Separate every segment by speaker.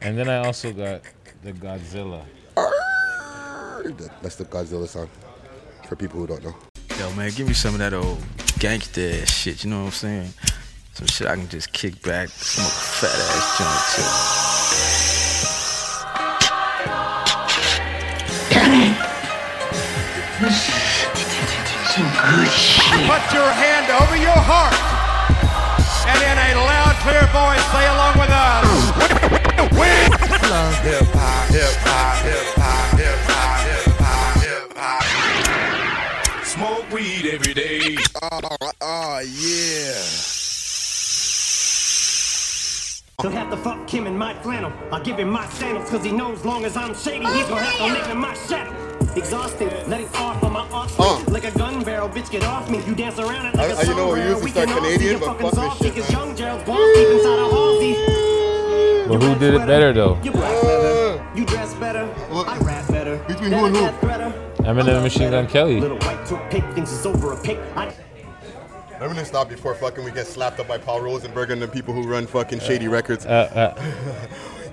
Speaker 1: And then I also got the Godzilla.
Speaker 2: That- That's the Godzilla song. For people who don't know.
Speaker 3: Yo, man, give me some of that old gangster ass shit. You know what I'm saying? Some shit I can just kick back, smoke a fat ass joint
Speaker 4: Put your hand over your heart and in a loud, clear voice say along with us.
Speaker 5: Smoke weed every day.
Speaker 2: Oh, oh yeah.
Speaker 6: He'll have to fuck Kim in my flannel. I'll give him my sandals, cause he knows long as I'm shady, he's gonna have to live in my shadow. Exhausting, letting off on my offspring.
Speaker 2: Uh.
Speaker 6: Like a gun barrel, bitch, get off me. You dance around it like
Speaker 2: I-
Speaker 6: a
Speaker 2: I- you
Speaker 6: song
Speaker 2: know, we
Speaker 6: rail.
Speaker 2: used to
Speaker 6: We
Speaker 2: start
Speaker 6: can all see
Speaker 2: Canadian,
Speaker 6: your
Speaker 2: but fuck
Speaker 6: fucking
Speaker 2: this
Speaker 6: sauce,
Speaker 2: shit,
Speaker 6: because
Speaker 2: man.
Speaker 6: young Gerald's balls deep inside a Halsey.
Speaker 1: But who did it better though?
Speaker 6: You rap better. You dress better.
Speaker 2: Uh, What?
Speaker 6: I rap better.
Speaker 2: Between
Speaker 6: Than
Speaker 2: who and
Speaker 6: a
Speaker 2: who?
Speaker 6: cat better.
Speaker 1: Eminem and Machine Gun Kelly.
Speaker 6: Little white toothpick thinks it's over a pick. I
Speaker 2: Let me just stop before fucking we get slapped up by Paul Rosenberg and the people who run fucking shady records.
Speaker 1: Uh,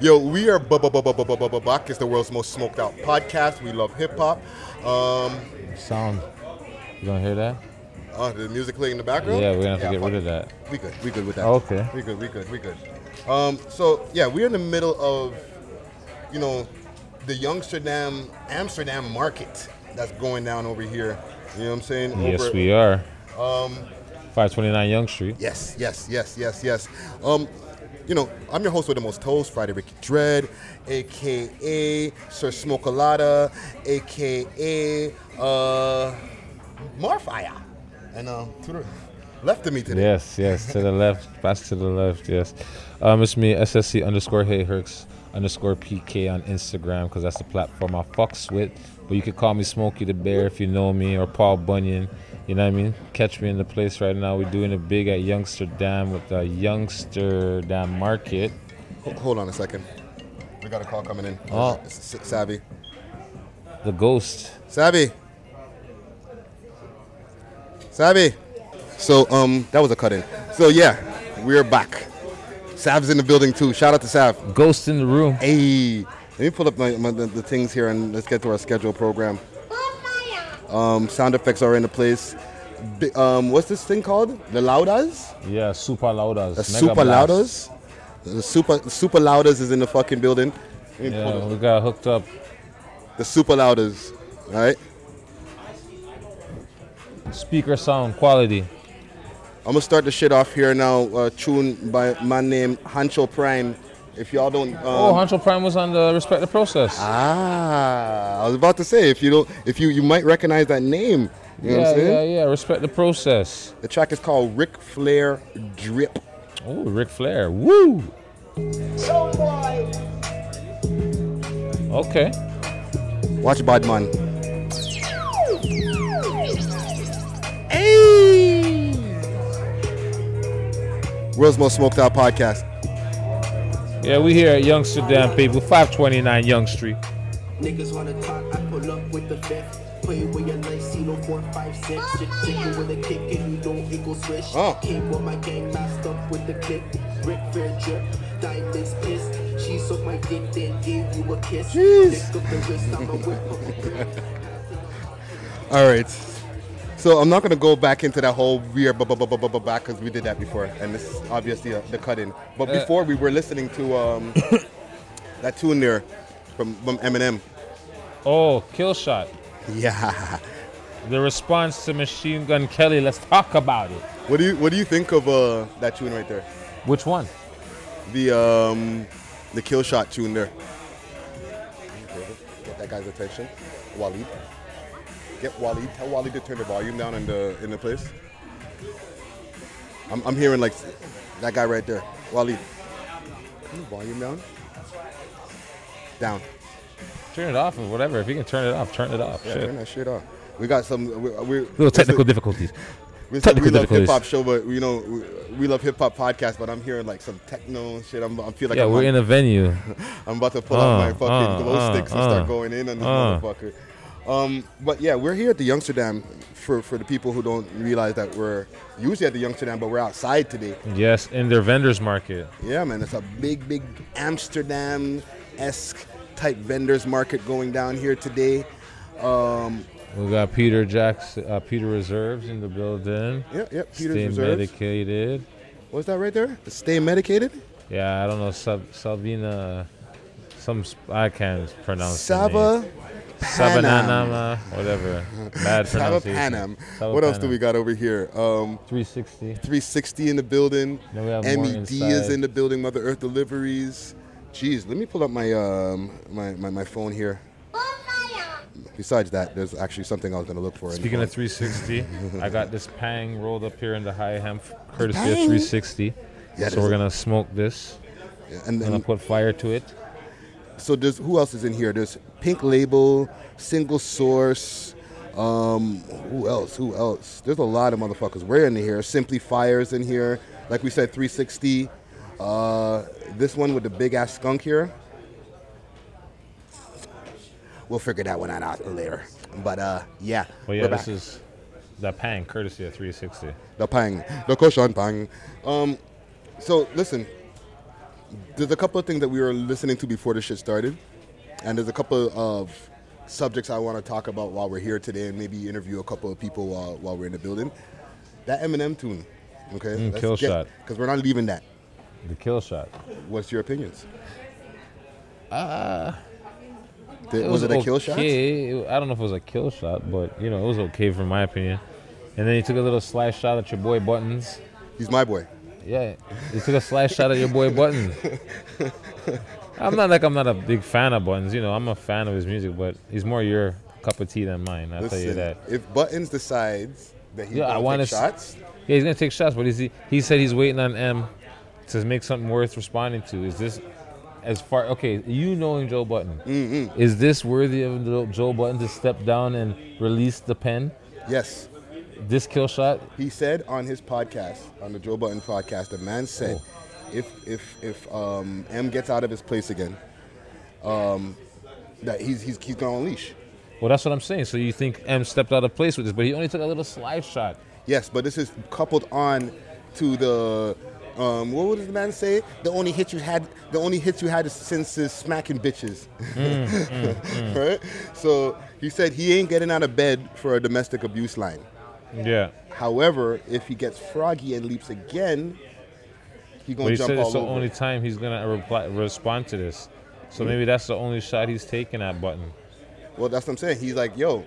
Speaker 2: Yo, we are bu- bu- bu- bu- bu- bu- bu- bu- Buck. It's the world's most smoked out podcast. We love hip hop. Um,
Speaker 1: Sound. You gonna hear that?
Speaker 2: uh, the music playing in the background.
Speaker 1: Yeah, we're gonna have to get
Speaker 2: fuck
Speaker 1: rid of
Speaker 2: it.
Speaker 1: that. Oh,
Speaker 2: We good. We good with that.
Speaker 1: Okay.
Speaker 2: We good. We good. We good. Um, so yeah, we're in the middle of, you know, the Youngsterdam Amsterdam market that's going down over here. You know what I'm saying?
Speaker 1: Yes,
Speaker 2: Over-
Speaker 1: we are. Um, 529 Young Street.
Speaker 2: Yes, yes, yes, yes, yes. Um, you know, I'm your host with the most toes, Friday Ricky Dread, aka Sir Smokolata, aka uh, Marfia, and uh, to the left of me today.
Speaker 1: Yes, yes, to the left, pass to the left, yes. Um, it's me, SSC underscore Hey Herx underscore PK on Instagram, because that's the platform I fucks with. But you could call me Smokey the Bear if you know me, or Paul Bunyan, you know what I mean? Catch me in the place right now. We're doing it big at Youngsterdam with the Youngsterdam Market.
Speaker 2: Ho- hold on a second. We got a call coming in.
Speaker 1: Oh.
Speaker 2: S- S- Savvy.
Speaker 1: The Ghost.
Speaker 2: Savvy. Savvy. So um, that was a cut in. So yeah, we're back. Sav's in the building too. Shout out to Sav.
Speaker 1: Ghost in the room.
Speaker 2: Hey, let me pull up my, my the, the things here and let's get to our schedule program. Um, sound effects are in the place. Bi- um, what's this thing called? The Laudas?
Speaker 1: Yeah, Super Laudas.
Speaker 2: The
Speaker 1: Mega
Speaker 2: Super
Speaker 1: Blast.
Speaker 2: Laudas? The Super Super Laudas is in the fucking building. Let me pull
Speaker 1: Yeah,
Speaker 2: up.
Speaker 1: we got hooked up.
Speaker 2: The Super Laudas. All right.
Speaker 1: Speaker sound quality.
Speaker 2: I'm gonna start the shit off here now. Uh, tune by my name Hancho Prime. If y'all don't, um,
Speaker 1: Oh, Hancho Prime was on the Respect the Process.
Speaker 2: ah, I was about to say if you don't, if you you might recognize that name. You know what
Speaker 1: yeah,
Speaker 2: I'm saying?
Speaker 1: yeah, yeah. Respect the process.
Speaker 2: The track is called Ric Flair Drip.
Speaker 1: Oh, Ric Flair. Woo! Okay.
Speaker 2: Watch Badman. Hey! World's Most Smoked Out Podcast.
Speaker 1: Yeah, we here at Youngsterdam, people. 529 Young Street.
Speaker 7: Niggas wanna talk, I pull up with the fifth. Play with your life, see no four, five, six.
Speaker 8: Oh,
Speaker 7: Just jiggle with a kick and you don't equal swish.
Speaker 2: Oh.
Speaker 7: Came with my gang masked up with the clip. Rip, fair drip, diamonds piss. She sucked my dick, then gave you a kiss.
Speaker 2: Jeez.
Speaker 7: Dick up the wrist, I'm a whip.
Speaker 2: All right. So I'm not gonna go back into that whole weird bu- bu- bu- bu- bu- bu- back because we did that before, and this is obviously uh, the cut in. But before we were listening to um, that tune there from, from Eminem.
Speaker 1: Oh, kill shot.
Speaker 2: Yeah.
Speaker 1: The response to Machine Gun Kelly. Let's talk about it.
Speaker 2: What do you What do you think of uh, that tune right there?
Speaker 1: Which one?
Speaker 2: the um the kill shot tune there. Get that guy's attention. Waleed. Get Waleed. Tell Waleed to turn the volume down in the in the place. I'm, I'm hearing like that guy right there. Waleed. Turn the volume down. Down.
Speaker 1: Turn it off or whatever. If you can turn it off, turn it off.
Speaker 2: Yeah,
Speaker 1: Shit.
Speaker 2: turn that shit off. We got some. We're, we're,
Speaker 1: Little
Speaker 2: this is-
Speaker 1: technical difficulties.
Speaker 2: we said we
Speaker 1: Technical
Speaker 2: love hip
Speaker 1: difficulties.
Speaker 2: hop show, but you know we, we love hip hop podcast. But I'm hearing like some techno and shit. I'm, I feel like
Speaker 1: Yeah,
Speaker 2: I'm on-
Speaker 1: we're in a venue.
Speaker 2: I'm about to pull out
Speaker 1: Uh,
Speaker 2: my fucking
Speaker 1: uh,
Speaker 2: glow
Speaker 1: uh,
Speaker 2: sticks and
Speaker 1: uh,
Speaker 2: start going in on this
Speaker 1: uh.
Speaker 2: motherfucker. Um, but yeah, we're here at the Youngsterdam for, for the people who don't realize that we're usually at the Youngsterdam, but we're outside today.
Speaker 1: Yes, in their vendors market.
Speaker 2: Yeah, man, it's a big, big Amsterdam esque type vendors market going down here today. Um,
Speaker 1: We got Peter Jacks, uh, Peter Reserves in the building.
Speaker 2: yeah, yeah, Peter's
Speaker 1: Stay
Speaker 2: Reserves.
Speaker 1: medicated.
Speaker 2: What's that right there? Stay medicated?
Speaker 1: Yeah, I don't know. Sab- Salvina, some sp- I can't pronounce.
Speaker 2: Saba Panam.
Speaker 1: Sabananama, whatever. Bad
Speaker 2: Saba
Speaker 1: pronunciation.
Speaker 2: Panam.
Speaker 1: Saba
Speaker 2: What else do
Speaker 1: Panam.
Speaker 2: we got over here? Um,
Speaker 1: 360.
Speaker 2: 360 in the building.
Speaker 1: Then we have more
Speaker 2: MED is
Speaker 1: inside.
Speaker 2: in the building. Mother Earth deliveries. Jeez, let me pull up my um, my, my, my phone here. Besides that, there's actually something I was gonna look for. in the
Speaker 1: Speaking of
Speaker 2: phone.
Speaker 1: 360, I got this Pang rolled up here in the high hemp, courtesy
Speaker 2: Pang?
Speaker 1: of 360.
Speaker 2: Yeah,
Speaker 1: so
Speaker 2: there's
Speaker 1: we're
Speaker 2: a-
Speaker 1: gonna smoke this.
Speaker 2: and,
Speaker 1: Gonna
Speaker 2: and
Speaker 1: put fire to it.
Speaker 2: so there's who else is in here? There's Pink Label, Single Source. Um, who else? Who else? There's a lot of motherfuckers. We're in here. Simply Fires in here. Like we said, 360. Uh, this one with the big ass skunk here. We'll figure that one out later. But uh, yeah.
Speaker 1: Well,
Speaker 2: we're
Speaker 1: yeah, this
Speaker 2: back.
Speaker 1: is the Pang, courtesy of 360.
Speaker 2: the pang, the cushion pang. Um, so listen, there's a couple of things that we were listening to before this shit started, and there's a couple of subjects I want to talk about while we're here today, and maybe interview a couple of people while, while we're in the building. That Eminem tune, okay?
Speaker 1: Mm, Kill Shot.
Speaker 2: Because we're not leaving that.
Speaker 1: The kill shot.
Speaker 2: What's your opinions? Uh, was, it a kill shot?
Speaker 1: Ah. okay. I don't know if it was a kill shot, but you know it was okay from my opinion. And then he took a little slash shot at your boy Buttons.
Speaker 2: He's my boy.
Speaker 1: Yeah, he took a slash shot at your boy Buttons. I'm not like I'm not a big fan of Buttons. You know, I'm a fan of his music, but he's more your cup of tea than mine. I'll tell you
Speaker 2: Listen,
Speaker 1: that.
Speaker 2: if Buttons decides that he's
Speaker 1: Yeah, I
Speaker 2: going
Speaker 1: wanna
Speaker 2: to
Speaker 1: s-
Speaker 2: take shots,
Speaker 1: Yeah, he's gonna take shots, but is he? He said he's waiting on M to make something worth responding to. Is this as far? Okay, you knowing Joe Button,
Speaker 2: Mm-hmm.
Speaker 1: is this worthy of the- Joe Button to step down and release the pen?
Speaker 2: yes,
Speaker 1: This kill shot.
Speaker 2: He said on his podcast, on the Joe Button podcast, the man said,
Speaker 1: Oh.
Speaker 2: if if if um, M gets out of his place again, um, that he's he's he's gonna unleash.
Speaker 1: Well, that's what I'm saying. So you think M stepped out of place with this, but he only took a little slide shot.
Speaker 2: Yes, but this is coupled on to the. Um, what does the man say? The only hit you had, the only hit you had is since is smacking bitches,
Speaker 1: Mm,
Speaker 2: right? So he said he ain't getting out of bed for a domestic abuse line.
Speaker 1: Yeah.
Speaker 2: However, if he gets froggy and leaps again, he
Speaker 1: But
Speaker 2: gonna
Speaker 1: he
Speaker 2: jump
Speaker 1: said
Speaker 2: all
Speaker 1: it's the
Speaker 2: over.
Speaker 1: only time he's gonna reply, respond to this. So maybe that's the only shot he's taking at Button.
Speaker 2: Well, that's what I'm saying. He's like, yo,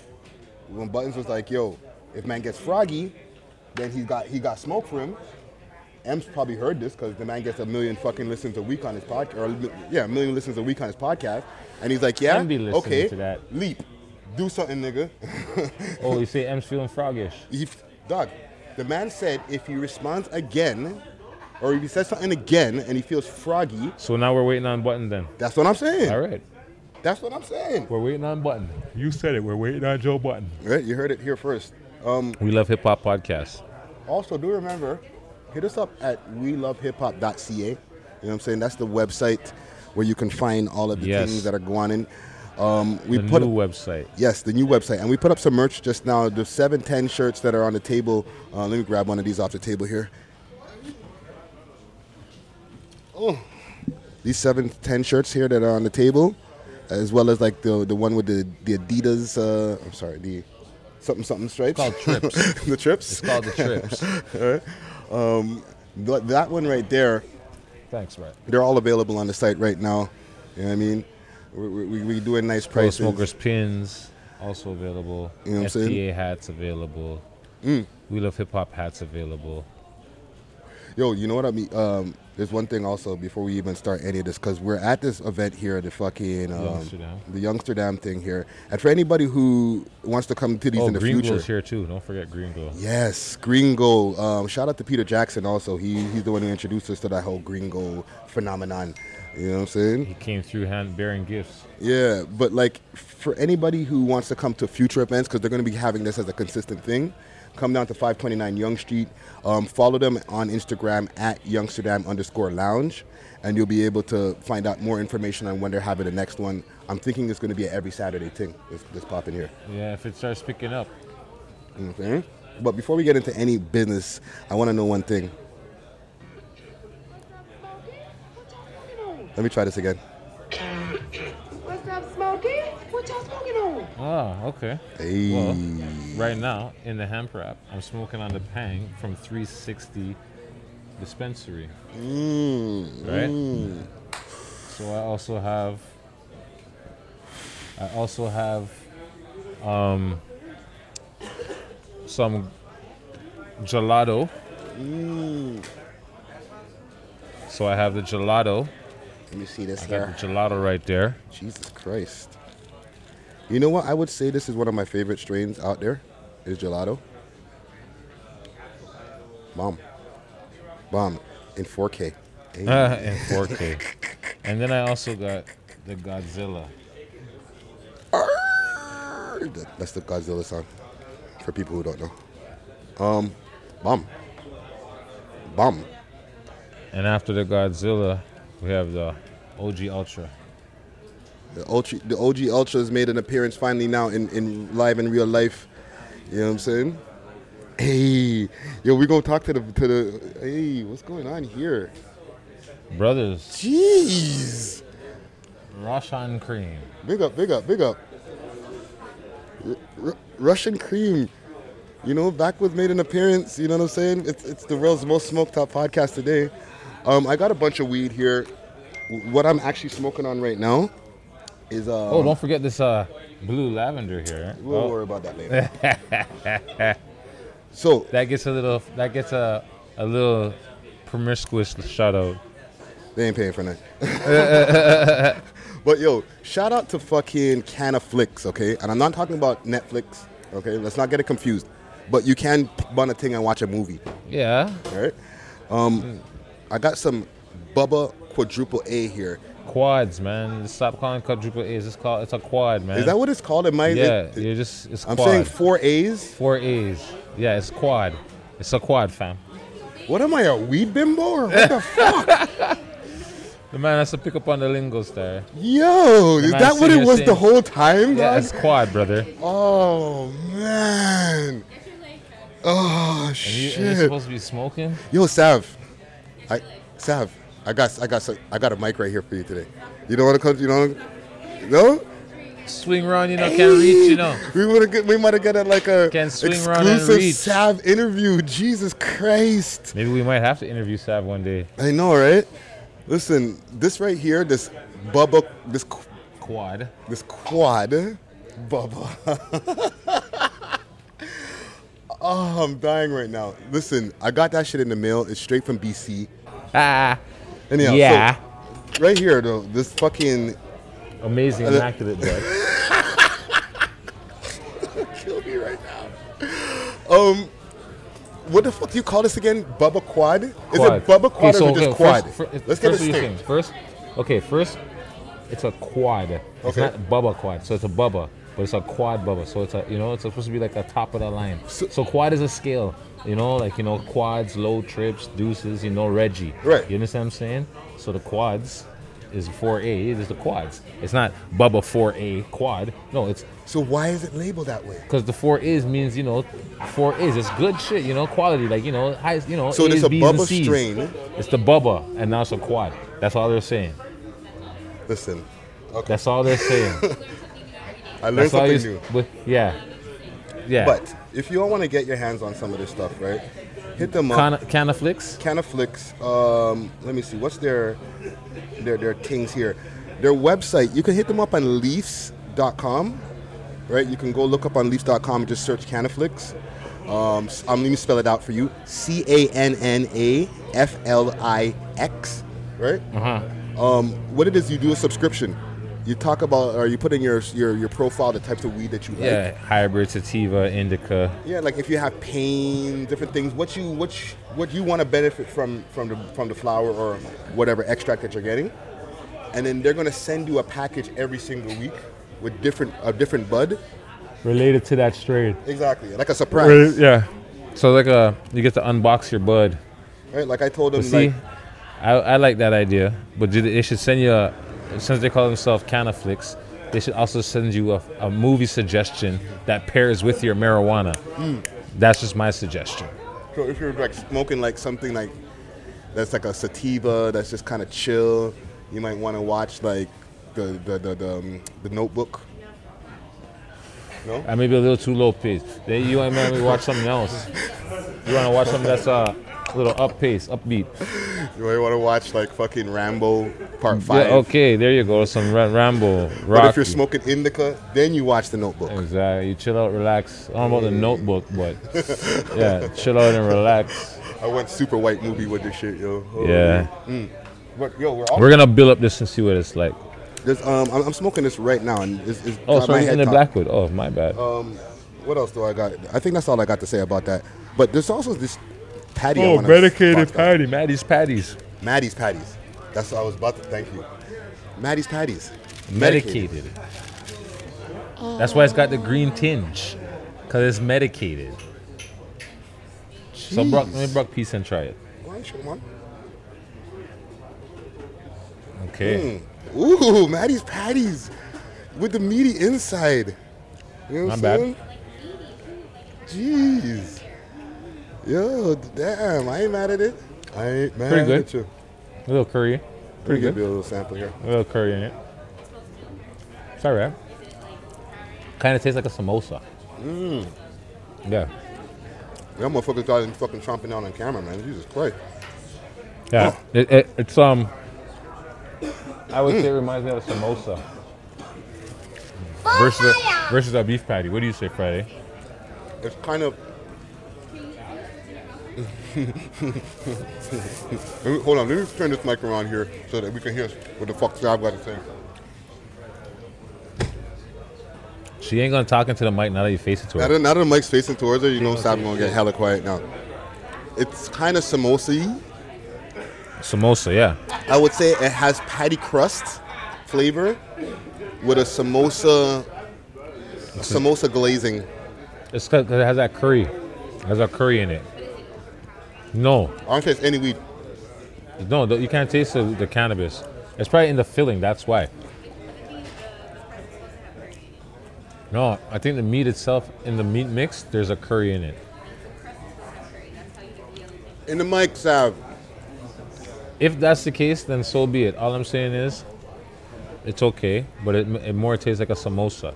Speaker 2: when Buttons was like, yo, if man gets froggy, then he got he got smoke for him. M's probably heard this because the man gets a million fucking listens a week on his podcast, or a mi- yeah, a million listens a week on his podcast, and he's like, yeah,
Speaker 1: M be listening
Speaker 2: okay,
Speaker 1: to that.
Speaker 2: leap, do something, nigga.
Speaker 1: Oh, you say M's feeling froggish.
Speaker 2: if, dog, the man said if he responds again, or if he says something again and he feels froggy,
Speaker 1: So now we're waiting on Button then.
Speaker 2: that's what I'm saying.
Speaker 1: All right.
Speaker 2: That's what I'm saying.
Speaker 1: We're waiting on Button. You said it. We're waiting on Joe Button.
Speaker 2: Right, you heard it here first. Um,
Speaker 1: We love hip hop podcasts.
Speaker 2: Also, do remember, hit us up at welovehiphop.ca. You know what I'm saying? That's the website where you can find all of the
Speaker 1: Yes.
Speaker 2: things that are going in. Um, we
Speaker 1: The
Speaker 2: put
Speaker 1: new
Speaker 2: up,
Speaker 1: website.
Speaker 2: yes, the new website, and we put up some merch just now. The 710 shirts that are on the table. Uh, let me grab one of these off the table here. Oh. these seven ten shirts here that are on the table, as well as like the the one with the the Adidas. Uh, I'm sorry, the something something stripes.
Speaker 1: It's called trips.
Speaker 2: the trips.
Speaker 1: It's called the trips.
Speaker 2: um, th- that one right there.
Speaker 1: Thanks, Brett.
Speaker 2: They're all available on the site right now. You know what I mean? We, we, we do a nice
Speaker 1: Pro
Speaker 2: price.
Speaker 1: smokers pins also available.
Speaker 2: You know what I'm
Speaker 1: FTA
Speaker 2: saying? Mm.
Speaker 1: hats available. We love hip hop hats available.
Speaker 2: Yo, you know what I mean? Um, there's one thing also before we even start any of this, because we're at this event here, the fucking um,
Speaker 1: Youngsterdam.
Speaker 2: the Youngsterdam thing here. And for anybody who wants to come to these
Speaker 1: oh,
Speaker 2: in the
Speaker 1: Green
Speaker 2: future,
Speaker 1: Glo's here too. Don't forget Green Glow.
Speaker 2: Yes, Green Goal. Um, shout out to Peter Jackson also. He, he's the one who introduced us to that whole Green Goal phenomenon. You know what I'm saying?
Speaker 1: He came through hand bearing gifts.
Speaker 2: Yeah, but like for anybody who wants to come to future events, because they're going to be having this as a consistent thing, Come down to 529 Young Street. Um, follow them on Instagram at Youngsterdam underscore lounge, and you'll be able to find out more information on when they're having the next one. I'm thinking it's going to be an every Saturday thing that's, that's popping here.
Speaker 1: Yeah, if it starts picking up.
Speaker 2: You know what I'm saying? But before we get into any business, I want to know one thing. Let me try this again.
Speaker 5: What's up, Smokey? What y'all smoking on?
Speaker 1: Oh, okay.
Speaker 2: Hey.
Speaker 1: Well, right now in the hemp wrap, I'm smoking on the Pang from 360 Dispensary. right? So I also have. I also have. Um, some gelato. So I have the gelato.
Speaker 2: Let me see this
Speaker 1: I
Speaker 2: here.
Speaker 1: got the gelato right there.
Speaker 2: Jesus Christ. You know what? I would say this is one of my favorite strains out there. Is gelato. Bomb. Bomb. In 4K. Hey.
Speaker 1: Uh, in 4K. and then I also got the Godzilla.
Speaker 2: That's the Godzilla sound. For people who don't know. Um, bomb. Bomb.
Speaker 1: And after the Godzilla, we have the OG Ultra.
Speaker 2: The Ultra, the OG Ultra has made an appearance finally now in, in live and real life. You know what I'm saying? Hey, yo, we gonna talk to the to the. Hey, what's going on here?
Speaker 1: Brothers,
Speaker 2: Jeez,
Speaker 1: Roshan Cream.
Speaker 2: big up, big up, big up. R- Russian cream, you know, backwards made an appearance. You know what I'm saying? It's it's the world's most smoked out podcast today. Um, I got a bunch of weed here. W- What I'm actually smoking on right now is uh.
Speaker 1: Oh, don't forget this uh, blue lavender here.
Speaker 2: We'll
Speaker 1: Oh,
Speaker 2: worry about that later. so
Speaker 1: that gets a little. That gets a a little promiscuous shout out.
Speaker 2: They ain't paying for nothing. but yo, shout out to fucking Canaflix, okay? And I'm not talking about Netflix, okay? Let's not get it confused. But you can bun a thing and watch a movie,
Speaker 1: Yeah,
Speaker 2: all right? Um, I got some Bubba Quadruple A here.
Speaker 1: quads, man. Stop calling quadruple A's. It's called. It's a quad, man.
Speaker 2: Is that what it's called? Am I?
Speaker 1: Eh? Yeah,
Speaker 2: it-
Speaker 1: you're just. It's
Speaker 2: I'm
Speaker 1: quad.
Speaker 2: saying four A's.
Speaker 1: Four A's. Yeah, it's quad. It's a quad, fam.
Speaker 2: What am I, a weed bimbo? Or what the fuck?
Speaker 1: The man has to pick up on the lingo star.
Speaker 2: Yo, is
Speaker 1: man
Speaker 2: that what
Speaker 1: sitting
Speaker 2: it
Speaker 1: here
Speaker 2: was the
Speaker 1: saying-
Speaker 2: whole time,
Speaker 1: Yeah,
Speaker 2: dog?
Speaker 1: it's quad, brother.
Speaker 2: Oh, man. Oh,
Speaker 1: And, you,
Speaker 2: shit.
Speaker 1: and you're supposed to be smoking?
Speaker 2: Yo, Sav. I, Sav, I got, I got, some- I got a mic right here for you today. You don't want to come? You don't? No?
Speaker 1: Swing round, you know, can't reach, you know.
Speaker 2: We would have, we might have got a, like a
Speaker 1: Can swing round and
Speaker 2: exclusive
Speaker 1: reach.
Speaker 2: Sav interview. Jesus Christ!
Speaker 1: Maybe we might have to interview Sav one day.
Speaker 2: I know, right? Listen, this right here, this Bubba, this qu-
Speaker 1: Quad.
Speaker 2: this quad, Bubba. oh, I'm dying right now. Listen, I got that shit in the mail. It's straight from BC.
Speaker 1: Ah.
Speaker 2: Anyhow, so
Speaker 1: yeah.
Speaker 2: right here though, this fucking
Speaker 1: Amazing, immaculate boy.
Speaker 2: kill me right now. Um, what the fuck do you call this again? Bubba Quad? Is it Bubba Quad or is it just Quad?
Speaker 1: First, fir-
Speaker 2: Let's get it
Speaker 1: first what you
Speaker 2: straight.
Speaker 1: think. First, okay, first, it's a quad. It's
Speaker 2: Okay.
Speaker 1: not Bubba quad, so it's a Bubba, but it's a quad Bubba. So it's a, you know, it's supposed to be like a top of the line.
Speaker 2: So-
Speaker 1: So, quad is a scale, you know, like, you know, quads, low trips, deuces, you know, Reggie.
Speaker 2: Right.
Speaker 1: You understand what I'm saying? So the quads is 4A, it is the quads. It's not Bubba 4A quad. No, it's
Speaker 2: So why is it labeled that way?
Speaker 1: Because the four is means you know, four is it's good shit, you know, quality, like you know, high, you know.
Speaker 2: So
Speaker 1: A's,
Speaker 2: there's a
Speaker 1: B's, and
Speaker 2: Bubba
Speaker 1: C's.
Speaker 2: strain.
Speaker 1: It's the bubba, and now it's a quad. That's all they're saying.
Speaker 2: Listen,
Speaker 1: That's all they're saying.
Speaker 2: I learned
Speaker 1: That's all
Speaker 2: something
Speaker 1: you.
Speaker 2: new.
Speaker 1: With, yeah, yeah.
Speaker 2: But if you all want to get your hands on some of this stuff, right? Hit them up.
Speaker 1: Con- Canaflix.
Speaker 2: Canaflix. Um, let me see. What's their their their things here? Their website. You can hit them up on Leafs.com, right? You can go look up on Leafs.com and just search Canaflix. Um, s- um, let me spell it out for you. C A N N A F L I X, right? Um, what it is, you do a subscription. You talk about, or you put in your your, your profile the types of weed that you like.
Speaker 1: Yeah, hybrid sativa indica.
Speaker 2: Yeah, like if you have pain, different things, what you what you, what you want to benefit from from the from the flower or whatever extract that you're getting, and then they're gonna send you a package every single week with different a different bud.
Speaker 1: Related to that strain.
Speaker 2: Exactly, like a surprise.
Speaker 1: yeah. So like uh, you get to unbox your bud.
Speaker 2: Right? Like I told him,
Speaker 1: But see,
Speaker 2: like
Speaker 1: I, I like that idea. But did, they should send you a since they call themselves Canaflix, they should also send you a, a movie suggestion that pairs with your marijuana.
Speaker 2: Hmm.
Speaker 1: That's just my suggestion.
Speaker 2: so if you're like smoking like something like that's like a sativa that's just kind of chill, you might want to watch like the the the the, um, the Notebook.
Speaker 1: I may be a little too low pace. Then you and me watch something else. You want to watch something that's uh, a little up pace, upbeat.
Speaker 2: You might want to watch like fucking Rambo Part
Speaker 1: Yeah,
Speaker 2: Five.
Speaker 1: okay, there you go. Some Ra- Rambo, Rocky.
Speaker 2: But if you're smoking indica, then you watch the Notebook.
Speaker 1: Exactly. You chill out, relax. I don't know about the notebook, but yeah, chill out and relax.
Speaker 2: I went super white movie with this shit, yo. Holy.
Speaker 1: Yeah.
Speaker 2: But, yo, we're all.
Speaker 1: We're going to build up this and see what it's like.
Speaker 2: There's, um, I'm, I'm smoking this right now, and it's, it's
Speaker 1: Oh,
Speaker 2: got
Speaker 1: so
Speaker 2: my
Speaker 1: it's
Speaker 2: head
Speaker 1: in the
Speaker 2: top.
Speaker 1: Blackwood. Oh, my bad.
Speaker 2: What else do I got? I think that's all I got to say about that. But there's also this patty. I wanna talk about.
Speaker 1: Oh, Maddie's Patties.
Speaker 2: Maddie's patties. That's what I was about to. Thank you. Maddie's patties.
Speaker 1: Medicated. That's why it's got the green tinge, because it's medicated. So, Brock, let me Brock piece and try it.
Speaker 2: Why should one?
Speaker 1: Okay.
Speaker 2: Ooh, Maddie's patties with the meaty inside. You know what I'm
Speaker 1: Not bad.
Speaker 2: saying? Jeez. Yo, damn. I ain't mad at it. I ain't mad
Speaker 1: Pretty good.
Speaker 2: at you.
Speaker 1: A little curry. Pretty
Speaker 2: Give me
Speaker 1: good.
Speaker 2: a little sample here.
Speaker 1: A little curry in it. It's all right. Kind of tastes like a samosa. Mmm. Yeah.
Speaker 2: Y'all motherfuckers got him fucking tromping down on camera, man. Jesus Christ.
Speaker 1: Yeah. It, it, it's, um, I would say it reminds me of a samosa versus a, versus a beef patty. What do you say, Friday?
Speaker 2: It's kind of. Let me- Hold on, let me turn this mic around here so that we can hear what the fuck I've got to say.
Speaker 1: She ain't gonna talk into the mic now that you face it to
Speaker 2: Now
Speaker 1: her.
Speaker 2: that, now that the mic's facing towards her, you know Sab's gonna get hella quiet now. It's kind of samosa
Speaker 1: Samosa, yeah.
Speaker 2: I would say it has patty crust flavor with a samosa samosa glazing.
Speaker 1: It's cause 'cause it has that curry. It has that curry in it. No,
Speaker 2: I don't taste any weed.
Speaker 1: no, th- you can't taste the, the cannabis. It's probably in the filling. That's why. No, I think the meat itself in the meat mix, there's a curry in it.
Speaker 2: In the mic, Sab.
Speaker 1: If that's the case, then so be it. All I'm saying is, it's okay, but it, it more tastes like a samosa.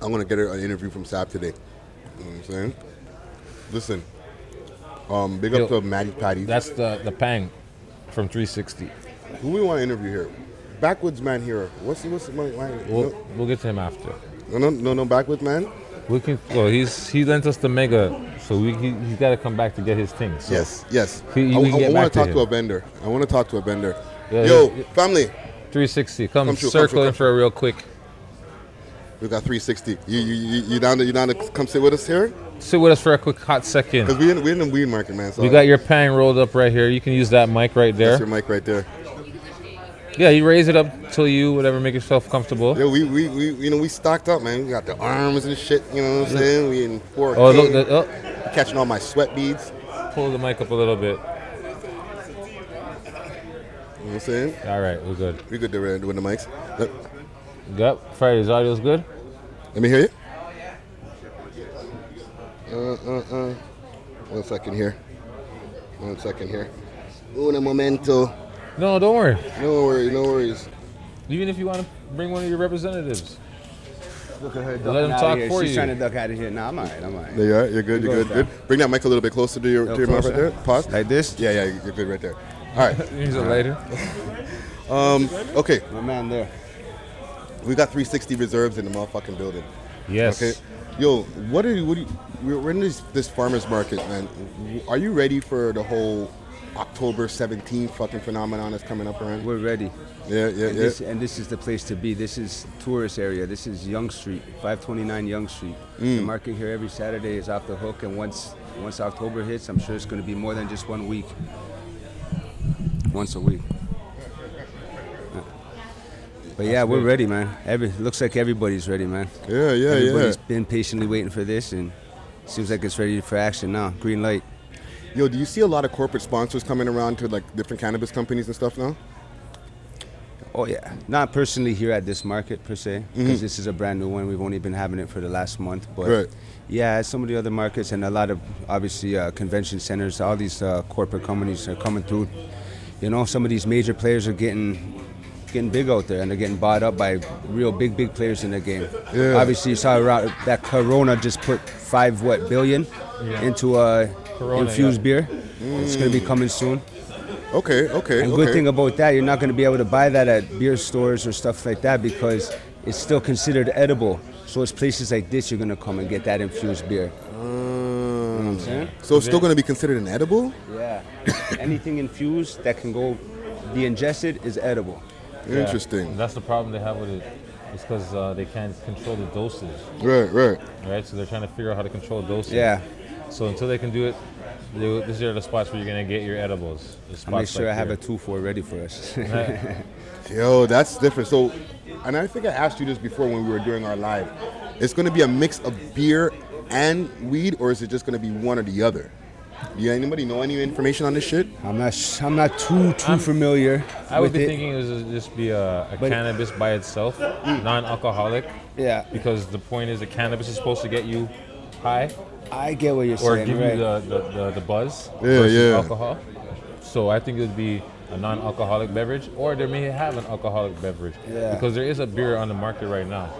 Speaker 2: I'm gonna get an interview from Sab today. You know what I'm saying? Listen. Um, big up
Speaker 1: Yo,
Speaker 2: to Maddie Patty.
Speaker 1: That's the the pang from 360.
Speaker 2: Who we want to interview here? Backwoods man here. What's what's my, my
Speaker 1: We'll we'll get to him after.
Speaker 2: no, no no no backwoods man?
Speaker 1: We can. Well, he's he lent us the mega, so we he, he's got to come back to get his thing. So.
Speaker 2: Yes yes.
Speaker 1: He-
Speaker 2: I,
Speaker 1: we can get
Speaker 2: want
Speaker 1: back to
Speaker 2: to talk to
Speaker 1: him.
Speaker 2: a vendor. I want to talk to a vendor.
Speaker 1: Yeah,
Speaker 2: Yo,
Speaker 1: yeah, yeah.
Speaker 2: family,
Speaker 1: 360. Come,
Speaker 2: Come through, come
Speaker 1: circle
Speaker 2: through,
Speaker 1: in
Speaker 2: come
Speaker 1: for a real quick.
Speaker 2: we got 360. You you you, you down to you down to come sit with us here?
Speaker 1: Sit with us for a quick hot second.
Speaker 2: Cause we in we in the weed market, man. So
Speaker 1: We got your pang rolled up right here. You can use that mic right
Speaker 2: that's your
Speaker 1: there.
Speaker 2: mic right there.
Speaker 1: Yeah, you raise it up till you whatever make yourself comfortable.
Speaker 2: Yeah, we, we, we you know we stocked up, man. We got the arms and shit. You know what I'm saying? We in 4K,
Speaker 1: Oh look, the, oh,
Speaker 2: catching all my sweat beads.
Speaker 1: pull the mic up a little bit.
Speaker 2: You know what I'm saying?
Speaker 1: All right, we're good.
Speaker 2: We good there doing the mics. Let,
Speaker 1: Yep, Friday's audio's good.
Speaker 2: let me hear you. Uh uh uh. One second here. One second here. Una momento.
Speaker 1: No, don't worry.
Speaker 2: No worries, no worries.
Speaker 1: Even if you want to bring one of your representatives,
Speaker 9: Look at her
Speaker 1: Let him
Speaker 9: ducking out
Speaker 1: talk
Speaker 9: of here.
Speaker 1: for
Speaker 9: She's
Speaker 1: you.
Speaker 9: trying to duck out of here. Nah, I'm all right. I'm all right.
Speaker 2: There you are. You're good. You're
Speaker 9: Go
Speaker 2: good. Good. Bring that mic a little bit closer to your to your mouth right
Speaker 9: closer.
Speaker 2: there. Pause.
Speaker 9: Like this?
Speaker 2: Yeah, yeah. You're good right there. All right.
Speaker 1: use it later.
Speaker 2: Okay.
Speaker 9: My man there.
Speaker 2: We got 360 reserves in the motherfucking building.
Speaker 1: Yes.
Speaker 2: Okay. Yo, what are you? What are you we're we're in this, this farmers market, man. Are you ready for the whole October 17th fucking phenomenon that's coming up around?
Speaker 9: We're ready.
Speaker 2: Yeah, yeah,
Speaker 9: And
Speaker 2: yeah.
Speaker 9: this, and this is the place to be. This is tourist area. This is Young Street, 529 Young Street.
Speaker 2: Mm.
Speaker 9: The market here every Saturday is off the hook, and once once October hits, I'm sure it's going to be more than just one week. Once a week. But yeah, we're ready, man. Every looks like everybody's ready, man.
Speaker 2: Yeah, yeah,
Speaker 9: Everybody's been patiently waiting for this, and seems like it's ready for action now. Green light.
Speaker 2: yeah. Yo, do you see a lot of corporate sponsors coming around to like different cannabis companies and stuff now?
Speaker 9: Oh yeah, not personally here at this market per se, because this is a brand new one. We've only been having it for the last month, but
Speaker 2: Mm-hmm. Right.
Speaker 9: yeah, at some of the other markets and a lot of obviously uh, convention centers, all these uh, corporate companies are coming through. You know, some of these major players are getting getting big out there, and they're getting bought up by real big big players in the game.
Speaker 2: Yeah.
Speaker 9: Obviously, you saw around- that Corona just put five what billion into a
Speaker 1: Corona,
Speaker 9: infused
Speaker 1: yeah.
Speaker 9: beer.
Speaker 2: Mm.
Speaker 9: It's going to be coming soon.
Speaker 2: Okay, okay,
Speaker 9: And
Speaker 2: okay.
Speaker 9: good thing about that, you're not going to be able to buy that at beer stores or stuff like that because it's still considered edible. So it's places like this you're going to come and get that infused beer.
Speaker 2: Um, Mm.
Speaker 9: saying?
Speaker 2: so it's still going to be considered an edible?
Speaker 9: Yeah. Anything infused that can go be ingested is edible.
Speaker 2: Interesting.
Speaker 1: That's the problem they have with it. It's because uh, they can't control the dosage,
Speaker 2: Right, right.
Speaker 1: right? So they're trying to figure out how to control dosage.
Speaker 9: Yeah.
Speaker 1: So until they can do it, they, these are the spots where you're gonna get your edibles. The
Speaker 9: I'll make
Speaker 1: spots
Speaker 9: sure
Speaker 1: like
Speaker 9: I have
Speaker 1: here.
Speaker 9: a 2 4 ready for us.
Speaker 2: Yo, that's different. So, and I think I asked you this before when we were doing our live. It's going to be a mix of beer and weed, or is it just going to be one or the other? Do you- anybody know any information on this shit?
Speaker 9: I'm not sh- I'm not too too familiar.
Speaker 1: I would
Speaker 9: with
Speaker 1: be
Speaker 9: it.
Speaker 1: thinking it was just be a, a
Speaker 9: But-
Speaker 1: cannabis by itself, non-alcoholic,
Speaker 9: Yeah.
Speaker 1: because the point is the cannabis is supposed to get you high,
Speaker 9: I get what you're
Speaker 1: or
Speaker 9: saying.
Speaker 1: give
Speaker 9: right.
Speaker 1: you the, the, the, the buzz
Speaker 2: Yeah,
Speaker 1: versus
Speaker 2: yeah.
Speaker 1: alcohol. So I think it would be a non-alcoholic beverage, or they may have an alcoholic beverage
Speaker 9: Yeah.
Speaker 1: because there is a beer on the market right now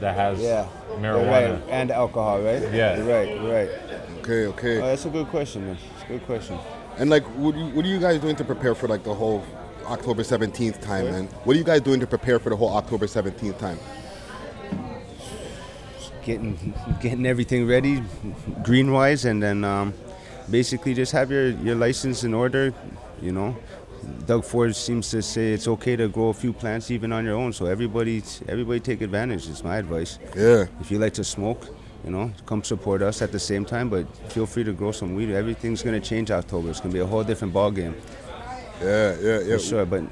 Speaker 1: that has
Speaker 9: yeah.
Speaker 1: marijuana.
Speaker 9: Right. And alcohol, right?
Speaker 1: Yeah.
Speaker 9: You're right, you're right.
Speaker 2: Okay, okay.
Speaker 9: Oh, that's a good question, man. It's a good question.
Speaker 2: And like, what, do you, what are you guys doing to prepare for like the whole October 17th time, man? What are you guys doing to prepare for the whole October 17th time?
Speaker 9: getting getting everything ready green wise and then um, basically just have your, your license in order you know doug ford seems to say it's okay to grow a few plants even on your own so everybody everybody take advantage it's my advice
Speaker 2: Yeah.
Speaker 9: if you like to smoke you know come support us at the same time but feel free to grow some weed everything's going to change october it's going to be a whole different ball game
Speaker 2: Yeah, yeah, yeah.
Speaker 9: for sure. But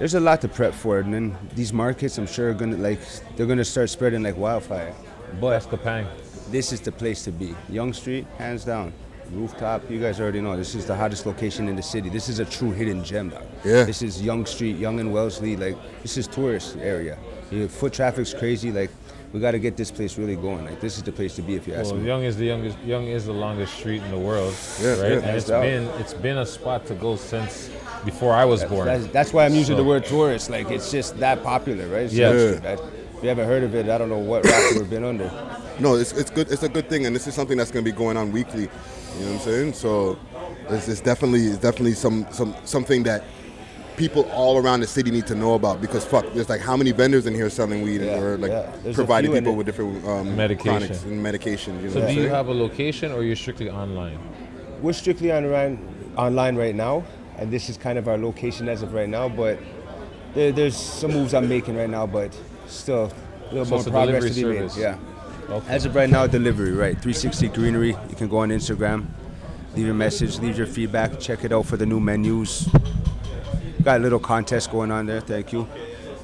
Speaker 9: there's a lot to prep for, and then these markets, I'm sure, are gonna like they're gonna start spreading like wildfire.
Speaker 1: That's
Speaker 9: But
Speaker 1: Kapang.
Speaker 9: this is the place to be. Young Street, hands down. Rooftop, you guys already know. This is the hottest location in the city. This is a true hidden gem, dog.
Speaker 2: Yeah.
Speaker 9: This is Young Street, Young and Wellesley. Like this is tourist area. Your foot traffic's crazy. Like we got to get this place really going. Like this is the place to be if you ask
Speaker 1: Well,
Speaker 9: me.
Speaker 1: young is the youngest. Young is the longest street in the world,
Speaker 2: Yeah,
Speaker 1: right?
Speaker 2: yeah.
Speaker 1: And it's
Speaker 9: That's
Speaker 1: been it's been a spot to go since before I was born.
Speaker 9: That's, that's why I'm using
Speaker 1: So-
Speaker 9: the word tourist. Like it's just that popular, right? It's
Speaker 1: Yeah.
Speaker 9: Young Street. I, if you haven't heard of it, I don't know what rock we've been under.
Speaker 2: No, it's, it's good. It's a good thing, and this is something that's going to be going on weekly. You know what I'm saying? So, it's, it's definitely it's definitely some some something that people all around the city need to know about because fuck, there's like how many vendors in here selling weed
Speaker 9: Yeah,
Speaker 2: and or like
Speaker 9: yeah. There's a
Speaker 2: providing
Speaker 9: few in
Speaker 2: people
Speaker 9: it.
Speaker 2: with different um,
Speaker 1: Medication.
Speaker 2: chronics and medication. You know
Speaker 1: so
Speaker 2: what
Speaker 1: do
Speaker 2: I'm
Speaker 1: you
Speaker 2: saying?
Speaker 1: have a location, or you're strictly online?
Speaker 9: We're strictly on around, online right now, and this is kind of our location as of right now. But there, there's some moves I'm making right now, but still a little
Speaker 1: So
Speaker 9: more
Speaker 1: it's a
Speaker 9: progress
Speaker 1: delivery
Speaker 9: to be made.
Speaker 1: service.
Speaker 9: Yeah.
Speaker 1: Okay.
Speaker 9: As of right now, delivery, right? 360 Greenery. You can go on Instagram, leave your message, leave your feedback, check it out for the new menus. Got a little contest going on there. Thank you.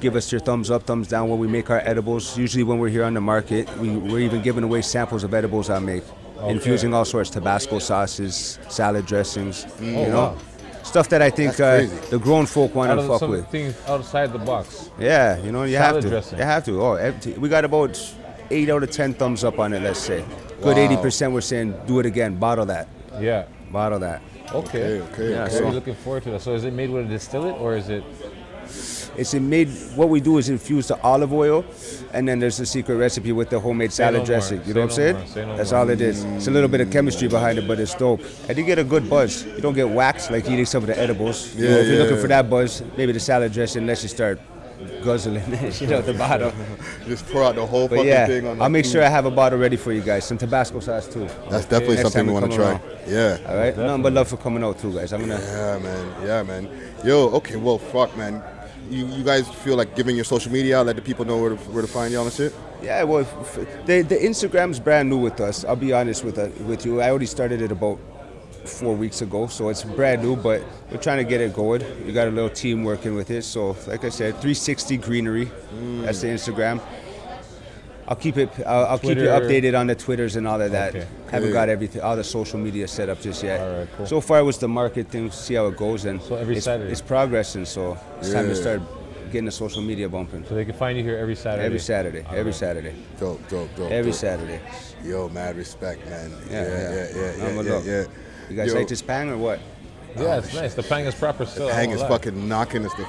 Speaker 9: Give us your thumbs up, thumbs down when we make our edibles. Usually, when we're here on the market, we, we're even giving away samples of edibles I make, infusing all sorts Tabasco sauces, salad dressings, you
Speaker 1: Oh,
Speaker 9: know,
Speaker 1: wow.
Speaker 9: stuff that I think uh,
Speaker 2: crazy.
Speaker 9: the grown folk want
Speaker 1: Out
Speaker 9: to
Speaker 1: of
Speaker 9: fuck
Speaker 1: some
Speaker 9: with.
Speaker 1: things outside the box.
Speaker 9: Yeah, you know, you
Speaker 1: Salad
Speaker 9: have to.
Speaker 1: dressing.
Speaker 9: You have to. Oh, ev- we got about eight out of ten thumbs up on it. Let's say, good eighty percent were saying, "Do it again, bottle that,
Speaker 1: Yeah.
Speaker 9: bottle that."
Speaker 1: Okay.
Speaker 2: Okay, okay,
Speaker 9: Yeah,
Speaker 2: okay.
Speaker 1: So
Speaker 9: So-
Speaker 1: we're looking forward to that. So is it made with a distillate or is it?
Speaker 9: It's in made. What we do is infuse the olive oil, and then there's the secret recipe with the homemade salad
Speaker 1: no
Speaker 9: dressing.
Speaker 1: more,
Speaker 9: You
Speaker 1: say
Speaker 9: know what I'm
Speaker 1: no
Speaker 9: saying?
Speaker 1: more, say no
Speaker 9: That's
Speaker 1: more.
Speaker 9: all it is. It's a little bit of chemistry behind it, but it's dope. And you get a good buzz. You don't get waxed like eating some of the edibles. You know,
Speaker 2: Yeah,
Speaker 9: if you're
Speaker 2: yeah,
Speaker 9: looking
Speaker 2: yeah.
Speaker 9: for that buzz, maybe the salad dressing. Unless you start guzzling that shit out the bottom.
Speaker 2: Just pour out the whole
Speaker 9: But
Speaker 2: fucking
Speaker 9: yeah,
Speaker 2: thing on.
Speaker 9: I'll
Speaker 2: the
Speaker 9: make
Speaker 2: food.
Speaker 9: sure I have a bottle ready for you guys. Some Tabasco sauce too.
Speaker 2: That's definitely
Speaker 9: Next
Speaker 2: something
Speaker 9: time
Speaker 2: we
Speaker 9: we
Speaker 2: want to
Speaker 9: come
Speaker 2: try.
Speaker 9: around.
Speaker 2: Yeah.
Speaker 9: All right, nothing but love for coming out too, guys. I'm gonna.
Speaker 2: Yeah, man. Yeah, man. Yo, okay, well, fuck, man. You, you guys feel like giving your social media out, let the people know where to, where to find y'all and shit?
Speaker 9: Yeah, well, f- f- the the Instagram's brand new with us. I'll be honest with uh, with you. I already started it about four weeks ago, so it's brand new, but we're trying to get it going. We got a little team working with it, so like I said, 360 Greenery,
Speaker 1: Mm.
Speaker 9: that's the Instagram. I'll keep it. I'll, I'll keep you
Speaker 1: Twitter.
Speaker 9: updated on the Twitters and all of that.
Speaker 1: Okay.
Speaker 9: Haven't got everything, all the social media set up just yet.
Speaker 1: All right, cool.
Speaker 9: So far, it was the market thing. See how it goes, and
Speaker 1: So every
Speaker 9: it's,
Speaker 1: Saturday.
Speaker 9: it's progressing. So it's time to
Speaker 2: Yeah.
Speaker 9: start getting the social media bumping.
Speaker 1: So they can find you here every Saturday.
Speaker 9: Every Saturday,
Speaker 1: All
Speaker 9: every
Speaker 1: right.
Speaker 9: Saturday,
Speaker 2: Dope, dope, dope.
Speaker 9: every
Speaker 2: dope.
Speaker 9: Saturday.
Speaker 2: Yo, mad respect, man. Yeah,
Speaker 9: Yeah,
Speaker 2: yeah, yeah, yeah,
Speaker 9: I'ma
Speaker 2: yeah, yeah.
Speaker 9: look. You guys
Speaker 2: Yo,
Speaker 9: like this pang or what?
Speaker 1: Yeah, it's nice. The pang is proper still. I
Speaker 2: Pang
Speaker 1: won't
Speaker 2: is
Speaker 1: lie.
Speaker 2: fucking knocking us. The,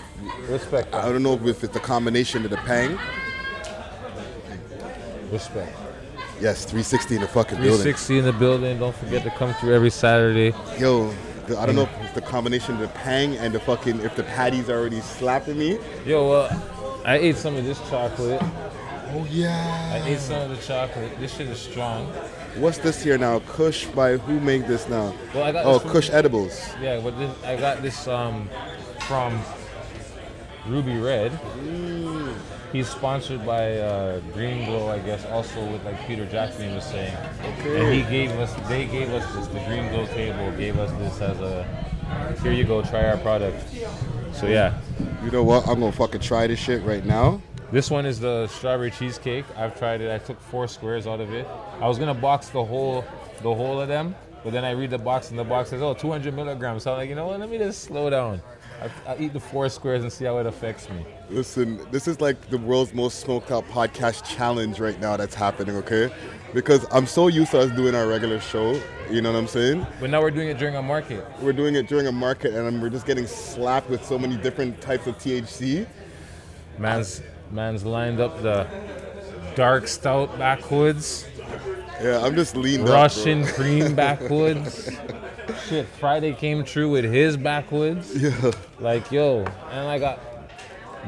Speaker 1: Respect.
Speaker 2: I don't know if it's the combination of the pang.
Speaker 1: Respect.
Speaker 2: Yes, 360 in the fucking building.
Speaker 1: 360 in the building. Don't forget to come through every Saturday.
Speaker 2: Yo, the, I don't know if it's the combination of the pang and the fucking if the patty's already slapping me.
Speaker 1: Yo, well, I ate some of this chocolate.
Speaker 2: Oh yeah.
Speaker 1: I ate some of the chocolate. This shit is strong.
Speaker 2: What's this here now? Kush by who made this now?
Speaker 1: Well, I got
Speaker 2: oh,
Speaker 1: this from-
Speaker 2: Kush edibles.
Speaker 1: Yeah, but this, I got this um, from Ruby Red. He's sponsored by uh, Green Glow, I guess, also with like Peter Jackson was saying. And he gave us, they gave us this, the Green Glow table gave us this as a, here you go, try our product. So yeah,
Speaker 2: You know what? I'm gonna fucking try this shit right now.
Speaker 1: This one is the strawberry cheesecake. I've tried it. I took four squares out of it. I was gonna box the whole, the whole of them, but then I read the box and the box says, "Oh, 200 milligrams." So I'm like, you know what? Let me just slow down. I, I'll eat the four squares and see how it affects me.
Speaker 2: Listen, this is like the world's most smoked out podcast challenge right now that's happening, okay? Because I'm so used to us doing our regular show, you know what I'm saying?
Speaker 1: But now we're doing it during a market.
Speaker 2: We're doing it during a market and I'm- we're just getting slapped with so many different types of THC.
Speaker 1: Man's, man's lined up the dark stout backwoods,
Speaker 2: Yeah, I'm just leaned
Speaker 1: Russian
Speaker 2: up.
Speaker 1: cream backwoods. Shit, Friday came true with his backwoods.
Speaker 2: bro. Yeah.
Speaker 1: Like yo, and I got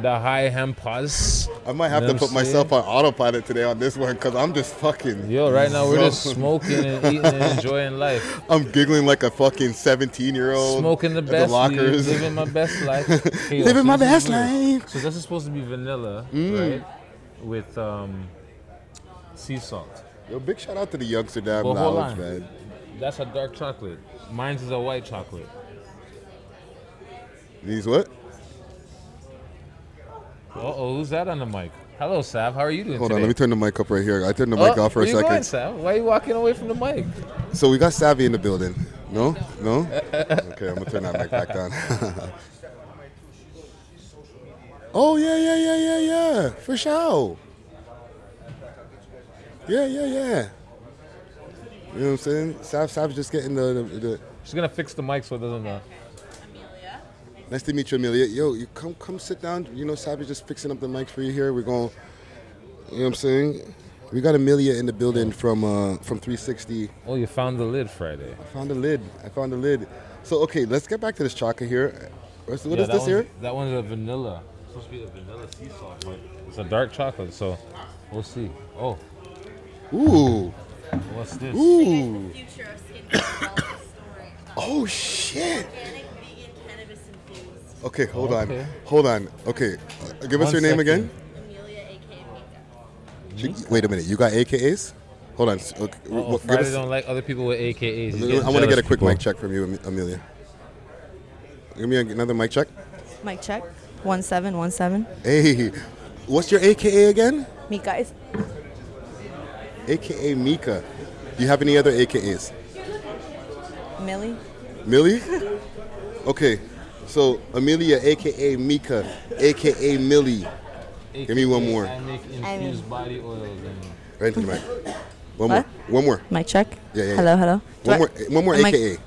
Speaker 1: the high hempas.
Speaker 2: I might have
Speaker 1: You know
Speaker 2: to
Speaker 1: what
Speaker 2: put
Speaker 1: I'm
Speaker 2: myself
Speaker 1: saying?
Speaker 2: on autopilot today on this one because I'm just fucking.
Speaker 1: Yo, right now we're just
Speaker 2: zoned.
Speaker 1: smoking and eating and enjoying life.
Speaker 2: I'm giggling like a fucking 17 year old.
Speaker 1: Smoking the best, weed, living my best life. Okay, yo,
Speaker 2: Living my
Speaker 1: this is
Speaker 2: best
Speaker 1: weird.
Speaker 2: life. Mm.
Speaker 1: So this is supposed to be vanilla, right? With um, sea salt.
Speaker 2: Yo, big shout out to the youngster that
Speaker 1: But hold
Speaker 2: lounge,
Speaker 1: on.
Speaker 2: man.
Speaker 1: That's a dark chocolate. Mine's is a white chocolate.
Speaker 2: These what?
Speaker 1: Uh oh, who's that on the mic? Hello, Sav. How are you doing
Speaker 2: Hold
Speaker 1: today?
Speaker 2: on, let me turn the mic up right here. I turned the mic
Speaker 1: Oh,
Speaker 2: off for a
Speaker 1: where you
Speaker 2: second.
Speaker 1: Going, Sav? Why are you walking away from the mic?
Speaker 2: So we got Savvy in the building. No? No? okay, I'm gonna turn that mic back down. oh yeah, yeah, yeah, yeah, yeah. For sure. Yeah, yeah, yeah. You know what I'm saying? Sav Sav's just getting the, the, the
Speaker 1: She's gonna fix the mic so it doesn't. Uh,
Speaker 2: Nice to meet you, Amelia. Yo, you come come sit down. You know, Savage just fixing up the mic for you here. We're going. You know what I'm saying? We got Amelia in the building from uh, from 360.
Speaker 1: oh, you found the lid Friday.
Speaker 2: I found a lid. I found a lid. So okay, let's get back to this chocolate here. What's, what
Speaker 1: Yeah,
Speaker 2: is
Speaker 1: that
Speaker 2: this
Speaker 1: one's-
Speaker 2: here?
Speaker 1: That one's a vanilla. It's supposed to be a vanilla sea salt, but it's a dark chocolate, so we'll see. Oh,
Speaker 2: Ooh,
Speaker 1: what's this?
Speaker 2: ooh.
Speaker 10: future of skincare wellness story.
Speaker 2: Oh shit.
Speaker 10: Organic, vegan, cannabis infused.
Speaker 2: Okay, hold
Speaker 1: Okay.
Speaker 2: on. Hold on. Okay, uh, give us
Speaker 1: One
Speaker 2: your name
Speaker 1: second.
Speaker 2: again.
Speaker 10: Amelia, aka Makeup.
Speaker 2: She- Wait a minute. You got AKAs? Hold on. s- Okay, w-
Speaker 1: Oh,
Speaker 2: w- give
Speaker 1: Friday
Speaker 2: us-
Speaker 1: don't like other people with AKAs. He's
Speaker 2: I
Speaker 1: getting
Speaker 2: want to get
Speaker 1: jealous,
Speaker 2: a quick
Speaker 1: people.
Speaker 2: mic check from you, Am- Amelia. Give me another mic check.
Speaker 11: Mic check. One seven one seven.
Speaker 2: Hey, what's your AKA again?
Speaker 11: Mika is
Speaker 2: AKA Mika. Do you have any other AKAs?
Speaker 11: Millie.
Speaker 2: Millie? Okay, so Amelia, AKA Mika, AKA Millie. Give me one more.
Speaker 1: I make infused body oils and
Speaker 2: Right into the mic. One
Speaker 11: What?
Speaker 2: more. One more.
Speaker 11: Mic check.
Speaker 2: Yeah, yeah, yeah.
Speaker 11: Hello, hello. Do
Speaker 2: One
Speaker 11: I-
Speaker 2: more. eh, One more
Speaker 11: am I-
Speaker 2: AKA.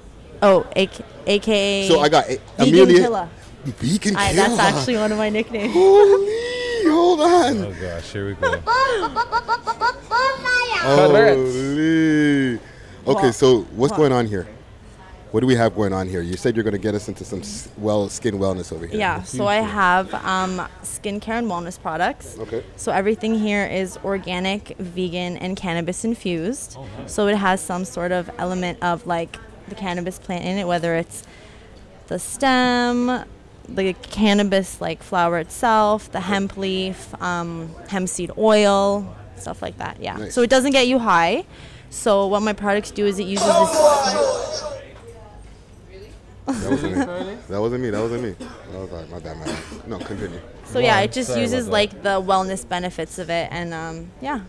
Speaker 11: oh, AK, AKA.
Speaker 2: So I got a-
Speaker 11: Vegan
Speaker 2: Amelia.
Speaker 11: Killer.
Speaker 2: Vegan
Speaker 11: I,
Speaker 2: killer.
Speaker 11: that's actually one of my nicknames.
Speaker 2: Holy, hold on.
Speaker 1: oh gosh, here we go. Congrats.
Speaker 2: Holy. Okay,
Speaker 11: Huh.
Speaker 2: so what's
Speaker 11: Huh.
Speaker 2: going on here? What do we have going on here? You said you're going to get us into some s- well skin wellness over here.
Speaker 11: Yeah, so I have um, skincare and wellness products.
Speaker 2: Okay.
Speaker 11: So everything here is organic, vegan, and cannabis infused.
Speaker 2: Oh,
Speaker 11: So it has some sort of element of like the cannabis plant in it, whether it's the stem, the cannabis like flower itself, the hemp leaf, um, hemp seed oil, stuff like that. Yeah.
Speaker 2: Nice.
Speaker 11: So it doesn't get you high. So what my products do is it uses this.
Speaker 2: That wasn't me. That wasn't me. That wasn't me. That was like, my bad, my bad. No, continue.
Speaker 11: So yeah,
Speaker 2: Wow,
Speaker 11: it just
Speaker 2: sorry about
Speaker 11: uses
Speaker 2: that.
Speaker 11: like the wellness benefits of it, and um, yeah,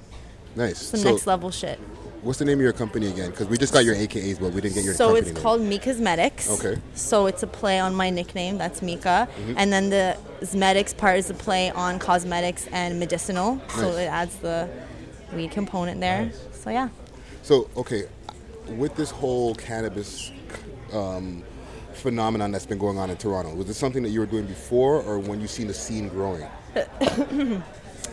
Speaker 2: Nice.
Speaker 11: some
Speaker 2: So,
Speaker 11: next level shit.
Speaker 2: what's the name of your company again? Because we just got your AKAs, but we didn't get your
Speaker 11: So
Speaker 2: company
Speaker 11: it's
Speaker 2: name.
Speaker 11: called Me Cosmetics.
Speaker 2: Okay.
Speaker 11: So it's a play on my nickname. That's Mika,
Speaker 2: Mhm.
Speaker 11: and then the cosmetics part is a play on cosmetics and medicinal. So
Speaker 2: Nice.
Speaker 11: it adds the weed component there. So yeah.
Speaker 2: So okay, with this whole cannabis um, phenomenon that's been going on in Toronto, was this something that you were doing before, or when you seen the scene growing?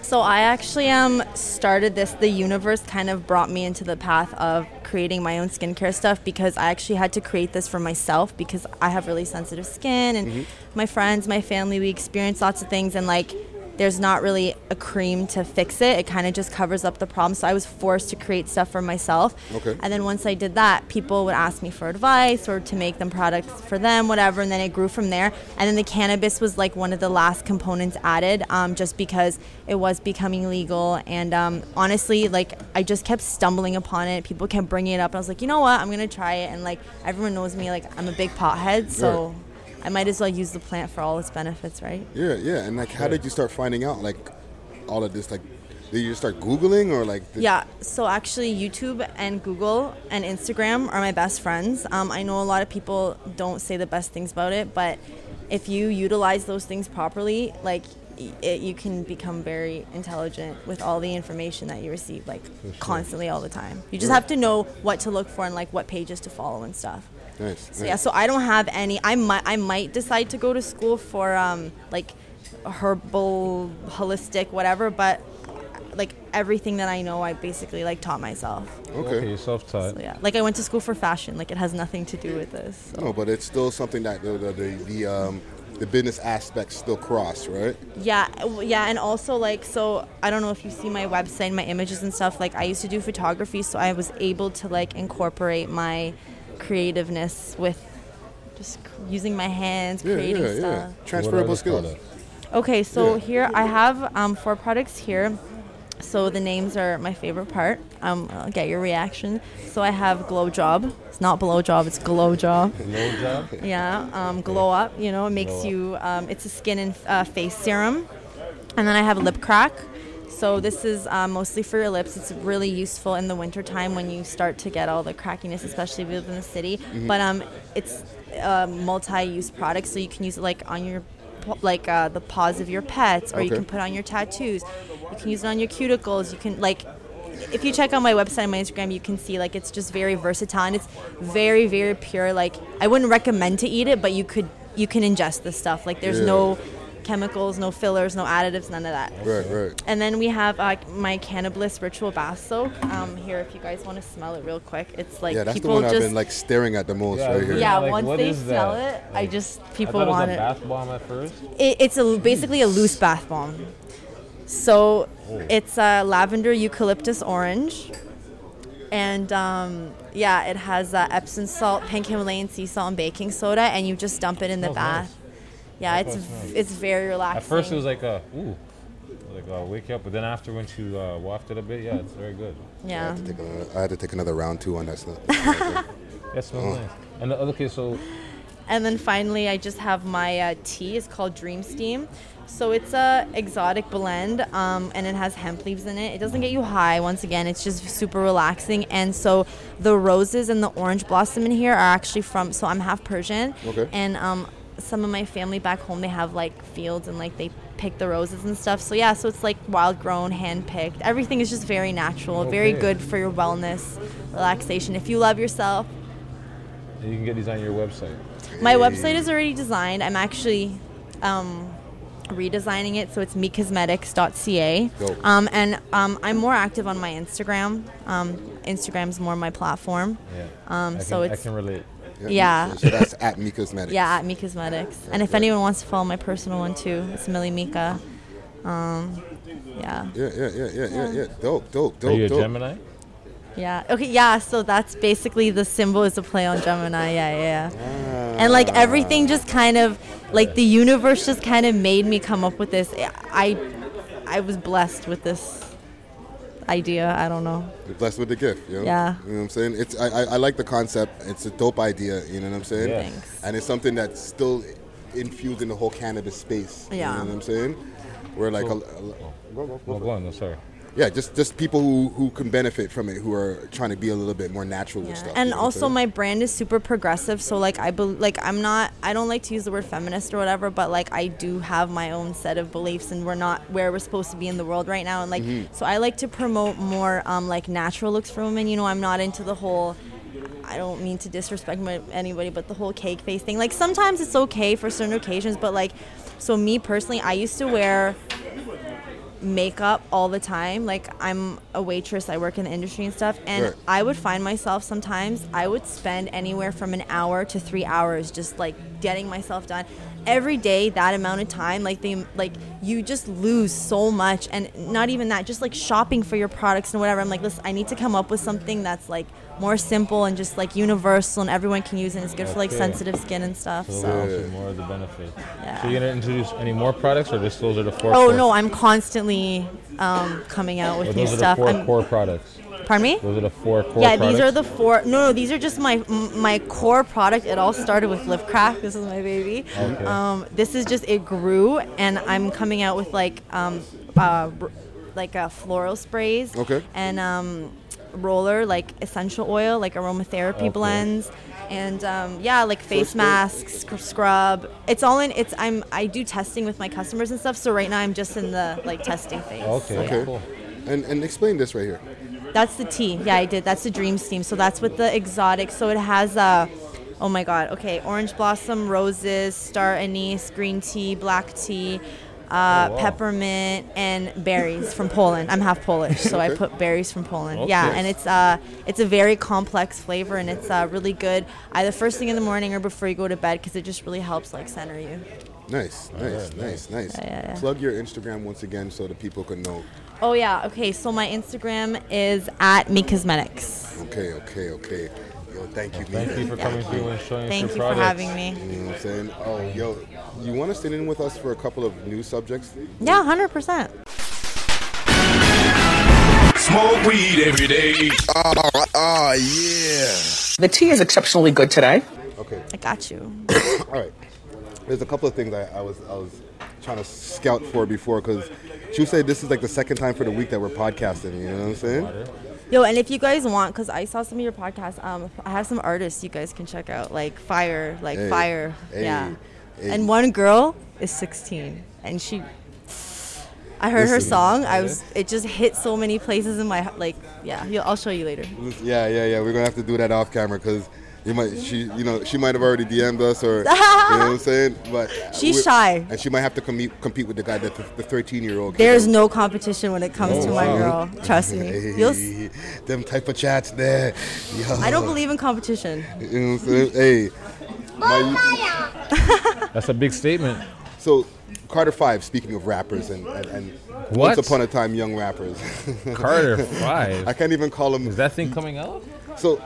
Speaker 11: so I actually um started this. The universe kind of brought me into the path of creating my own skincare stuff because I actually had to create this for myself because I have really sensitive skin and
Speaker 12: Mhm.
Speaker 11: my friends, my family, we experience lots of things and like there's not really a cream to fix it. It kind of just covers up the problem. So I was forced to create stuff for myself.
Speaker 12: Okay.
Speaker 11: And then once I did that, people would ask me for advice or to make them products for them, whatever. And then it grew from there. And then the cannabis was like one of the last components added, um, just because it was becoming legal. And um, honestly, like I just kept stumbling upon it. People kept bringing it up, and I was like, you know what? I'm gonna try it. And like everyone knows me, like I'm a big pothead, so I might as well use the plant for all its benefits, right?
Speaker 2: Yeah, yeah. And like, how did you start finding out like all of this? Like, did you just start googling, or like? did-
Speaker 11: Yeah, so actually, YouTube and Google and Instagram are my best friends. Um, I know a lot of people don't say the best things about it, but if you utilize those things properly, like y- it, you can become very intelligent with all the information that you receive, like
Speaker 2: sure.
Speaker 11: constantly all the time. You just
Speaker 2: Right.
Speaker 11: have to know what to look for and like what pages to follow and stuff.
Speaker 2: Nice.
Speaker 11: So
Speaker 2: nice.
Speaker 11: yeah, so I don't have any. I might I might decide to go to school for um like herbal, holistic, whatever. But like everything that I know, I basically like taught myself.
Speaker 2: Okay.
Speaker 1: okay self taught.
Speaker 11: Yeah, like I went to school for fashion. Like it has nothing to do with this.
Speaker 2: No, but it's still something that the the the, the, um, the business aspects still cross, right?
Speaker 11: Yeah, w- yeah, and also like so I don't know if you see my website, my images and stuff. Like I used to do photography, so I was able to like incorporate my creativeness with just c- using my hands, creating stuff.
Speaker 2: Transferable skills.
Speaker 11: Okay, so
Speaker 2: Yeah.
Speaker 11: here I have um, four products here. So the names are my favorite part. Um, I'll get your reaction. So I have Glow Job. It's not Blow Job. It's Glow Job.
Speaker 1: Glow Job?
Speaker 11: Yeah. Um, glow up. You know, it makes
Speaker 1: Glow up.
Speaker 11: you. Um, it's a skin and uh, face serum. And then I have Lip Crack. So this is um, mostly for your lips. It's really useful in the wintertime when you start to get all the crackiness, especially if you live in the city.
Speaker 12: Mhm.
Speaker 11: But um, it's a multi-use product, so you can use it like on your po- like uh, the paws of your pets, or you
Speaker 12: Okay.
Speaker 11: can put on your tattoos. You can use it on your cuticles. You can like. If you check out my website and my Instagram, you can see like it's just very versatile and it's very very pure. Like I wouldn't recommend to eat it, but you could you can ingest this stuff. Like there's
Speaker 12: Yeah.
Speaker 11: no chemicals, no fillers, no additives, none of that.
Speaker 12: Right, right.
Speaker 11: And then we have uh, my cannabis ritual bath soak. Um, here, if you guys want to smell it real quick, it's like
Speaker 2: yeah, that's the
Speaker 11: people
Speaker 2: one I've
Speaker 11: just
Speaker 2: been like staring at the most
Speaker 1: Yeah,
Speaker 2: right here.
Speaker 11: yeah.
Speaker 1: Like,
Speaker 11: once
Speaker 1: what
Speaker 11: they
Speaker 1: is
Speaker 11: smell
Speaker 1: that?
Speaker 11: it, I just people
Speaker 1: I thought
Speaker 11: want
Speaker 1: it.
Speaker 11: it.
Speaker 1: Was a bath bomb at first.
Speaker 11: It- It's a basically a loose bath bomb. So
Speaker 1: Oh.
Speaker 11: it's a lavender eucalyptus orange, and um, yeah, it has uh, Epsom salt, pink Himalayan sea salt, and baking soda, and you just dump it in the
Speaker 1: Smells Oh, nice.
Speaker 11: bath. Yeah,
Speaker 1: That's
Speaker 11: it's
Speaker 1: what it smells.
Speaker 11: it's very relaxing.
Speaker 1: At first, it was like a ooh, like a wake you up. But then after, once you uh, wafted a bit, yeah, it's very good.
Speaker 11: yeah.
Speaker 2: I, had to take a, I had to take another round two on that stuff.
Speaker 1: That smells
Speaker 2: Oh.
Speaker 1: nice. And the other case, so
Speaker 11: And then finally, I just have my uh, tea. It's called Dream Steam. So it's a exotic blend, um, and it has hemp leaves in it. It doesn't get you high. Once again, it's just super relaxing. And so the roses and the orange blossom in here are actually from. So I'm half Persian,
Speaker 12: Okay.
Speaker 11: and um, some of my family back home they have like fields and like they pick the roses and stuff. So yeah, so it's like wild grown, hand picked. Everything is just very natural, very
Speaker 1: Okay.
Speaker 11: good for your wellness, relaxation. If you love yourself,
Speaker 1: you can get these on your website.
Speaker 11: my website is already designed. I'm actually um, redesigning it, so it's mecosmetics.ca.
Speaker 12: Dope.
Speaker 11: Um, and um, I'm more active on my Instagram. Um, Instagram's more my platform.
Speaker 2: Yeah.
Speaker 11: Um,
Speaker 2: I
Speaker 11: so
Speaker 2: can- I
Speaker 11: it's
Speaker 2: can relate. Yeah.
Speaker 11: Yeah.
Speaker 2: So that's at Me Cosmetics.
Speaker 11: Yeah, at Me Cosmetics. And if
Speaker 2: Right.
Speaker 11: anyone wants to follow my personal one too, it's Millie Mika. Um, yeah.
Speaker 2: Yeah, yeah, yeah, yeah, yeah,
Speaker 11: Yeah.
Speaker 2: yeah. Dope, dope, dope.
Speaker 1: Are you a
Speaker 2: Oh, dope.
Speaker 1: Gemini?
Speaker 11: Yeah. Okay. Yeah. So that's basically the symbol is a play on Gemini. Yeah. Yeah. yeah. And like everything just kind of, like the universe just kind of made me come up with this. I, I was blessed with this idea. I don't know.
Speaker 2: You're blessed with the gift. You know?
Speaker 11: Yeah.
Speaker 2: You know what I'm saying? It's I, I, I like the concept. It's a dope idea. You know what I'm saying?
Speaker 11: Yeah. Thanks.
Speaker 2: And it's something that's still infused in the whole cannabis space.
Speaker 11: Yeah.
Speaker 2: You know what I'm saying? Where like
Speaker 1: So-
Speaker 2: a, a-
Speaker 1: Go, go, Oh, go. on, no, sorry.
Speaker 2: yeah, just just people who, who can benefit from it, who are trying to be a little bit more natural with stuff.
Speaker 11: And
Speaker 2: you know what I'm
Speaker 11: also,
Speaker 2: saying?
Speaker 11: my brand is super progressive. So like, I bel like I'm not. I don't like to use the word feminist or whatever, but like I do have my own set of beliefs, and we're not where we're supposed to be in the world right now. And like,
Speaker 2: Mm-hmm.
Speaker 12: Mhm.
Speaker 11: so I like to promote more um, like natural looks for women. You know, I'm not into the whole. I don't mean to disrespect my, anybody, but the whole cake face thing. Like sometimes it's okay for certain occasions, but like, so me personally, I used to wear makeup all the time. Like I'm a waitress, I work in the industry and stuff, and
Speaker 12: Right.
Speaker 11: I would find myself sometimes I would spend anywhere from an hour to 3 hours just like getting myself done. Every day that amount of time, like they like you just lose so much and not even that, just like shopping for your products and whatever. I'm like, "Listen, I need to come up with something that's like more simple and just like universal and everyone can use and it's good for like
Speaker 1: Okay.
Speaker 11: sensitive skin and stuff."
Speaker 1: So,
Speaker 11: So,
Speaker 1: we want some more of the benefit. So you're gonna introduce any more products, or just those are the four?
Speaker 11: Oh
Speaker 1: core-
Speaker 11: no, I'm constantly um, coming out
Speaker 1: or
Speaker 11: with
Speaker 1: those
Speaker 11: new
Speaker 1: are
Speaker 11: stuff.
Speaker 1: the 4
Speaker 11: I'm-
Speaker 1: core products.
Speaker 11: Pardon me?
Speaker 1: Those are the four core.
Speaker 11: yeah,
Speaker 1: products.
Speaker 11: these are the four. No, no, these are just my m- my core product. It all started with Lift Craft. This is my baby.
Speaker 12: Okay.
Speaker 11: Um, this is just it grew, and I'm coming out with like um, uh, r- like uh, floral sprays.
Speaker 12: Okay.
Speaker 11: And um, roller like essential oil, like
Speaker 12: Okay.
Speaker 11: aromatherapy blends, and um, yeah, like face
Speaker 12: it's good.
Speaker 11: masks, sc- scrub. It's all in. It's I'm I do testing with my customers and stuff. So right now I'm just in the like testing phase. So, yeah.
Speaker 2: Okay. And and explain this right here.
Speaker 11: That's the tea. Yeah, I did. That's the dream steam. So that's with the exotic. So it has a, oh my god. Okay, orange blossom, roses, star anise, green tea, black tea, uh,
Speaker 12: Oh, wow.
Speaker 11: peppermint, and berries from Poland. I'm half Polish, so I
Speaker 12: Okay.
Speaker 11: put berries from Poland.
Speaker 12: Okay.
Speaker 11: Yeah, and it's uh, it's a very complex flavor, and it's uh, really good either first thing in the morning or before you go to bed because it just really helps like center you.
Speaker 2: Nice,
Speaker 11: All
Speaker 2: nice,
Speaker 11: right,
Speaker 2: nice, nice.
Speaker 11: Yeah, yeah, yeah.
Speaker 2: Plug your Instagram once again so the people can know.
Speaker 11: Oh yeah. Okay. So my Instagram is at Me Cosmetics.
Speaker 2: Okay, okay, okay. Yo, thank you,
Speaker 1: Thank
Speaker 2: Mika.
Speaker 1: you for coming through and showing us
Speaker 11: Thank
Speaker 1: your
Speaker 11: you for
Speaker 1: products.
Speaker 11: having me.
Speaker 2: You know what I'm saying? Oh, yo, you want to sit in with us for a couple of new subjects?
Speaker 11: Yeah, hundred percent.
Speaker 13: Smoke weed every day. Oh, oh yeah.
Speaker 8: The tea is exceptionally good today.
Speaker 2: Okay.
Speaker 11: I got you.
Speaker 2: All right. There's a couple of things I, I was I was trying to scout for before because you said this is like the second time for the week that we're podcasting. You know what I'm saying?
Speaker 11: Yo, and if you guys want, because I saw some of your podcasts, um, I have some artists you guys can check out, like Fire, like
Speaker 12: Hey,
Speaker 11: Fire,
Speaker 12: hey,
Speaker 11: yeah.
Speaker 12: hey.
Speaker 11: And one girl is 16, and she, I heard her
Speaker 2: Listen.
Speaker 11: song. I was, it just hit so many places in my like, yeah. you I'll show you later.
Speaker 2: Yeah, yeah, yeah. We're gonna have to do that off camera because you might she you know she might have already DM'd us or you know what I'm saying. But
Speaker 11: She's
Speaker 2: we're-
Speaker 11: shy.
Speaker 2: and she might have to com- compete with the guy that the, the 13 year old.
Speaker 11: There's no competition when it comes to my
Speaker 12: Oh,
Speaker 11: girl. Trust me. You'll, s-
Speaker 2: Hey, them type of chats there. Yo.
Speaker 11: I don't believe in competition.
Speaker 2: You know what I'm saying? Hey. my-
Speaker 1: That's a big statement.
Speaker 2: So, Carter Five. Speaking of rappers and and, and
Speaker 1: What?
Speaker 2: once upon a time young rappers.
Speaker 1: Carter Five?
Speaker 2: I can't even call him. Is
Speaker 1: that thing coming out?
Speaker 2: So,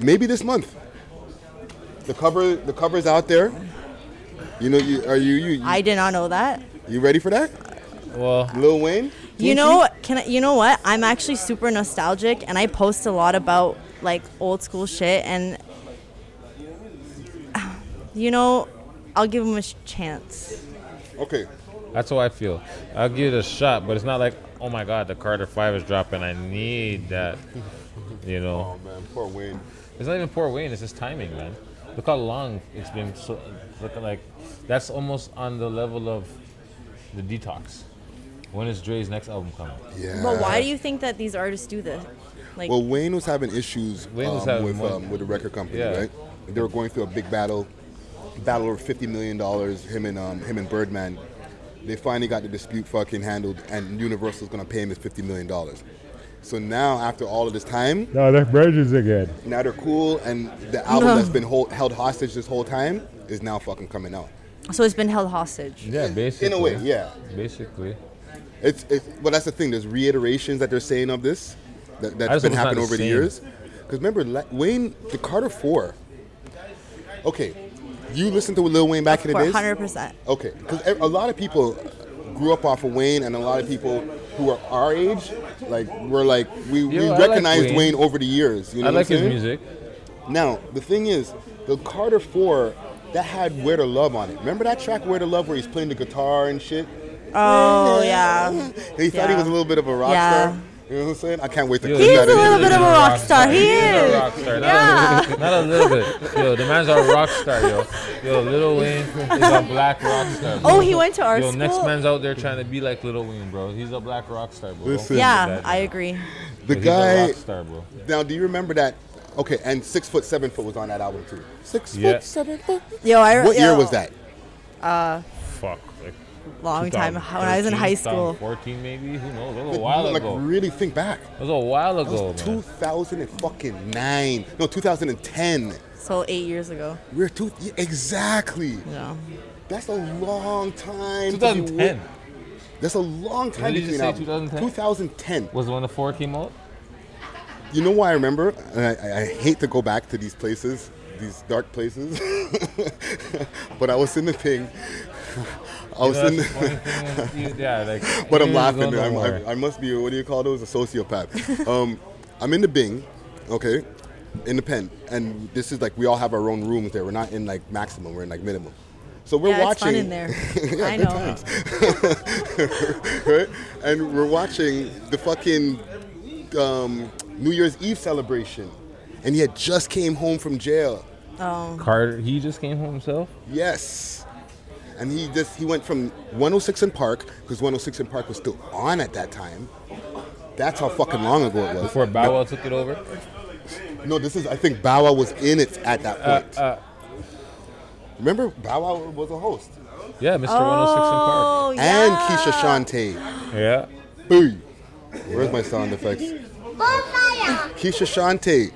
Speaker 2: maybe this month. The cover. The cover's out there. You know, you are you you you,
Speaker 11: I did not know that.
Speaker 2: you ready for that?
Speaker 1: Well,
Speaker 2: Lil Wayne.
Speaker 11: You
Speaker 2: Gucci?
Speaker 11: know, can I, you know what? I'm actually super nostalgic, and I post a lot about like old school shit. And you know, I'll give him a sh- chance.
Speaker 2: Okay.
Speaker 1: That's how I feel. I'll give it a shot, but it's not like, oh my God, the Carter Five is dropping. I need that. You know.
Speaker 2: Oh man, poor Wayne.
Speaker 1: It's not even poor Wayne. It's just timing, man. Look how long it's been. So look like that's almost on the level of the detox. When is Dre's next album coming?
Speaker 2: Yeah.
Speaker 11: But why do you think that these artists do this? Like,
Speaker 2: well, Wayne was having issues
Speaker 1: Wayne was
Speaker 2: um,
Speaker 1: having
Speaker 2: with
Speaker 1: more-
Speaker 2: um, with the record company,
Speaker 1: Yeah.
Speaker 2: right? They were going through a big battle, battle over fifty million dollars. Him and um, him and Birdman. They finally got the dispute fucking handled, and Universal's gonna pay him his fifty million dollars. So now, after all of this time,
Speaker 1: No, they're bridges again.
Speaker 2: now they're cool, and the album
Speaker 11: No.
Speaker 2: that's been hold, held hostage this whole time is now fucking coming out.
Speaker 11: so it's been held hostage.
Speaker 1: Yeah, basically.
Speaker 2: In a way, yeah.
Speaker 1: Basically.
Speaker 2: It's, it's well, that's the thing. There's reiterations that they're saying of this that,
Speaker 1: I
Speaker 2: that's
Speaker 1: just hope
Speaker 2: been
Speaker 1: it's not
Speaker 2: happening
Speaker 1: the
Speaker 2: over the
Speaker 1: same.
Speaker 2: years. Because remember, La- Wayne, the Carter Four. Okay, you listened to Lil Wayne back in the
Speaker 11: For
Speaker 2: days. e,
Speaker 11: 100%.
Speaker 2: Okay, because a lot of people grew up off of Wayne, and a lot of people who are our age, like we're like we, we
Speaker 1: Yeah, I like
Speaker 2: recognized
Speaker 1: Wayne.
Speaker 2: Wayne over the years. You know
Speaker 1: I
Speaker 2: what I'm
Speaker 1: like his
Speaker 2: saying?
Speaker 1: music.
Speaker 2: Now the thing is, the Carter Four that had "Where to Love" on it. Remember that track "Where to Love" where he's playing the guitar and shit.
Speaker 11: Oh yeah.
Speaker 2: And he thought he
Speaker 11: Yeah.
Speaker 2: was a little bit of a rock
Speaker 11: Yeah.
Speaker 2: star. You know what I'm saying? I can't wait to.
Speaker 1: Yo,
Speaker 2: clip
Speaker 1: he's
Speaker 2: that
Speaker 1: a
Speaker 2: in.
Speaker 1: little bit of a rock
Speaker 11: star. He
Speaker 1: He's
Speaker 11: is.
Speaker 1: a rock star. Not, a, little- not a little bit. Yo, the man's a rock star, yo. Yo, Lil Wayne is a black rock star. bro.
Speaker 11: Oh, he went to our
Speaker 1: Yo, next
Speaker 11: school?
Speaker 1: man's out there trying to be like Lil Wayne, bro. He's a black rock star, bro.
Speaker 2: Listen.
Speaker 11: Yeah, I agree.
Speaker 1: Yo,
Speaker 2: The
Speaker 1: he's a
Speaker 2: guy.
Speaker 1: rock star, bro.
Speaker 2: Now, do you remember that? Okay, and six foot seven foot was on that album too. Six
Speaker 1: Yeah.
Speaker 2: foot seven foot.
Speaker 11: Yo, I re-
Speaker 2: What year
Speaker 11: yo.
Speaker 2: was that?
Speaker 11: Uh,
Speaker 1: Fuck. Like
Speaker 11: Long time. When I was in high school.
Speaker 1: 14 maybe. Who knows? That was
Speaker 2: Like,
Speaker 1: a while
Speaker 2: like,
Speaker 1: ago.
Speaker 2: really think back.
Speaker 1: That was a while
Speaker 2: That was
Speaker 1: ago, man.
Speaker 2: 2009. No, 2010.
Speaker 11: so eight years ago.
Speaker 2: We're two yeah, exactly.
Speaker 11: Yeah.
Speaker 2: That's a long time. to be
Speaker 1: 2010.
Speaker 2: wi- That's a long time
Speaker 1: Did you just
Speaker 2: between
Speaker 1: say
Speaker 2: albums.
Speaker 1: 2010?
Speaker 2: 2010.
Speaker 1: Was when the four came out?
Speaker 2: You know why I remember? And I- I, I hate to go back to these places, these dark places. but I was in the thing. I
Speaker 1: You
Speaker 2: was
Speaker 1: know,
Speaker 2: in.
Speaker 1: that's the funny thing is, you- yeah, like,
Speaker 2: but
Speaker 1: you
Speaker 2: I'm
Speaker 1: don't
Speaker 2: laughing.
Speaker 1: know
Speaker 2: I'm,
Speaker 1: more.
Speaker 2: I, I must be. What do you call those? A sociopath. um, I'm in the Bing, okay, in the pen, and this is like we all have our own rooms there. We're not in like maximum. We're in like minimum. So we're
Speaker 11: yeah,
Speaker 2: watching.
Speaker 11: it's fun in there.
Speaker 2: Yeah,
Speaker 11: I
Speaker 2: good
Speaker 11: know.
Speaker 2: times. right? And we're watching the fucking um, New Year's Eve celebration, and he had just came home from jail.
Speaker 11: Oh.
Speaker 1: Carter, he just came home himself?
Speaker 2: Yes. And he just he went from 106 in Park because 106 in Park was still on at that time. That's how fucking long ago it was.
Speaker 1: Before Bow Wow took it over?
Speaker 2: No, no, this is I think Bow Wow was in it at that point.
Speaker 1: Uh, uh,
Speaker 2: Remember Bow Wow was a host.
Speaker 1: yeah, Mr. 106 in Park.
Speaker 11: Oh,
Speaker 2: And
Speaker 11: yeah.
Speaker 2: Keisha Shante.
Speaker 11: Oh.
Speaker 1: Yeah.
Speaker 2: Boo. Where's my sound effects? Keisha Shante,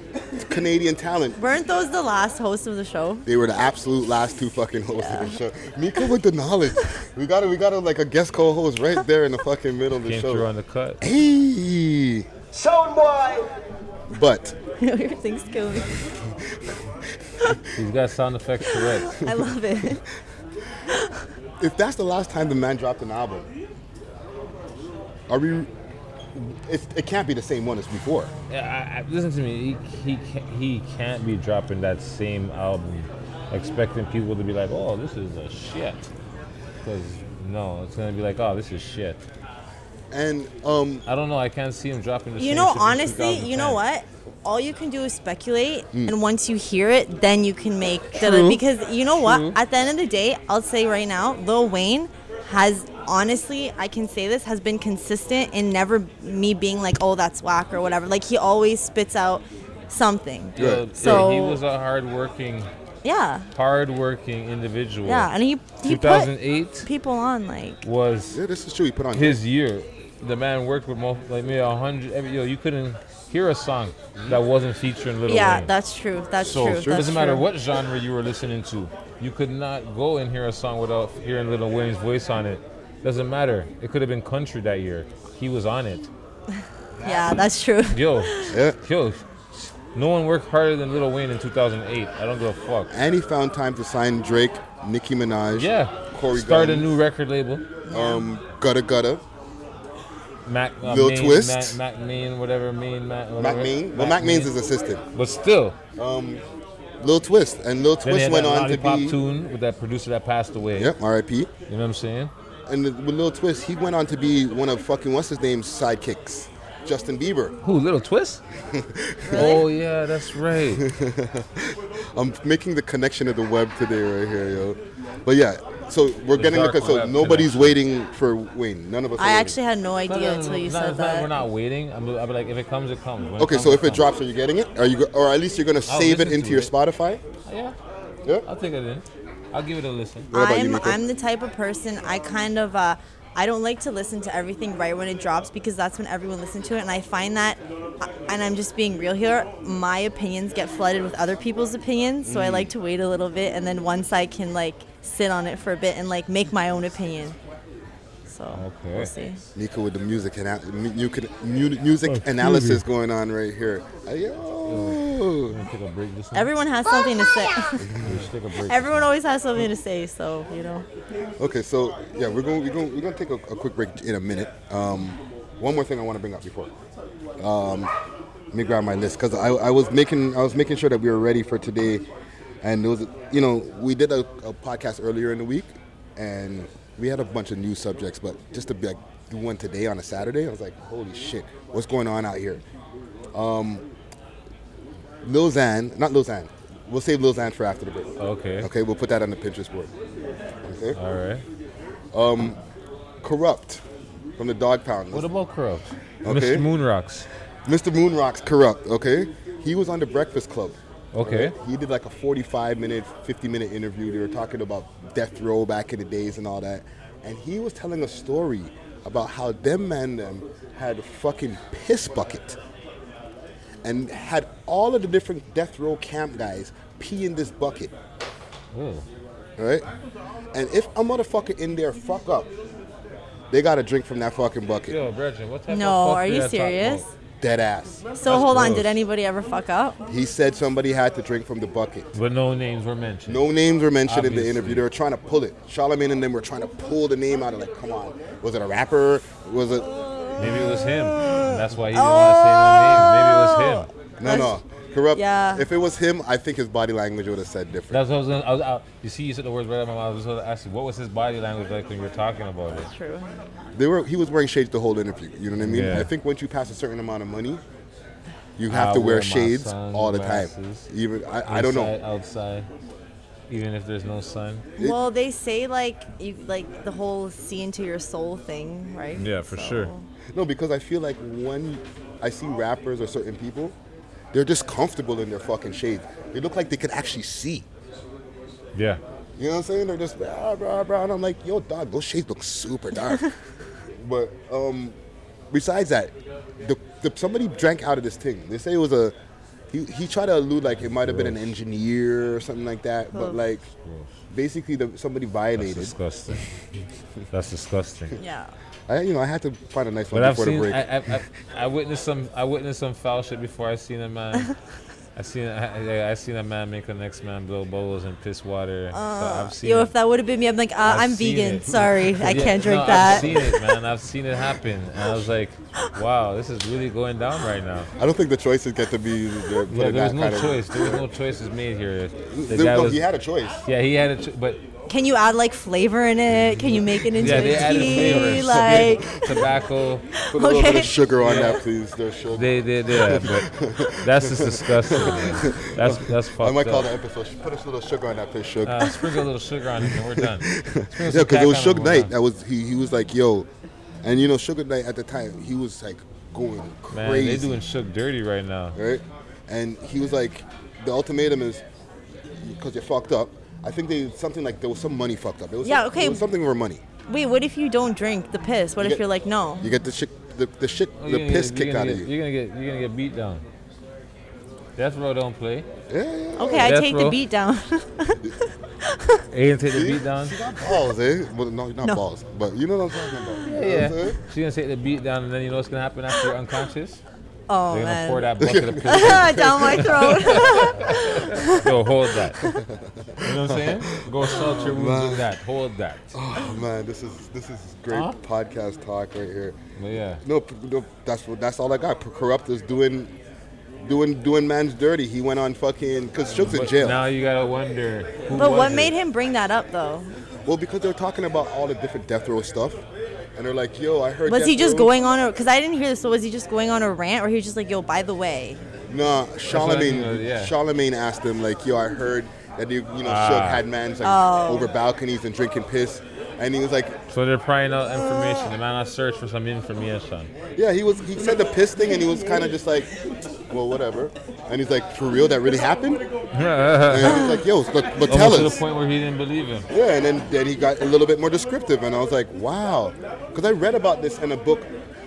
Speaker 2: Canadian talent.
Speaker 11: Weren't those the last hosts of the show?
Speaker 2: They were the absolute last two fucking hosts of the show. Mika with the knowledge. We got to we got to like a guest co-host right there in the fucking middle of the
Speaker 1: Came
Speaker 2: show.
Speaker 1: through on the cut.
Speaker 2: Hey.
Speaker 6: Sound boy.
Speaker 2: But
Speaker 11: Your things kill me.
Speaker 1: He's got sound effects to it.
Speaker 11: I love it.
Speaker 2: if that's the last time the man dropped an album, are we? It's, it can't be the same one as before.
Speaker 1: Yeah, I, I, listen to me. He, he ca- he can't be dropping that same album, expecting people to be like, "Oh, this is a shit." Because no, it's gonna be like, "Oh, this is shit."
Speaker 2: And um,
Speaker 1: I don't know. I can't see him dropping the.
Speaker 11: You
Speaker 1: same
Speaker 11: know,
Speaker 1: shit in
Speaker 11: honestly, you know
Speaker 1: 2010.
Speaker 11: what? All you can do is speculate,
Speaker 1: Mm.
Speaker 11: and once you hear it, then you can make the
Speaker 1: True.
Speaker 11: because you know what?
Speaker 1: True.
Speaker 11: At the end of the day, I'll say right now, Lil Wayne has honestly, I can say this has been consistent in never me being like, oh, that's whack or whatever. Like he always spits out something.
Speaker 1: Yo,
Speaker 11: So
Speaker 1: he was a hardworking,
Speaker 11: yeah,
Speaker 1: hardworking individual.
Speaker 11: yeah, and he he put
Speaker 1: 2008
Speaker 11: people on like
Speaker 1: was
Speaker 2: yeah, this is true. He put on
Speaker 1: his year. The man worked with mo- like maybe a hundred. every- Yo, you couldn't hear a song that wasn't featuring Little
Speaker 11: yeah,
Speaker 1: Wayne.
Speaker 11: that's true. That's
Speaker 1: so
Speaker 11: true.
Speaker 1: it
Speaker 11: that's
Speaker 1: doesn't matter
Speaker 11: true.
Speaker 1: what genre you were listening to. You could not go and hear a song without hearing Little Wayne's voice on it. Doesn't matter. It could have been country that year. He was on it.
Speaker 11: Yeah, that's true.
Speaker 1: Yo, yo, no one worked harder than Little Wayne in 2008. I don't give a fuck.
Speaker 2: And he found time to sign Drake, Nicki Minaj.
Speaker 1: Yeah,
Speaker 2: Corey
Speaker 1: start a
Speaker 2: Gunn,
Speaker 1: new record label.
Speaker 2: Um, Gutta Gutta.
Speaker 1: Mac, uh,
Speaker 2: Lil
Speaker 1: Main-
Speaker 2: Twist.
Speaker 1: Mac, Mac Mean, whatever Mean, Mac,
Speaker 2: Mac
Speaker 1: whatever.
Speaker 2: Main. Well, Mac Main's his assistant.
Speaker 1: But still,
Speaker 2: Um, Lil Twist, and Lil
Speaker 1: Then he
Speaker 2: Twist
Speaker 1: had
Speaker 2: went
Speaker 1: that
Speaker 2: on to
Speaker 1: Lollipop
Speaker 2: be.
Speaker 1: tune with that producer that passed away.
Speaker 2: Yep, R.I.P.
Speaker 1: You know what I'm saying?
Speaker 2: And the- with Lil Twist, he went on to be one of fucking what's his name's sidekicks, Justin Bieber.
Speaker 1: Who, Little Twist? Oh yeah, that's right.
Speaker 2: I'm making the connection of the web today right here, yo. But yeah, so we're
Speaker 1: The
Speaker 2: getting
Speaker 1: dark
Speaker 2: like so
Speaker 1: web
Speaker 2: nobody's
Speaker 1: connection.
Speaker 2: waiting for Wayne. None of us. are
Speaker 11: I
Speaker 2: waiting.
Speaker 11: actually had no idea until you
Speaker 1: not-
Speaker 11: said
Speaker 1: it's not-
Speaker 11: that.
Speaker 1: We're not waiting. I'm, I'm like, if it comes, it comes. When
Speaker 2: Okay,
Speaker 1: comes,
Speaker 2: so if it
Speaker 1: comes.
Speaker 2: drops, are you getting it? Are you, go- or at least you're gonna
Speaker 1: I'll
Speaker 2: save it
Speaker 1: Oh, listen
Speaker 2: into
Speaker 1: to
Speaker 2: your
Speaker 1: it.
Speaker 2: Spotify?
Speaker 1: yeah,
Speaker 2: yeah,
Speaker 1: I'll take it in. I'll give it a listen.
Speaker 2: What about you,
Speaker 11: I'm,
Speaker 2: Nico?
Speaker 11: I'm the type of person I kind of uh, I don't like to listen to everything right when it drops because that's when everyone listens to it, and I find that, uh, and I'm just being real here. My opinions get flooded with other people's opinions, so I
Speaker 12: Mm.
Speaker 11: like to wait a little bit, and then once I can like sit on it for a bit and like make my own opinion. So we'll see.
Speaker 2: Nico with the music and ana- mu- you could- mu-
Speaker 1: Oh,
Speaker 2: music analysis going on right here. Ayo.
Speaker 1: Take a break. This
Speaker 11: Everyone has something to say.
Speaker 1: take a break.
Speaker 11: everyone always has something to say, so you know.
Speaker 2: Okay, so yeah, we're going to we're going to we're going to take a, a quick break in a minute. Um, One more thing I want to bring up before. Um, let me grab my list because I, I was making I was making sure that we were ready for today, and it was you know we did a, a podcast earlier in the week, and we had a bunch of new subjects, but just to be like do one today on a Saturday, I was like, holy shit, what's going on out here? Um, Lil Xan, not Lil Xan. We'll save Lil Xan for after the break.
Speaker 1: Okay.
Speaker 2: Okay, we'll put that on the Pinterest board. Okay.
Speaker 1: All right.
Speaker 2: Um, corrupt from the Dog Pound.
Speaker 1: What about corrupt?
Speaker 2: Okay.
Speaker 1: Mr. Moonrocks.
Speaker 2: Mr. Moonrocks corrupt. Okay, he was on the Breakfast Club.
Speaker 1: Okay.
Speaker 2: Alright? He did like a 45 minute, 50 minute interview. They were talking about death row back in the days and all that, and he was telling a story about how them man them had a fucking piss bucket and had all of the different death row camp guys pee in this bucket.
Speaker 1: Hmm.
Speaker 2: Right? And if a motherfucker in there fuck up, they got to drink from that fucking bucket.
Speaker 1: Yo, Bridget, what type of
Speaker 11: No,
Speaker 1: fuck
Speaker 11: are you
Speaker 1: talking
Speaker 11: serious?
Speaker 1: about?
Speaker 2: Dead ass.
Speaker 11: So hold on, did anybody ever fuck up?
Speaker 2: He said somebody had to drink from the bucket.
Speaker 1: But no names were mentioned.
Speaker 2: No names were mentioned in the
Speaker 1: Obviously.
Speaker 2: interview. They were trying to pull it. Charlamagne and them were trying to pull the name out of like, come on. Was it a rapper? Was it
Speaker 1: Maybe it was him. and That's why he didn't want to say no name. Maybe it
Speaker 11: Oh.
Speaker 1: was him.
Speaker 2: No, no. Corrupt.
Speaker 1: Yeah.
Speaker 2: If it was him, I think his body language would have said different.
Speaker 1: That's what I was gonna. I was, I, you see, you said the words right out of my mouth. I was gonna ask you, what was his body language like when you were talking about it?
Speaker 11: True.
Speaker 2: They were. He was wearing shades the whole interview. You know what I mean?
Speaker 1: Yeah.
Speaker 2: I think once you pass a certain amount of money, you have
Speaker 1: I
Speaker 2: to wear,
Speaker 1: wear my
Speaker 2: shades all the time.
Speaker 1: sunglasses.
Speaker 2: Even I, I don't know.
Speaker 1: Inside, outside, even if there's no sun.
Speaker 11: well, they say like you like the whole see into your soul thing, right? So-
Speaker 2: No, because I feel like when I see rappers or certain people, they're just comfortable in their fucking shades. They look like they could actually see.
Speaker 1: Yeah.
Speaker 2: You know what I'm saying? They're just blah blah blah, and I'm like, yo, dog, those shades look super dark. but um, besides that, the, the somebody drank out of this thing. They say it was a. He, he tried to allude like it might have been an engineer or something like that, but
Speaker 1: Ugh.
Speaker 2: like basically the, somebody
Speaker 1: That's
Speaker 2: violated.
Speaker 1: disgusting. That's disgusting.
Speaker 11: Yeah.
Speaker 2: I you know I had to find a nice one
Speaker 1: But I've
Speaker 2: before the
Speaker 1: seen,
Speaker 2: break.
Speaker 1: I, I, I, I witnessed some, I witnessed some foul shit before I seen a man. I seen, I, I- I seen a man make the next man blow bubbles and piss water. so
Speaker 11: Uh,
Speaker 1: I've seen
Speaker 11: yo,
Speaker 1: it.
Speaker 11: if that would have been me, I'm like, uh, I'm
Speaker 1: seen
Speaker 11: vegan.
Speaker 1: it.
Speaker 11: Sorry, I
Speaker 1: Yeah,
Speaker 11: can't drink
Speaker 1: no,
Speaker 11: that.
Speaker 1: I've seen it, man. I've seen it happen, and I was like, wow, this is really going down right now.
Speaker 2: I don't think the choices get to be. they're put
Speaker 1: Yeah,
Speaker 2: in
Speaker 1: there was
Speaker 2: that
Speaker 1: no
Speaker 2: kind of-
Speaker 1: choice. There was no choices made here. The
Speaker 2: There-
Speaker 1: guy
Speaker 2: no,
Speaker 1: was,
Speaker 2: he had a choice.
Speaker 1: Yeah, he had a choice, but
Speaker 11: Can you add like flavor in it? Can you make it into
Speaker 1: yeah, they
Speaker 11: a
Speaker 1: added
Speaker 11: tea?
Speaker 1: flavor,
Speaker 11: Like,
Speaker 1: tobacco.
Speaker 2: Put a little bit of sugar on that, please. There's sugar.
Speaker 1: They did, yeah, but that's just disgusting. man. That's that's fucked
Speaker 2: I might call
Speaker 1: up.
Speaker 2: the episode. Put a little sugar on that, please, sugar.
Speaker 1: Uh, sprinkle a little sugar on it, and we're done. Sprinkle
Speaker 2: yeah,
Speaker 1: some
Speaker 2: because
Speaker 1: crack
Speaker 2: it
Speaker 1: on
Speaker 2: was Suge
Speaker 1: we're
Speaker 2: Knight
Speaker 1: done.
Speaker 2: that was he. He was like, yo, and you know, Suge Knight at the time he was like going
Speaker 1: Man,
Speaker 2: crazy,
Speaker 1: they doing Suge dirty right now.
Speaker 2: right? And he was like, the ultimatum is because you're fucked up. I think they something like there was some money fucked up. It was
Speaker 11: Yeah,
Speaker 2: some-
Speaker 11: okay.
Speaker 2: It was something over money.
Speaker 11: wait, what if you don't drink the piss? What
Speaker 2: You
Speaker 11: if
Speaker 2: get-
Speaker 11: you're like, no?
Speaker 2: You get the shit, the, the shit,
Speaker 1: Oh,
Speaker 2: the
Speaker 1: you're gonna
Speaker 2: piss
Speaker 1: get-
Speaker 2: kicked
Speaker 1: you're
Speaker 2: out
Speaker 1: gonna
Speaker 2: of
Speaker 1: get-
Speaker 2: you.
Speaker 1: You're gonna get you're gonna get beat down. Death row don't play.
Speaker 11: Okay, I
Speaker 1: Death
Speaker 11: take the
Speaker 1: row.
Speaker 11: beat down.
Speaker 1: Ain't take the
Speaker 2: See?
Speaker 1: beat down.
Speaker 2: She got balls, eh? Well, no, not balls, but you know what I'm talking about.
Speaker 1: Yeah, yeah. She's gonna take the beat down, and then you know what's gonna happen after you're unconscious?
Speaker 11: Oh,
Speaker 1: They're gonna
Speaker 11: man.
Speaker 1: pour that bucket of piss
Speaker 11: Down my throat.
Speaker 1: Yo, hold that. You know what I'm saying? Go salt your wounds with that. Hold that.
Speaker 2: Oh man, this is this is great
Speaker 1: Huh?
Speaker 2: podcast talk right here.
Speaker 1: But yeah.
Speaker 2: No, p- no, that's what that's all I got. P- Corrupt is doing, doing, doing man's dirty. He went on fucking because Shook's in
Speaker 1: But
Speaker 2: jail.
Speaker 1: Now you gotta wonder. Who
Speaker 11: but
Speaker 1: was
Speaker 11: what
Speaker 1: it?
Speaker 11: made him bring that up though?
Speaker 2: Well, because they're talking about all the different death row stuff, and they're like, "Yo, I heard."
Speaker 11: Was he
Speaker 2: death
Speaker 11: just
Speaker 2: row-
Speaker 11: going on a? Because I didn't hear this. So was he just going on a rant, or he was just like, yo, by the way?
Speaker 2: Nah,
Speaker 1: what I
Speaker 2: Charlemagne.
Speaker 1: mean, uh, yeah.
Speaker 2: Charlemagne asked him like, "Yo, I heard that you, you know, Shook
Speaker 1: Ah.
Speaker 2: had mans like
Speaker 11: Oh.
Speaker 2: over balconies and drinking piss," and he was like,
Speaker 1: So they're prying out information. The man I search for some information.
Speaker 2: Yeah, he was. He said the piss thing, and he was kind of just like, well, whatever. And he's like, for real, that really happened? and he's like, yo, but, but tell
Speaker 1: Almost to the
Speaker 2: us.
Speaker 1: point where he didn't believe him.
Speaker 2: Yeah, and then, then he got a little bit more descriptive, and I was like, wow, because I read about this in a book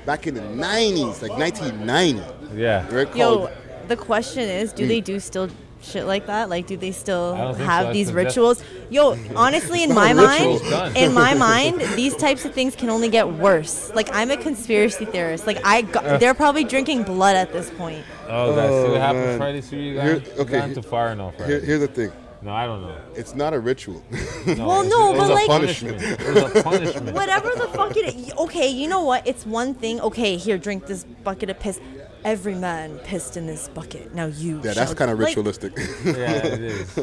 Speaker 2: back in the '90s, like 1990.
Speaker 1: Yeah.
Speaker 2: Right?
Speaker 11: Yo,
Speaker 2: Called,
Speaker 11: the question is, do
Speaker 2: Mm.
Speaker 11: they do still shit like that? Like, do they still
Speaker 2: I don't think
Speaker 11: have
Speaker 2: so. I
Speaker 11: these
Speaker 2: think that-
Speaker 11: rituals? Yo, honestly, in
Speaker 2: It's
Speaker 11: my
Speaker 2: not a ritual. It's
Speaker 11: mind,
Speaker 2: done.
Speaker 11: in my mind, these types of things can only get worse. Like, I'm a conspiracy theorist. Like, I
Speaker 2: Uh.
Speaker 11: got, they're probably drinking blood at this point.
Speaker 1: Oh, guys, see
Speaker 2: Oh,
Speaker 1: what happened
Speaker 2: man.
Speaker 1: Friday? See you
Speaker 2: Here-
Speaker 1: guys.
Speaker 2: okay,
Speaker 1: Gone too far enough.
Speaker 2: here-
Speaker 1: Friday.
Speaker 2: here's the thing.
Speaker 1: No, I don't know.
Speaker 2: It's not a ritual.
Speaker 11: Well, no, but
Speaker 2: a
Speaker 11: like
Speaker 2: punishment.
Speaker 11: Whatever the fuck it. Okay, you know what? It's one thing. Okay, here, drink this bucket of piss. Every man pissed in this bucket. Now you.
Speaker 2: Yeah, that's
Speaker 11: shall-
Speaker 2: kind of
Speaker 11: like,
Speaker 2: ritualistic.
Speaker 1: Yeah, it is.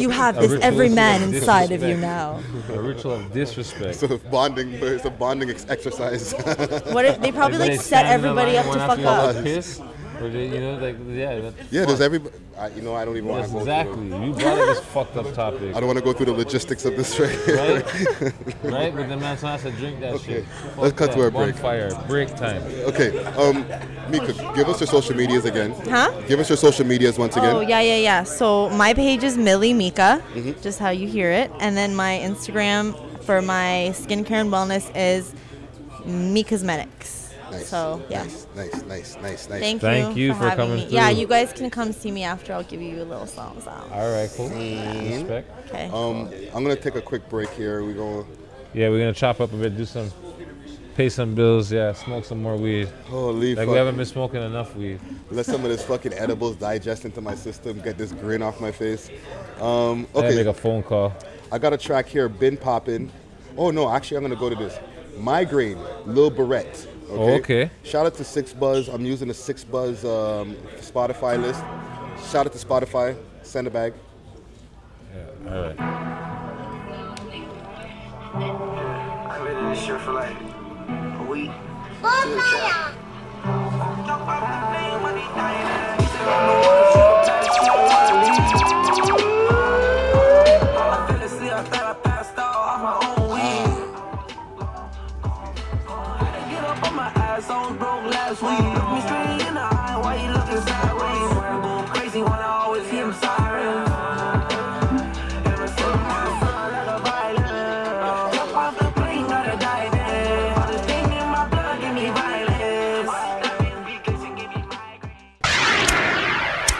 Speaker 11: You have
Speaker 1: A
Speaker 11: this every
Speaker 1: ritualistic
Speaker 11: man inside of you
Speaker 1: disrespect.
Speaker 11: now.
Speaker 1: A ritual of disrespect.
Speaker 2: It's a bonding, but it's a bonding ex- exercise.
Speaker 11: What if they probably like set everybody up to fuck up?
Speaker 1: Piss? Or they, you know, like yeah. that-
Speaker 2: Yeah, does
Speaker 1: fuck.
Speaker 2: everybody? I, you know, I don't even want
Speaker 1: Yes,
Speaker 2: to
Speaker 1: exactly. You brought up this fucked up topic.
Speaker 2: I don't want to go through the logistics of this right.
Speaker 1: Right? right? But the man has to drink that shit.
Speaker 2: Let's
Speaker 1: Fuck
Speaker 2: cut
Speaker 1: that.
Speaker 2: to our break.
Speaker 1: Bonfire. Break time.
Speaker 2: Okay, um, Mika, give us your social medias again.
Speaker 11: Huh?
Speaker 2: Give us your social medias once again.
Speaker 11: Oh yeah, yeah, yeah. So my page is Millie Mika,
Speaker 2: Mhm.
Speaker 11: just how you hear it, and then my Instagram for my skincare and wellness is Me Cosmetics.
Speaker 2: Nice.
Speaker 11: So yeah.
Speaker 2: Nice, nice, nice, nice, nice.
Speaker 11: Thank,
Speaker 1: Thank
Speaker 11: you,
Speaker 1: you for
Speaker 11: having
Speaker 1: coming
Speaker 11: me. Yeah,
Speaker 1: through.
Speaker 11: you guys can come see me after. I'll give you a little thumbs out.
Speaker 1: All right, cool.
Speaker 2: Mm.
Speaker 1: Respect.
Speaker 11: Okay.
Speaker 2: Um, I'm gonna take a quick break here. We go.
Speaker 1: Yeah, we're gonna chop up a bit, do some, pay some bills. Yeah, smoke some more weed.
Speaker 2: Holy
Speaker 1: Like
Speaker 2: fuck.
Speaker 1: we haven't been smoking enough weed.
Speaker 2: Let some of this fucking edibles digest into my system. Get this grin off my face. Um,
Speaker 1: Yeah,
Speaker 2: okay.
Speaker 1: make a phone call.
Speaker 2: I got a track here. Been popping. Oh no, actually, I'm gonna go to this. Migraine, Lil Barrett. Okay.
Speaker 1: Oh, okay.
Speaker 2: Shout out to Six Buzz. I'm using the Six Buzz um, Spotify list. Shout out to Spotify. Send a bag.
Speaker 1: All right.
Speaker 12: I've been in this shit for like a week.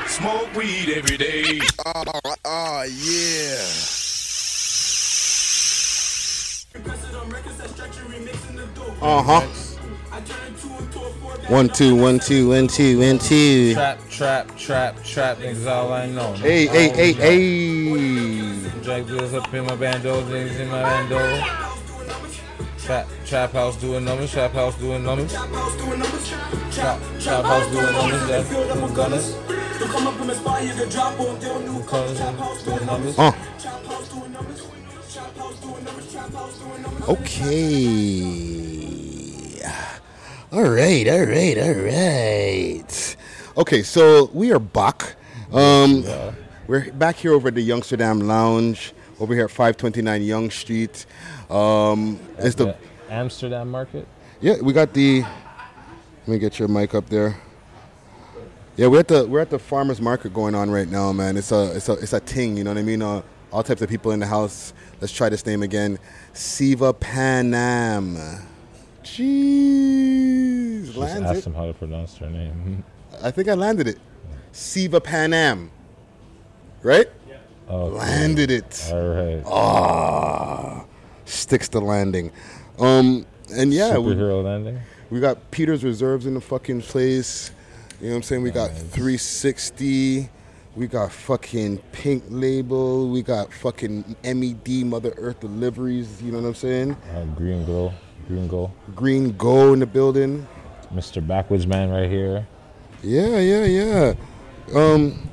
Speaker 13: Smoke weed every day. Ah, ah, yeah.
Speaker 2: Uh huh. One two one two one two one two.
Speaker 1: Trap, trap, trap, trap is all I know.
Speaker 2: Hey hey hey hey.
Speaker 1: Drag deals up in my bando, things in my bando. Trap, trap house doing numbers, trap house doing numbers. Trap, trap house doing numbers, that's who gunners. Who gunners and doing numbers.
Speaker 2: Uh. Okay. All right, all right, all right. Okay, so we are back. Um, We're back here over at the Youngsterdam Lounge, over here at 529 Young Street. Um, it's the
Speaker 1: Amsterdam market.
Speaker 2: yeah, we got the. Let me get your mic up there. Yeah, we're at the we're at the farmers market going on right now, man. It's a it's a it's a ting, you know what I mean? Uh, all types of people in the house. Let's try this name again, Siva Panam. Jeez,
Speaker 1: Just
Speaker 2: lands
Speaker 1: ask
Speaker 2: it.
Speaker 1: them how to pronounce their name.
Speaker 2: I think I landed it. Siva Panam, right?
Speaker 1: Okay.
Speaker 2: Landed it.
Speaker 1: All right.
Speaker 2: Ah, sticks to landing. Um, and yeah,
Speaker 1: Superhero landing.
Speaker 2: We got Peter's reserves in the fucking place. You know what I'm saying? We got 360. We got fucking Pink Label. We got fucking MED Mother Earth deliveries. You know what I'm saying?
Speaker 1: Uh, green glow, green glow.
Speaker 2: Green Go in the building.
Speaker 1: Mr. Backwoods man right here.
Speaker 2: Yeah, yeah, yeah. Um,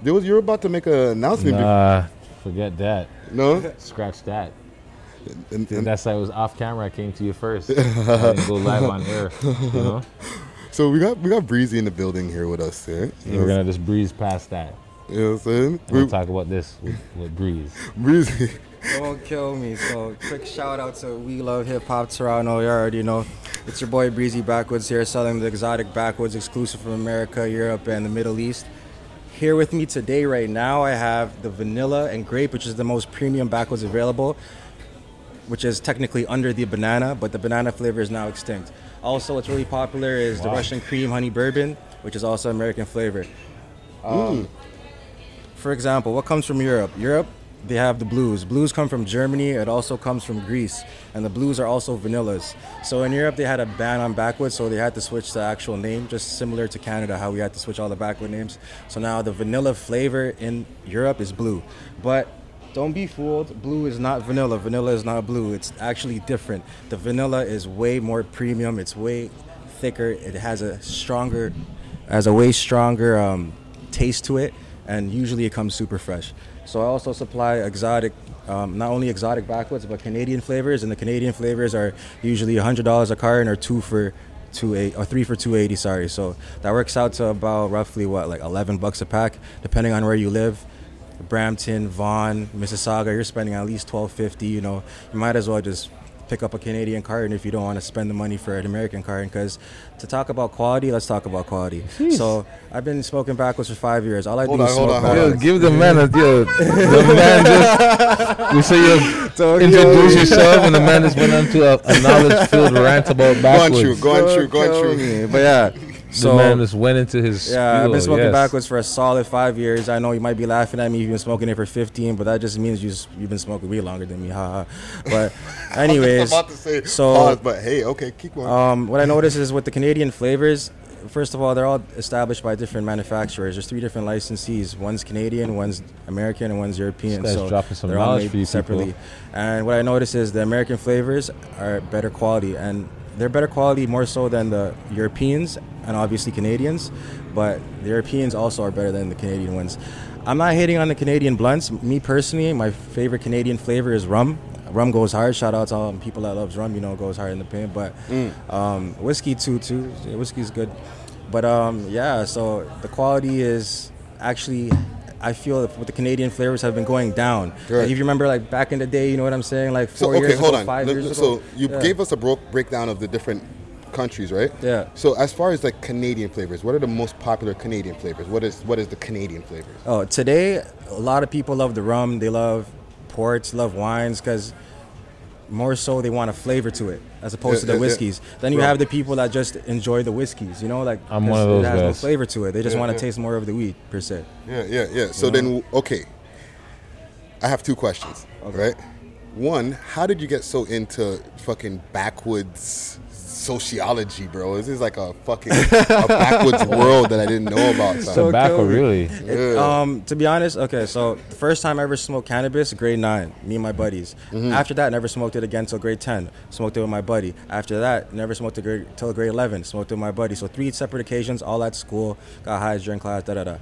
Speaker 2: there was you were about to make an announcement. before.
Speaker 1: Nah, Uh, forget that.
Speaker 2: No?
Speaker 1: Scratch that. That's why I was off camera. I came to you first. I didn't go live on air. You know?
Speaker 2: So we got we got Breezy in the building here with us. Yeah?
Speaker 1: And we're gonna just breeze past that.
Speaker 2: You know what I'm saying?
Speaker 1: And we'll talk about this with, with breeze.
Speaker 2: Breezy.
Speaker 14: It won't kill me. So, quick shout out to We Love Hip Hop Toronto. You already know. It's your boy Breezy Backwoods here, selling the exotic backwoods exclusive from America, Europe, and the Middle East. Here with me today, right now, I have the vanilla and grape, which is the most premium backwoods available, which is technically under the banana, but the banana flavor is now extinct. Also, what's really popular is the
Speaker 15: Wow.
Speaker 14: Russian cream honey bourbon, which is also American flavor. Um, for example, what comes from Europe? Europe, they have the blues. Blues come from Germany. It also comes from Greece, and the blues are also vanillas. So in Europe, they had a ban on backwoods, so they had to switch the actual name, just similar to Canada, how we had to switch all the backwood names. So now the vanilla flavor in Europe is blue, but don't be fooled. Blue is not vanilla. Vanilla is not blue. It's actually different. The vanilla is way more premium. It's way thicker. It has a stronger, has a way stronger um, taste to it, and usually it comes super fresh. So I also supply exotic, um, not only exotic backwoods, but Canadian flavors, and the Canadian flavors are usually $100 a carton or two for. Two eight or three for two eighty. Sorry, so that works out to about roughly what like eleven bucks a pack, depending on where you live. Brampton, Vaughan, Mississauga, you're spending at least twelve fifty. You know, you might as well just pick up a Canadian carton if you don't want to spend the money for an American carton. Because to talk about quality, let's talk about quality.
Speaker 1: Jeez.
Speaker 14: So I've been smoking backwards for five years. All I
Speaker 1: Hold
Speaker 14: do
Speaker 1: on,
Speaker 14: is
Speaker 1: hold
Speaker 14: smoke
Speaker 1: on, hold
Speaker 14: backwards.
Speaker 1: on. Yo, give the man a- yo, the man just- you say you introduce yourself and the man just went on to a- a knowledge-filled rant about
Speaker 14: Go on,
Speaker 1: backwards.
Speaker 14: Chu, go on, Chu, go on, Chu. Don't kill me, but yeah,
Speaker 1: the
Speaker 14: so-
Speaker 1: man just went into his
Speaker 14: Yeah, I've
Speaker 1: spiel,
Speaker 14: been smoking
Speaker 1: yes.
Speaker 14: backwards for a solid five years. I know you might be laughing at me. You've been smoking it for fifteen, but that just means you s- you've been smoking weed longer than me. Ha ha. But anyways,
Speaker 2: about to say
Speaker 14: so
Speaker 2: pause, but hey, okay, keep going.
Speaker 14: Um, what I noticed is with the Canadian flavors. First of all, they're all established by different manufacturers. There's three different licensees. One's Canadian, one's American, and one's European.
Speaker 1: This guy's
Speaker 14: so
Speaker 1: dropping some
Speaker 14: they're all
Speaker 1: knowledge
Speaker 14: made
Speaker 1: for you people.
Speaker 14: separately. And what I noticed is the American flavors are better quality, and they're better quality more so than the Europeans and obviously Canadians. But the Europeans also are better than the Canadian ones. I'm not hating on the Canadian blunts. Me personally, my favorite Canadian flavor is rum. Rum goes hard. Shout out to all the people that loves rum. You know, it goes hard in the pen. But
Speaker 2: Mm.
Speaker 14: um, whiskey too, too. Yeah, Whiskey's good. But um, yeah, so the quality is actually, I feel that with the Canadian flavors have been going down.
Speaker 2: Right.
Speaker 14: Like if you remember, like back in the day, you know what I'm saying? Like
Speaker 2: So
Speaker 14: four
Speaker 2: okay,
Speaker 14: years
Speaker 2: hold
Speaker 14: ago,
Speaker 2: on.
Speaker 14: five
Speaker 2: Let-
Speaker 14: years
Speaker 2: so
Speaker 14: ago.
Speaker 2: you
Speaker 14: Yeah.
Speaker 2: gave us a broke breakdown of the different countries, right?
Speaker 14: Yeah.
Speaker 2: So as far as like Canadian flavors, what are the most popular Canadian flavors? What is what is the Canadian flavors?
Speaker 14: Oh, today a lot of people love the rum. They love ports, love wines because more so they want a flavor to it as opposed
Speaker 2: Yeah,
Speaker 14: to the
Speaker 2: yeah, yeah.
Speaker 14: whiskeys. Then you
Speaker 2: Right.
Speaker 14: have the people that just enjoy the whiskeys. You know, like
Speaker 1: I'm one
Speaker 14: 'cause
Speaker 1: of those
Speaker 14: It has no
Speaker 1: guys.
Speaker 14: flavor to it. They just
Speaker 2: Yeah,
Speaker 14: want to
Speaker 2: yeah.
Speaker 14: taste more of the weed per se.
Speaker 2: Yeah, yeah, yeah. So
Speaker 14: You know?
Speaker 2: then okay. I have two questions. Right? One, how did you get so into fucking backwoods sociology, bro? This is like a fucking a backwoods world that I didn't know about. son.
Speaker 1: So Tobacco, cool. really.
Speaker 14: It- um, to be honest, okay. So the first time I ever smoked cannabis, grade nine, me and my buddies. After that, never smoked it again till grade ten. Smoked it with my buddy. After that, never smoked it grade, till grade eleven. Smoked it with my buddy. So three separate occasions, all at school. Got high during class. Da da da.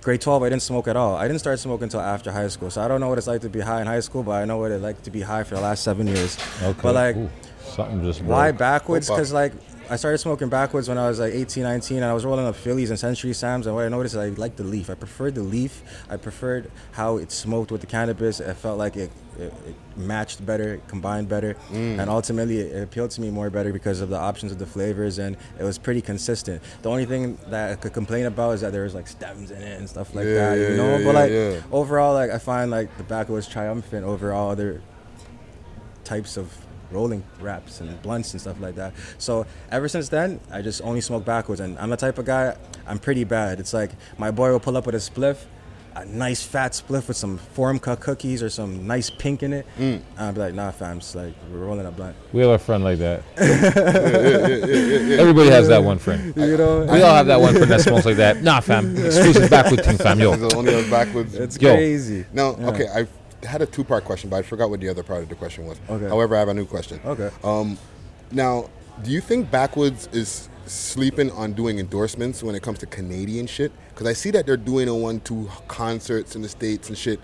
Speaker 14: Grade twelve, I didn't smoke at all. I didn't start smoking until after high school. So I don't know what it's like to be high in high school, but I know what it's like to be high for the last seven years.
Speaker 1: Okay.
Speaker 14: But like.
Speaker 1: Ooh, something just
Speaker 14: Why
Speaker 1: broke.
Speaker 14: backwards? Because like I started smoking backwards when I was like 18, 19, and I was rolling up Phillies and Century Sams. And what I noticed is I liked the leaf. I preferred the leaf. I preferred how it smoked with the cannabis. I felt like it, it, it matched better, it combined better,
Speaker 2: Mm.
Speaker 14: and ultimately it, it appealed to me more better because of the options of the flavors and it was pretty consistent. The only thing that I could complain about is that there was like stems in it and stuff like
Speaker 2: Yeah,
Speaker 14: that,
Speaker 2: yeah,
Speaker 14: you know.
Speaker 2: yeah,
Speaker 14: but
Speaker 2: yeah,
Speaker 14: like
Speaker 2: yeah.
Speaker 14: overall, like I find like the backwoods triumphant over all other types of rolling wraps and blunts and stuff like that. So ever since then, I just only smoke backwards. And I'm the type of guy, I'm pretty bad. It's like my boy will pull up with a spliff, a nice fat spliff with some Formca cookies or some nice pink in it.
Speaker 2: Mm.
Speaker 14: And I'll be like, nah, fam, it's like we're rolling a blunt.
Speaker 1: We have a friend like that.
Speaker 14: yeah.
Speaker 1: Everybody has that one friend.
Speaker 14: You know?
Speaker 1: we all have that one friend that smokes like that. Nah, fam. Exclusive backward thing, fam. Yo.
Speaker 2: It's only those backwards.
Speaker 14: It's Yo. crazy.
Speaker 2: Now,
Speaker 14: Yeah.
Speaker 2: okay, I had a two-part question, but I forgot what the other part of the question was.
Speaker 14: Okay.
Speaker 2: However, I have a new question.
Speaker 14: Okay.
Speaker 2: Um, now, do you think backwards is sleeping on doing endorsements when it comes to Canadian shit? Because I see that they're doing a one-two concerts in the states and shit.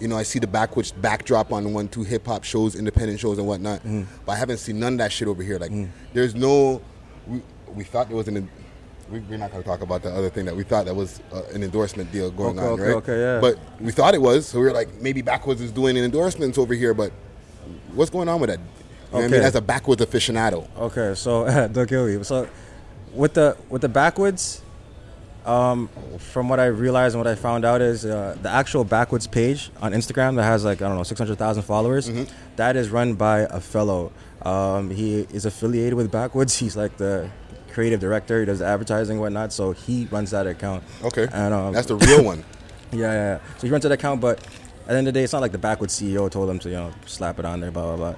Speaker 2: You know, I see the backwards backdrop on one, two hip hop shows, independent shows, and whatnot.
Speaker 14: Mm-hmm.
Speaker 2: But I haven't seen none of that shit over here. Like,
Speaker 14: Mm.
Speaker 2: there's no. We, we thought there was an. We, we're not gonna talk about the other thing that we thought that was uh, an endorsement deal going
Speaker 14: Okay,
Speaker 2: on,
Speaker 14: okay,
Speaker 2: right?
Speaker 14: okay, yeah.
Speaker 2: But we thought it was, so we were like, maybe Backwoods is doing endorsements over here, but what's going on with that? You know what I mean?
Speaker 14: Okay.
Speaker 2: As a Backwoods aficionado.
Speaker 14: Okay, so don't kill me. So with the with the backwoods, um, from what I realized and what I found out is uh, the actual backwoods page on Instagram that has like I don't know six hundred thousand followers.
Speaker 2: Mm-hmm.
Speaker 14: that is run by a fellow. Um, he is affiliated with Backwoods. He's like the creative director. He does the advertising and whatnot. So he runs that account.
Speaker 2: Okay.
Speaker 14: And, um,
Speaker 2: That's the real one.
Speaker 14: yeah, yeah, yeah. So he runs that account, but At the end of the day, it's not like the backwoods CEO told him to you know slap it on there, blah blah blah.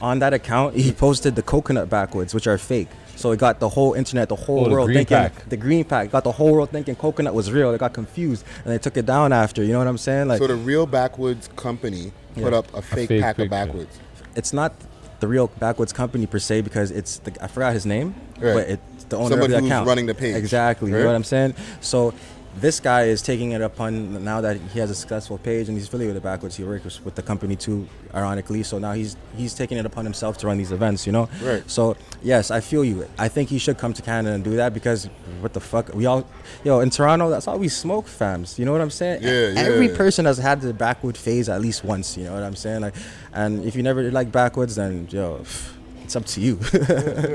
Speaker 14: On that account, he posted the coconut backwoods, which are fake. So it got the whole internet, the whole
Speaker 1: Oh, the
Speaker 14: world
Speaker 1: green
Speaker 14: thinking
Speaker 1: pack.
Speaker 14: the green pack got the whole world thinking coconut was real. They got confused and they took it down after. You know what I'm saying? Like
Speaker 2: so the real backwoods company put
Speaker 14: Yeah.
Speaker 2: up a fake, pack of backwoods.
Speaker 14: It's not the real backwoods company per se because it's the, I forgot his name,
Speaker 2: Right.
Speaker 14: but it's the owner
Speaker 2: Someone
Speaker 14: of the
Speaker 2: who's
Speaker 14: account
Speaker 2: running the page.
Speaker 14: Exactly. You
Speaker 2: Right.
Speaker 14: know what I'm saying? So this guy is taking it upon now that he has a successful page and he's affiliated with backwards. He works with the company too, ironically. So now he's he's taking it upon himself to run these events. You know.
Speaker 2: Right.
Speaker 14: So yes, I feel you. I think he should come to Canada and do that because what the fuck we all, yo, in Toronto that's all we smoke, fams. You know what I'm saying?
Speaker 2: Yeah, yeah,
Speaker 14: Every
Speaker 2: yeah.
Speaker 14: person has had the backward phase at least once. You know what I'm saying? Like, and if you never like backwards, then yo, pff, it's up to you.
Speaker 2: yeah,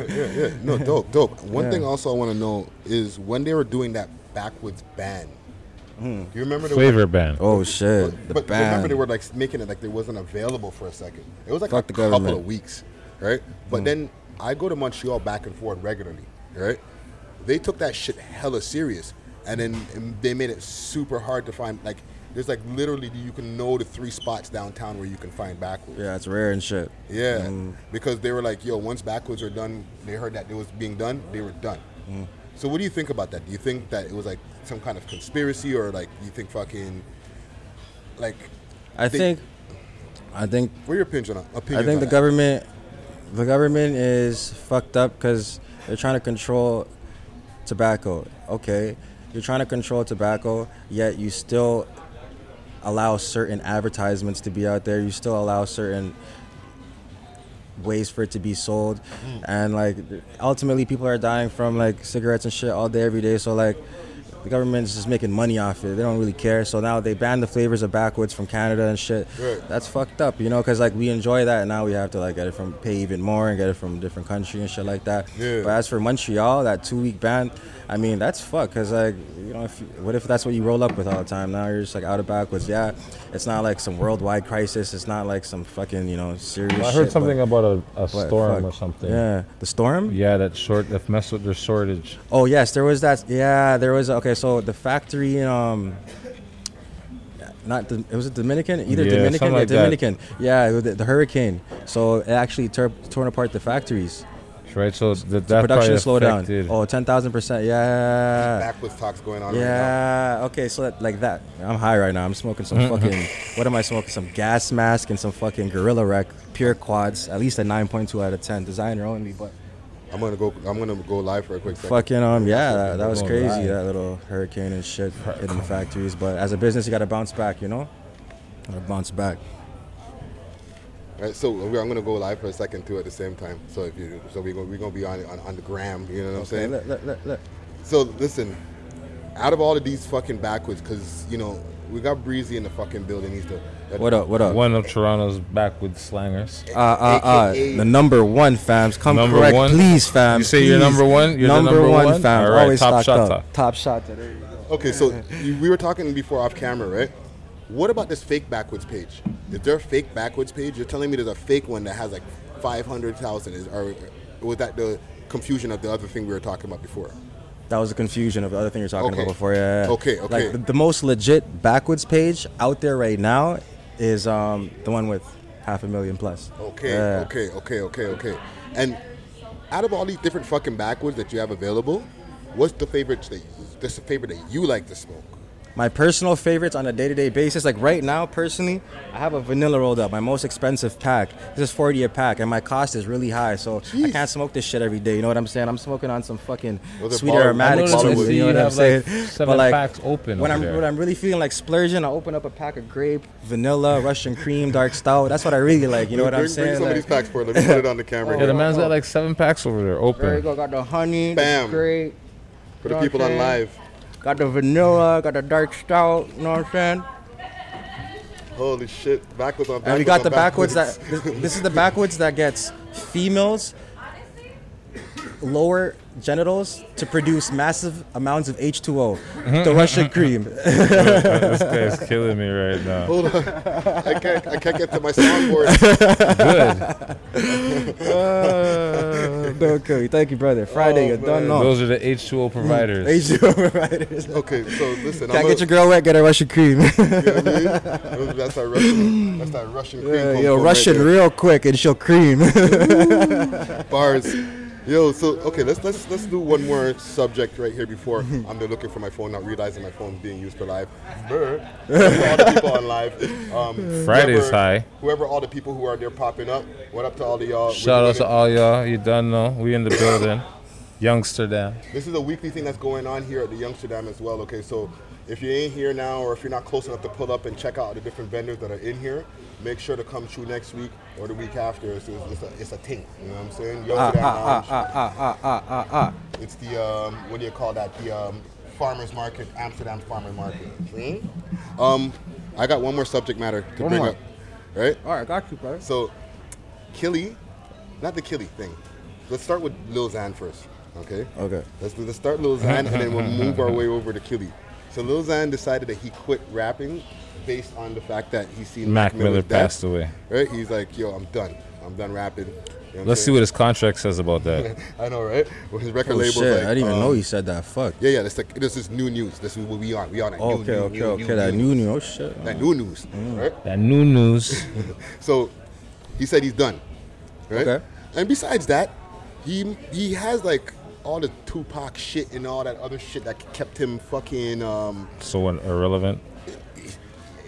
Speaker 2: yeah, yeah. No, dope, dope. One
Speaker 14: Yeah.
Speaker 2: thing also I want to know is when they were doing that backwoods ban. Do you remember the
Speaker 1: Flavor ban.
Speaker 14: Oh shit!
Speaker 2: But,
Speaker 14: The
Speaker 2: but
Speaker 14: band.
Speaker 2: remember they were like making it like they wasn't available for a second. It was like
Speaker 14: Fuck
Speaker 2: a
Speaker 14: the
Speaker 2: couple
Speaker 14: government.
Speaker 2: of weeks, right? But
Speaker 14: Mm.
Speaker 2: then I go to Montreal back and forth regularly, right? They took that shit hella serious, and then and they made it super hard to find. Like there's like literally you can know the three spots downtown where you can find backwoods.
Speaker 14: yeah, it's rare and shit.
Speaker 2: Yeah,
Speaker 14: Mm.
Speaker 2: because they were like, yo, once backwoods are done, they heard that it was being done, they were done.
Speaker 14: Mm.
Speaker 2: So what do you think about that? Do you think that it was like some kind of conspiracy, or like you think fucking, like,
Speaker 14: I
Speaker 2: they-
Speaker 14: think, I think
Speaker 2: what are your opinions on opinions
Speaker 14: I think
Speaker 2: on
Speaker 14: the
Speaker 2: that?
Speaker 14: government, the government is fucked up because they're trying to control tobacco. Okay, you're trying to control tobacco, yet you still allow certain advertisements to be out there. You still allow certain ways for it to be sold,
Speaker 2: Mm.
Speaker 14: and like ultimately, people are dying from like cigarettes and shit all day, every day. So like. The government's just making money off it. They don't really care. So now they ban the flavors of backwoods from Canada and shit.
Speaker 2: Right.
Speaker 14: That's fucked up, you know, because like we enjoy that, and now we have to like get it from pay even more and get it from a different country and shit like that.
Speaker 2: Yeah.
Speaker 14: But as for Montreal, that two week ban, I mean, that's fucked, cause like you know, if you, what if that's what you roll up with all the time? Now you're just like out of backwards. Yeah, it's not like some worldwide crisis. It's not like some fucking you know serious.
Speaker 1: I heard
Speaker 14: shit,
Speaker 1: something
Speaker 14: but-
Speaker 1: about a, a
Speaker 14: but
Speaker 1: storm
Speaker 14: fuck.
Speaker 1: or something.
Speaker 14: Yeah, the storm.
Speaker 1: Yeah, that short that messed with their shortage.
Speaker 14: Oh yes, there was that. Yeah, there was. Okay, so the factory in um, not the, it was a Dominican, either
Speaker 1: Yeah,
Speaker 14: Dominican
Speaker 1: something
Speaker 14: or
Speaker 1: like that.
Speaker 14: Dominican. Yeah, the, the hurricane. So it actually tur- torn apart the factories.
Speaker 1: Right, so the,
Speaker 14: The
Speaker 1: that
Speaker 14: production
Speaker 1: probably
Speaker 14: slowed down.
Speaker 1: affected-
Speaker 14: Oh, 10,000 percent. Yeah.
Speaker 2: backwoods talks going on right
Speaker 14: Yeah. Okay. So that, like that. I'm high right now. I'm smoking some
Speaker 1: Mm-hmm.
Speaker 14: fucking. What am I smoking? Some gas mask and some fucking Gorilla Rec pure quads. At least a 9.2 out of 10. Designer only, but
Speaker 2: now. I'm gonna go. I'm gonna go live for a quick second.
Speaker 14: Fucking um, yeah, that, that was
Speaker 2: Going
Speaker 14: crazy.
Speaker 2: live.
Speaker 14: That little hurricane and shit hitting the factories. But as a business, you gotta bounce back. You know, gotta bounce back.
Speaker 2: Right, so we- I'm gonna go live for a second too at the same time. So if you, so we're gonna, we're gonna be on, on on the gram. You know what I'm saying?
Speaker 14: Look, look, look, look.
Speaker 2: So listen, out of all of these fucking backwards, because you know we got Breezy in the fucking building. He's the
Speaker 14: What up? What up?
Speaker 1: One of Toronto's backwoods slangers.
Speaker 14: Uh, uh, uh,
Speaker 2: AKA
Speaker 14: the number one fams. Come
Speaker 1: Number
Speaker 14: correct,
Speaker 1: one?
Speaker 14: please, fam.
Speaker 1: You say you're
Speaker 14: please.
Speaker 1: number one? You're the
Speaker 14: number,
Speaker 1: number
Speaker 14: one,
Speaker 1: one?
Speaker 14: fam.
Speaker 1: All right,
Speaker 14: Always
Speaker 1: top
Speaker 14: stocked
Speaker 1: shot.
Speaker 14: up. Top shot. There you go.
Speaker 2: Okay, so you, we were talking before off camera, right? What about this fake backwards page? Is there a fake backwards page? You're telling me there's a fake one that has like 500,000. Is or was that the confusion of the other thing we were talking about before?
Speaker 14: That was a confusion of the other thing you're talking
Speaker 2: Okay.
Speaker 14: about before. Yeah. yeah.
Speaker 2: Okay, okay.
Speaker 14: Like the, the most legit backwards page out there right now is um the one with half a million plus.
Speaker 2: Okay,
Speaker 14: Yeah.
Speaker 2: okay, okay, okay, okay. And out of all these different fucking backwards that you have available, what's the favorite that that's the favorite that you like to smoke?
Speaker 14: my personal favorites on a day-to-day basis like right now personally i have a vanilla rolled up my most expensive pack this is 40 a pack and my cost is really high so i can't smoke this shit every day you know what i'm saying i'm smoking on some fucking
Speaker 1: Those are
Speaker 14: sweet
Speaker 1: baller-
Speaker 14: aromatics
Speaker 1: I noticed
Speaker 14: too,
Speaker 1: I see
Speaker 14: you know
Speaker 1: you
Speaker 14: what i'm
Speaker 1: have, like,
Speaker 14: saying
Speaker 1: seven packs open
Speaker 14: when
Speaker 1: over
Speaker 14: i'm
Speaker 1: there.
Speaker 14: when i'm really feeling like splurging i open up a pack of grape vanilla russian cream dark stout that's what i really like you know what
Speaker 2: bring,
Speaker 14: i'm saying
Speaker 2: Bring some
Speaker 14: Like-
Speaker 2: of these packs for. Let me put it on the camera.
Speaker 1: Yeah,
Speaker 2: here.
Speaker 1: the man's got like seven packs over there
Speaker 14: There you
Speaker 1: open.
Speaker 14: go. Got the honey,
Speaker 2: Bam.
Speaker 14: the grape.
Speaker 2: For the
Speaker 14: You know what
Speaker 2: people
Speaker 14: I'm
Speaker 2: on
Speaker 14: saying?
Speaker 2: live.
Speaker 14: Got the vanilla. Got the dark stout. You know what I'm saying?
Speaker 2: Holy shit! Backwards on backwards.
Speaker 14: And we got
Speaker 2: on
Speaker 14: the backwoods that this, this is the backwoods that gets females lower genitals to produce massive amounts of H2O, the Russian cream.
Speaker 1: this guy's killing me right now.
Speaker 2: Hold on. I can't, I can't get to my soundboard.
Speaker 1: Good.
Speaker 14: Uh, Don't kill you. Thank you,
Speaker 2: Oh,
Speaker 14: brother. Friday, you're done. No.
Speaker 1: Those are the H2O providers.
Speaker 14: H2O providers.
Speaker 2: Okay, so listen.
Speaker 14: Gotta
Speaker 2: I'm
Speaker 14: get your girl wet, get her Russian cream.
Speaker 2: You know what I mean? That's that Russian. That's that Russian cream.
Speaker 14: Yeah,
Speaker 2: going
Speaker 14: yo,
Speaker 2: for right
Speaker 14: Russian
Speaker 2: there.
Speaker 14: real quick and she'll cream.
Speaker 2: bars. Yo, so okay, let's let's let's do one more subject right here before I'm there looking for my phone, not realizing my phone's being used for live. Brr. Whoever all the people on live. Um,
Speaker 1: Friday's
Speaker 2: whoever-
Speaker 1: high.
Speaker 2: Whoever all the people who are there popping up. What up to all of y'all?
Speaker 1: Shout
Speaker 2: We're
Speaker 1: out to
Speaker 2: gonna-
Speaker 1: all y'all. You done know. We in the building. Youngsterdam.
Speaker 2: This is a weekly thing that's going on here at the Youngsterdam as well. Okay, so if you ain't here now, or if you're not close enough to pull up and check out the different vendors that are in here, make sure to come through next week or the week after. It's, it's, it's a, it's a thing. You know what I'm saying?
Speaker 14: Ah,
Speaker 2: Youngsterdam
Speaker 14: ah,
Speaker 2: Lounge.
Speaker 14: ah, ah, ah, ah, ah, ah.
Speaker 2: It's the um, what do you call that? The um, farmers market, Amsterdam farmer market. See? Um, I got one more subject matter to
Speaker 14: One
Speaker 2: bring
Speaker 14: more.
Speaker 2: up. Right?
Speaker 14: All right, got you, brother.
Speaker 2: So, Killy, not the Killy thing. Let's start with Lil Xan first. Okay.
Speaker 14: Okay.
Speaker 2: Let's let's start Lil Xan and then we'll move our way over to Killy. So Lil Xan decided that he quit rapping based on the fact that he seen
Speaker 1: Mac
Speaker 2: Mac,
Speaker 1: Miller
Speaker 2: Miller's death,
Speaker 1: passed away.
Speaker 2: Right? He's like, yo, I'm done. I'm done rapping. You know what I'm
Speaker 1: Let's see
Speaker 2: saying?
Speaker 1: what his contract says about that.
Speaker 2: I know, right? Well, his record
Speaker 14: Oh,
Speaker 2: label's
Speaker 14: shit,
Speaker 2: like,
Speaker 14: I didn't even
Speaker 2: um,
Speaker 14: know he said that. Fuck.
Speaker 2: Yeah, yeah. This like this is new news. This is what we on. We on that new,
Speaker 14: Okay,
Speaker 2: new,
Speaker 14: okay,
Speaker 2: new,
Speaker 14: okay.
Speaker 2: new
Speaker 14: that
Speaker 2: news.
Speaker 14: new Mm. new. Oh shit.
Speaker 2: That new news, right?
Speaker 1: That new news.
Speaker 2: So he said he's done, right?
Speaker 14: Okay.
Speaker 2: And besides that, he he has like all the Tupac shit and all that other shit that kept him fucking. Um,
Speaker 1: So un- irrelevant.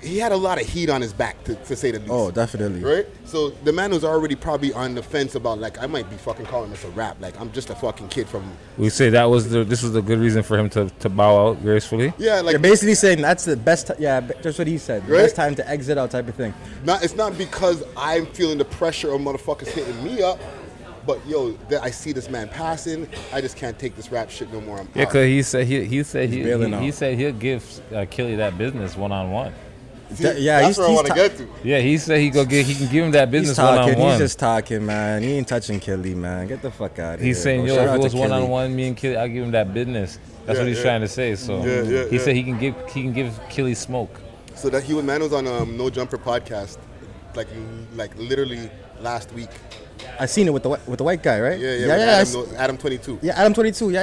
Speaker 2: he had a lot of heat on his back to, to say the least.
Speaker 14: Oh, definitely.
Speaker 2: Right? So the man was already probably on the fence about like I might be fucking calling this a rap. Like I'm just a fucking kid from
Speaker 1: We say that was the. This was the good reason for him to, to bow out gracefully.
Speaker 2: Yeah, like
Speaker 14: You're basically saying that's the best. T- yeah, b- that's what he said. The
Speaker 2: Right?
Speaker 14: Best time to exit out, type of thing.
Speaker 2: Not it's not because I'm feeling the pressure of motherfuckers hitting me up, but yo, that I see this man passing. I just can't take this rap shit no more. I'm
Speaker 1: Yeah,
Speaker 2: out.
Speaker 1: cause he said he, he said he,
Speaker 14: bailing
Speaker 1: he,
Speaker 14: out.
Speaker 1: he said he'll give uh, Killy that business one on one.
Speaker 2: See,
Speaker 14: That- yeah,
Speaker 2: that's
Speaker 14: he's-
Speaker 2: where I
Speaker 14: he's
Speaker 2: want to
Speaker 14: ta-
Speaker 2: get to.
Speaker 1: Yeah, he said he go get he can give him that
Speaker 14: He's
Speaker 1: business one
Speaker 14: talking.
Speaker 1: on one.
Speaker 14: He's just talking, man. He ain't touching Kelly, man. Get the fuck out of here.
Speaker 1: He's saying,
Speaker 14: bro.
Speaker 1: yo,
Speaker 14: Shout out
Speaker 1: if it
Speaker 14: to
Speaker 1: was one
Speaker 14: Kelly.
Speaker 1: on one, me and Killy, I'll give him that business. That's
Speaker 2: Yeah,
Speaker 1: what he's
Speaker 2: yeah.
Speaker 1: trying to say. So
Speaker 2: Yeah, yeah,
Speaker 1: he
Speaker 2: yeah.
Speaker 1: said he can give he can give Killy smoke.
Speaker 2: So that he was man was on um, No Jumper podcast, like like literally last week.
Speaker 14: I seen it with the whi- with the white guy, right?
Speaker 2: Yeah, yeah,
Speaker 14: yeah.
Speaker 2: with
Speaker 14: I s-
Speaker 2: Adam, No- Adam twenty two.
Speaker 14: yeah, Adam 22. Yeah,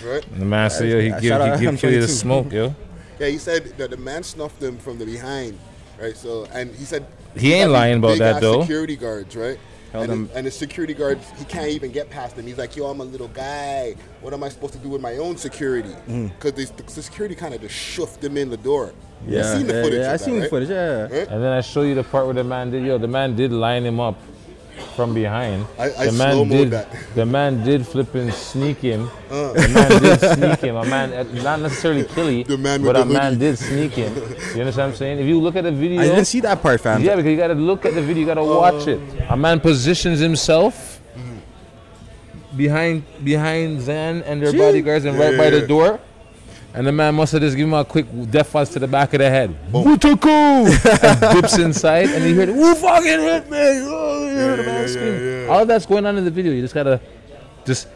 Speaker 14: yeah.
Speaker 2: Right.
Speaker 1: The man said,
Speaker 14: Yeah,
Speaker 1: yo, he
Speaker 14: shout
Speaker 1: give
Speaker 14: out
Speaker 1: he give
Speaker 14: Adam
Speaker 1: Killy the
Speaker 14: 22.
Speaker 1: smoke, yo.
Speaker 2: Yeah, he said that the man snuffed him from the behind, right? So, and he said
Speaker 1: He ain't
Speaker 2: had these
Speaker 1: lying about
Speaker 2: big
Speaker 1: that,
Speaker 2: ass
Speaker 1: though.
Speaker 2: Security guards, right?
Speaker 14: Held
Speaker 2: and,
Speaker 14: him-
Speaker 2: the, and the security guards, he can't even get past them. He's like, "Yo, I'm a little guy. What am I supposed to do with my own security?"
Speaker 1: Mm.
Speaker 2: Because the, security kind of just shoofed him in the door. You
Speaker 14: Yeah,
Speaker 2: seen the
Speaker 14: yeah,
Speaker 2: footage.
Speaker 14: yeah,
Speaker 2: of
Speaker 14: I
Speaker 2: that,
Speaker 14: seen the
Speaker 2: right?
Speaker 14: footage, yeah.
Speaker 2: Right?
Speaker 1: And then I show you the part where the man did yo, the man did line him up from behind.
Speaker 2: I- I
Speaker 1: the man
Speaker 2: slow-mo'd
Speaker 1: did
Speaker 2: that. Uh.
Speaker 1: the man did flipping sneak him. The man did sneak him. A man uh, not necessarily Killy,
Speaker 2: The man with
Speaker 1: but
Speaker 2: the
Speaker 1: a man
Speaker 2: hoodie.
Speaker 1: did sneak him. You understand what I'm saying? If you look at the video
Speaker 14: I didn't see that part, fam.
Speaker 1: Yeah, because you gotta look at the video, you gotta watch it. Oh. A man positions himself behind behind Zan and their bodyguards and right
Speaker 2: Yeah,
Speaker 1: by
Speaker 2: yeah,
Speaker 1: the
Speaker 2: yeah.
Speaker 1: door. And the man must have just given him a quick death punch to the back of the head. Wutuku! and dips inside and you hear the woo fucking hit me! Oh, you hear the man scream. All that's going on in the video. You just gotta just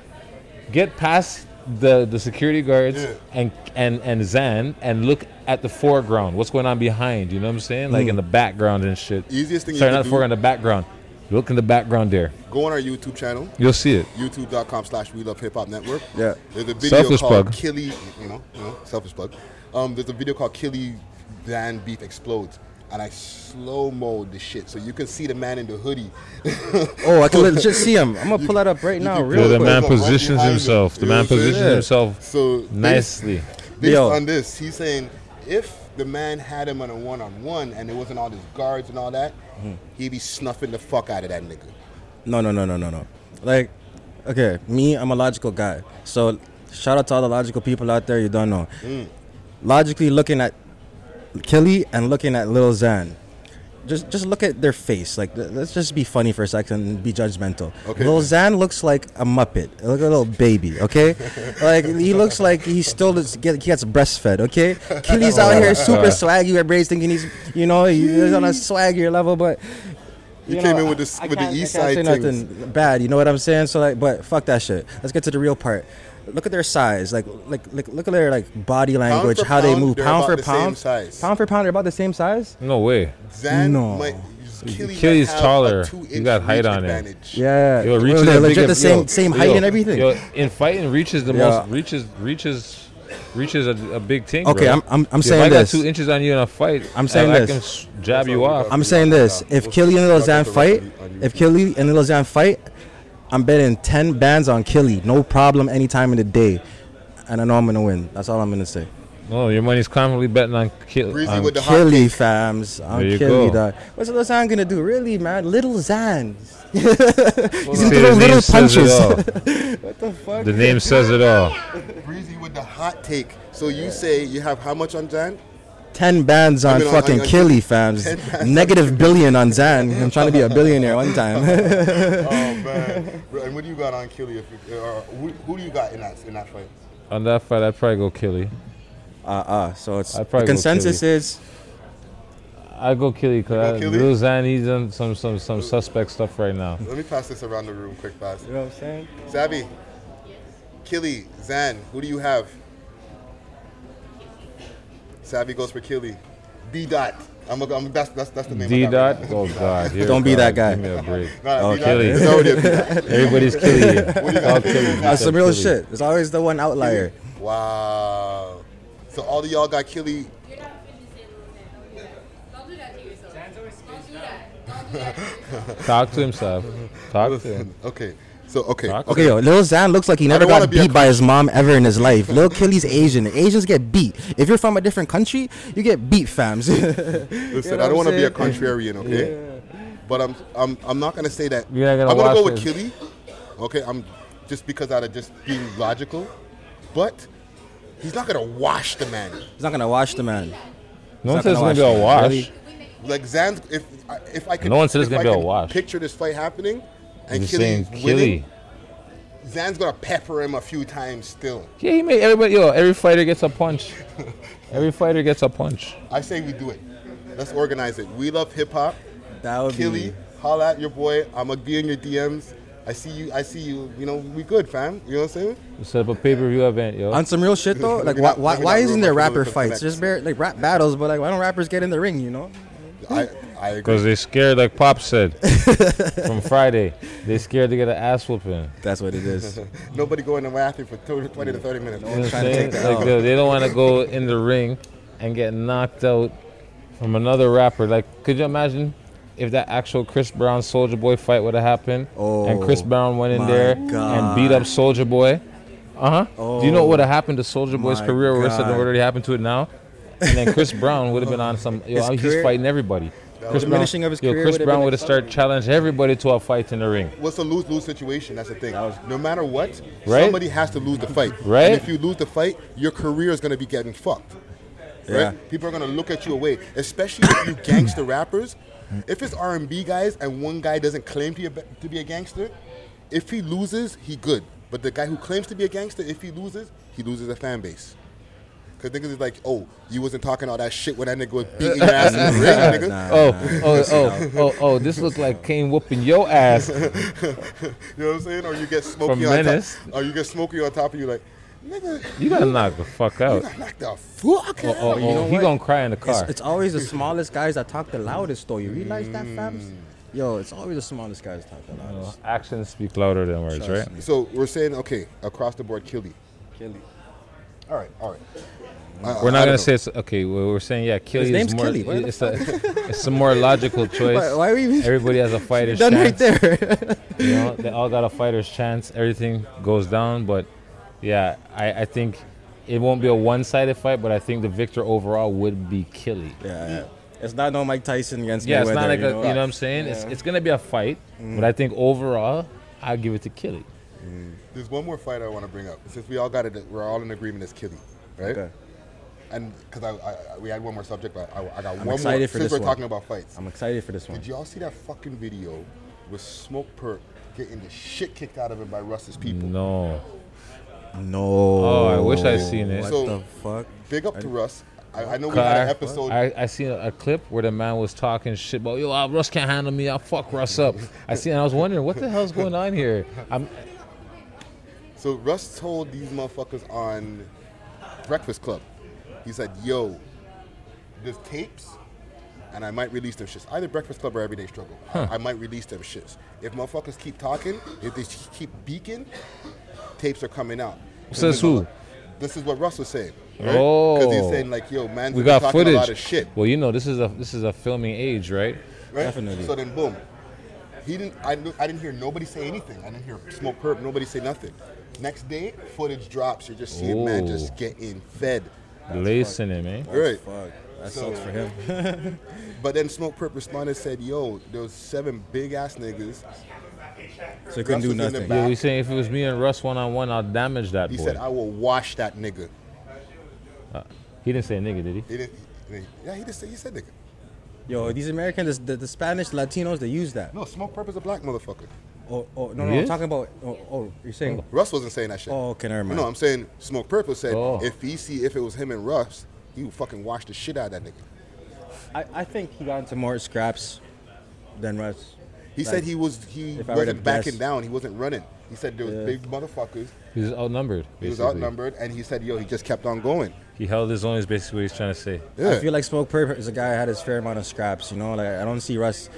Speaker 1: get past the, the security guards and, and and Zan and look at the foreground. What's going on behind? You know what I'm saying? Like in the background and shit.
Speaker 2: Hmm. Easiest thing you
Speaker 1: Sorry,
Speaker 2: can
Speaker 1: not the
Speaker 2: do-
Speaker 1: foreground, the background. Look in the background there.
Speaker 2: Go on our YouTube channel.
Speaker 1: You'll see it.
Speaker 2: youtube.com slash we love hip hop network.
Speaker 14: Yeah.
Speaker 2: There's a video
Speaker 1: Selfless
Speaker 2: called
Speaker 1: plug.
Speaker 2: Killy, you know, you know, selfish plug. Um, there's a video called Killy Van Beef Explodes. And I slow mode the shit. So you can see the man in the hoodie.
Speaker 14: Oh, I can legit see him. I'm gonna pull that up right now,
Speaker 2: can
Speaker 14: real
Speaker 2: do
Speaker 1: the
Speaker 2: it.
Speaker 14: quick.
Speaker 1: man
Speaker 2: Right
Speaker 1: positions
Speaker 2: behind you.
Speaker 1: himself. The
Speaker 2: You know
Speaker 1: man
Speaker 2: what I'm saying?
Speaker 1: positions
Speaker 14: Yeah.
Speaker 1: himself
Speaker 2: So based-
Speaker 1: nicely.
Speaker 2: Based
Speaker 14: Yo.
Speaker 2: on this, he's saying if the man had him on a one on one and there wasn't all these guards and all that,
Speaker 14: Hmm.
Speaker 2: he'd be snuffing the fuck out of that nigga.
Speaker 14: No, no, no, no, no, no. Like, okay, me, I'm a logical guy. So, shout out to all the logical people out there. You don't know. Logically looking at Killy and looking at Lil Xan. Just, just look at their face. Like, th- let's just be funny for a second and be judgmental.
Speaker 2: Okay.
Speaker 14: Lil Xan looks like a muppet, like a little baby. Okay, like he looks like he still is, get, he gets breastfed. Okay, Killy's out here super swaggy. Everybody's thinking he's, you know, he's on a swaggier level, but
Speaker 2: He came in with the s- with the east side
Speaker 14: can't say
Speaker 2: things.
Speaker 14: nothing bad. You know what I'm saying? So like, but fuck that shit. Let's get to the real part. Look at their size. Like, like, like look at their like body language,
Speaker 2: for
Speaker 14: how they
Speaker 2: pound,
Speaker 14: move.
Speaker 2: they're
Speaker 14: Pound
Speaker 2: about
Speaker 14: for
Speaker 2: the same
Speaker 14: pound,
Speaker 2: size.
Speaker 14: pound for pound, they're about the same size.
Speaker 1: No way.
Speaker 2: Zan
Speaker 14: No.
Speaker 2: might Keely
Speaker 1: Achilles
Speaker 2: might have a
Speaker 1: taller.
Speaker 2: two-inch
Speaker 1: You got height
Speaker 2: reach
Speaker 1: on him.
Speaker 2: advantage.
Speaker 14: Yeah.
Speaker 1: Yo,
Speaker 14: Well,
Speaker 1: reaches
Speaker 14: they're
Speaker 1: the
Speaker 14: legit
Speaker 1: biggest-
Speaker 14: the same-
Speaker 1: yo,
Speaker 14: same height
Speaker 1: yo,
Speaker 14: and everything.
Speaker 1: Yo, in fighting, reaches the
Speaker 14: Yeah.
Speaker 1: most. Reaches, reaches, reaches a, a big thing.
Speaker 14: Okay,
Speaker 1: bro.
Speaker 14: I'm- I'm- I'm
Speaker 1: If
Speaker 14: saying
Speaker 1: I got
Speaker 14: this.
Speaker 1: two inches on you in a fight.
Speaker 14: I'm saying
Speaker 1: and I
Speaker 14: this.
Speaker 1: can s- jab you off.
Speaker 14: I'm saying this. If Killy and Lozan fight, if Killy and Lozan fight, I'm betting 10 bands on Killy. No problem any time of the day. And I know I'm going to win. That's all I'm going to say.
Speaker 1: No, your money's constantly betting on Um, kill. on
Speaker 14: Killy, fams.
Speaker 1: There
Speaker 14: I'm
Speaker 1: you
Speaker 14: Killy,
Speaker 1: go.
Speaker 14: dog. What's Lozan going to do? Really, man? Little Zan. He's
Speaker 1: See,
Speaker 14: going to
Speaker 1: the
Speaker 14: throw
Speaker 1: name
Speaker 14: little
Speaker 1: says
Speaker 14: punches.
Speaker 1: it all.
Speaker 14: what the fuck?
Speaker 1: The name says it all.
Speaker 2: Breezy with the hot take. So you say you have how much on Jan?
Speaker 14: 10 bands
Speaker 2: I
Speaker 14: on
Speaker 2: mean, on-
Speaker 14: fucking
Speaker 2: on- on-
Speaker 14: Killy,
Speaker 2: 10
Speaker 14: fams.
Speaker 2: bands.
Speaker 14: Negative billion on Zan. I'm trying to be a billionaire one
Speaker 2: oh
Speaker 14: time.
Speaker 2: man! And what do you got on Killy? If you, or who, who do you got in that in that fight?
Speaker 1: On that fight, I'd probably go Killy.
Speaker 14: Uh uh. So it's
Speaker 1: I'd probably
Speaker 14: the consensus
Speaker 1: is. I go Killy because
Speaker 2: Killy?
Speaker 1: Lil Zan he's done some some some suspect stuff right now.
Speaker 2: Let me pass this around the room quick, pass. You
Speaker 14: know what I'm saying?
Speaker 2: Savvy, Killy, Zan, who do you have? Savvy goes for Killy. D dot. I'm, a, I'm that's, that's that's the name.
Speaker 1: D
Speaker 2: of that
Speaker 1: dot.
Speaker 2: right now.
Speaker 1: Oh God. here
Speaker 14: Don't
Speaker 1: it
Speaker 14: be that
Speaker 1: comes.
Speaker 14: guy.
Speaker 1: Give me a break.
Speaker 2: Nah,
Speaker 1: oh,
Speaker 2: D-Dot.
Speaker 1: Killy.
Speaker 2: It's already a D-Dot.
Speaker 1: Everybody's Killy.
Speaker 2: What do you got?
Speaker 1: All Killy.
Speaker 14: That's uh, some real shit. There's always the one outlier.
Speaker 2: Wow. So all of y'all got Killy.
Speaker 1: Talk to himself. Talk to him.
Speaker 2: Okay. So okay.
Speaker 14: Okay, yo, Lil Xan looks like he never
Speaker 2: don't wanna
Speaker 14: got
Speaker 2: be a
Speaker 14: beat by his mom ever in his life. Lil Killy's Asian. Asians get beat. If you're from a different country, you get beat, fams.
Speaker 2: Listen,
Speaker 14: You know
Speaker 2: I don't
Speaker 14: what
Speaker 2: want to
Speaker 14: I'm
Speaker 2: be a
Speaker 14: saying?
Speaker 2: contrarian, okay? But I'm, I'm, I'm not gonna say that.
Speaker 1: You're not gonna
Speaker 2: I'm gonna go
Speaker 1: watch
Speaker 2: with
Speaker 1: this.
Speaker 2: Killy, okay? I'm just because out of just being logical, but he's not gonna wash the man.
Speaker 14: He's not gonna wash the
Speaker 1: No
Speaker 14: man. He's
Speaker 1: one
Speaker 14: not
Speaker 1: says it's gonna be
Speaker 14: wash
Speaker 1: a
Speaker 14: the
Speaker 1: wash.
Speaker 14: man. Really?
Speaker 2: Like Zan's, if I- if I could,
Speaker 1: No one said it's
Speaker 2: if
Speaker 1: gonna
Speaker 2: I
Speaker 1: be a
Speaker 2: could
Speaker 1: wash.
Speaker 2: Picture this fight happening, and
Speaker 1: He's
Speaker 2: Killy
Speaker 1: saying
Speaker 2: winning.
Speaker 1: Killy.
Speaker 2: Zan's gonna pepper him a few times still.
Speaker 1: Yeah, he made everybody. Yo, every fighter gets a punch. Every fighter gets a punch.
Speaker 2: I say we do it. Let's organize it. We love hip hop.
Speaker 14: That would
Speaker 2: Killy,
Speaker 14: be-
Speaker 2: holla at your boy. I'ma be in your DMs. I see you. I see you. You know, we good, fam. You know what I'm saying?
Speaker 1: We set up a pay per view event, yo.
Speaker 14: On some real shit though, like why, why, why isn't there rapper fights?
Speaker 2: Just
Speaker 14: There's bare, like rap battles, but like why don't rappers get in the ring? You know,
Speaker 2: I, I agree.
Speaker 1: Because they scared, like Pop said from Friday. They scared to get an ass whooping.
Speaker 14: That's what it is.
Speaker 2: Nobody going in the bathroom for 20 20 to 30 minutes.
Speaker 1: You know what I'm saying? Like, yo, they don't want to go in the ring and get knocked out from another rapper. Like, could you imagine if that actual Chris Brown Soldier Boy fight would have happened? and Chris
Speaker 14: Oh,
Speaker 1: Brown went in
Speaker 14: my
Speaker 1: there and beat up
Speaker 14: God.
Speaker 1: Soldier Boy. Uh huh. Do you know
Speaker 14: Oh,
Speaker 1: what would have happened to Soldier Boy's
Speaker 14: my
Speaker 1: career? Worse than
Speaker 14: God.
Speaker 1: what already happened to it now. And then Chris Brown would have been on some. Yo,
Speaker 14: His
Speaker 1: he's
Speaker 14: career-
Speaker 1: fighting everybody.
Speaker 2: The
Speaker 1: Chris
Speaker 14: diminishing
Speaker 1: Brown,
Speaker 14: of his
Speaker 1: yo,
Speaker 14: career
Speaker 1: Chris
Speaker 14: would have
Speaker 1: Brown
Speaker 14: been
Speaker 1: would have started challenging everybody to a fight in the ring.
Speaker 2: What's a lose lose situation? That's the thing. No matter what,
Speaker 1: Right?
Speaker 2: somebody has to lose the fight.
Speaker 1: Right?
Speaker 2: And if you lose the fight, your career is going to be getting fucked.
Speaker 1: Yeah.
Speaker 2: Right? People are going to look at you away, especially if you gangster rappers. If it's R&B guys and one guy doesn't claim to be, a, ba- to be a gangster, if he loses, he good. But the guy who claims to be a gangster, if he loses, he loses a fan base. Cause niggas is like, oh, you wasn't talking all that shit when that nigga was beating your ass in the ring, nigga.
Speaker 1: oh, oh, oh, oh, oh! This looks like Kane whooping your ass.
Speaker 2: you know what I'm saying? Or you get smoky
Speaker 1: From
Speaker 2: on
Speaker 1: Menace.
Speaker 2: top. Or you get smoky on top of you, like, nigga,
Speaker 1: You gotta knock the fuck out.
Speaker 2: knock the fuck
Speaker 1: Oh,
Speaker 2: out.
Speaker 1: oh,
Speaker 14: You know
Speaker 1: oh! He
Speaker 14: what?
Speaker 1: gonna cry in the
Speaker 14: It's,
Speaker 1: car.
Speaker 14: it's always the smallest guys that talk the loudest, though. You realize that, fams? Yo, it's always the smallest guys that talk the loudest.
Speaker 1: Actions speak louder than words, right?
Speaker 2: So we're saying, okay, across the board, Killy. Killy. All right, all right. I-
Speaker 1: We're
Speaker 2: I
Speaker 1: not
Speaker 2: don't know.
Speaker 1: gonna say it's okay. we- We're saying yeah, Killy
Speaker 14: His
Speaker 1: is
Speaker 14: name's
Speaker 1: more.
Speaker 14: Killy, what the
Speaker 1: It's a, it's a more logical choice.
Speaker 14: Why- why are we-
Speaker 1: Everybody has a fighter's
Speaker 14: Done right
Speaker 1: chance. you know, they all got a fighter's chance. Everything goes down, but yeah, I, I think it won't be a one-sided fight. But I think the victor overall would be Killy.
Speaker 14: Yeah, yeah. It's not no Mike Tyson against
Speaker 1: Yeah,
Speaker 14: Mayweather.
Speaker 1: it's not like
Speaker 14: you
Speaker 1: a,
Speaker 14: know,
Speaker 1: you know what I'm saying. It's,
Speaker 14: Yeah.
Speaker 1: it's gonna be a fight,
Speaker 14: Mm.
Speaker 1: but I think overall, I give it to Killy.
Speaker 2: There's one more fight I want to bring up. Since we all got it, we're all in agreement it's Killy, right?
Speaker 14: Okay.
Speaker 2: And because I, I, I- we had one more subject, but I, I got
Speaker 14: I'm
Speaker 2: one
Speaker 14: excited
Speaker 2: more.
Speaker 14: for
Speaker 2: since
Speaker 14: this
Speaker 2: we're
Speaker 14: one.
Speaker 2: talking about fights,
Speaker 14: I'm excited for this one.
Speaker 2: Did y'all see that fucking video with Smoke Perk getting the shit kicked out of him by Russ's people?
Speaker 1: No.
Speaker 14: No.
Speaker 1: Oh, I wish I seen it.
Speaker 2: So,
Speaker 14: fuck?
Speaker 2: Big up to Russ. I, I know we
Speaker 1: Cause
Speaker 2: had an
Speaker 1: I-
Speaker 2: episode.
Speaker 1: I, I seen a, a clip where the man was talking shit about yo, uh, Russ can't handle me. I'll fuck Russ up. I seen. And I was wondering what the hell's going on here. I'm
Speaker 2: So Russ told these motherfuckers on Breakfast Club. He said, "Yo, there's tapes and I might release them shits. Either Breakfast Club or Everyday Struggle. I might release them shits. If motherfuckers keep talking, if they sh- keep beaking, tapes are coming out.
Speaker 1: Who says who?
Speaker 2: This is what Russ was saying. Right?
Speaker 1: Oh,
Speaker 2: Because he's saying like, yo, man's
Speaker 1: we
Speaker 2: been
Speaker 1: got
Speaker 2: talking
Speaker 1: footage.
Speaker 2: a lot of shit.
Speaker 1: Well, you know, this is a this is a filming age, right?
Speaker 2: Right? So then, boom. He didn't. I, kn- I didn't hear nobody say anything. I didn't hear smoke perp. Nobody say nothing. Next day, footage drops. You're just seeing man
Speaker 1: Ooh.
Speaker 2: just getting fed.
Speaker 1: Lacing eh? it, man.
Speaker 2: Right.
Speaker 1: That
Speaker 2: So-
Speaker 1: sucks for him.
Speaker 2: but then Smoke Perp responded, said, "Yo, those seven big ass niggas."
Speaker 1: So
Speaker 2: Russ was in the back.
Speaker 1: Yeah, we saying if it was me and Russ one on one, I'll damage that
Speaker 2: He
Speaker 1: boy.
Speaker 2: said, uh, "I will wash that nigga."
Speaker 1: Uh, he didn't say nigga, did he?
Speaker 2: He didn't. he didn't- Yeah, he just said he said nigga.
Speaker 14: Yo, these Americans, the, the Spanish Latinos, they use that.
Speaker 2: No, Smoke Perp is a black motherfucker.
Speaker 14: Oh, oh no, no,
Speaker 2: He
Speaker 14: I'm
Speaker 2: is?
Speaker 14: talking about. Oh, oh you're saying.
Speaker 2: Russ wasn't saying that shit.
Speaker 14: Oh, okay, never mind.
Speaker 2: No, I'm saying Smoke Purple said
Speaker 14: Oh.
Speaker 2: if he see if it was him and Russ, he would fucking wash the shit out of that nigga.
Speaker 14: I, I think he got into more scraps than Russ.
Speaker 2: He
Speaker 14: Like,
Speaker 2: said he was he
Speaker 14: if I were to
Speaker 2: wasn't backing
Speaker 14: guess.
Speaker 2: down. He wasn't running. He said there was
Speaker 14: Yeah.
Speaker 2: big motherfuckers.
Speaker 1: He was outnumbered.
Speaker 2: He was
Speaker 1: basically.
Speaker 2: outnumbered, and he said, "Yo, he just kept on going."
Speaker 1: He held his own. Is basically what he's trying to say.
Speaker 14: I feel like Smoke Perp is a guy who had his fair amount of scraps, you know? Like, I don't see Russ.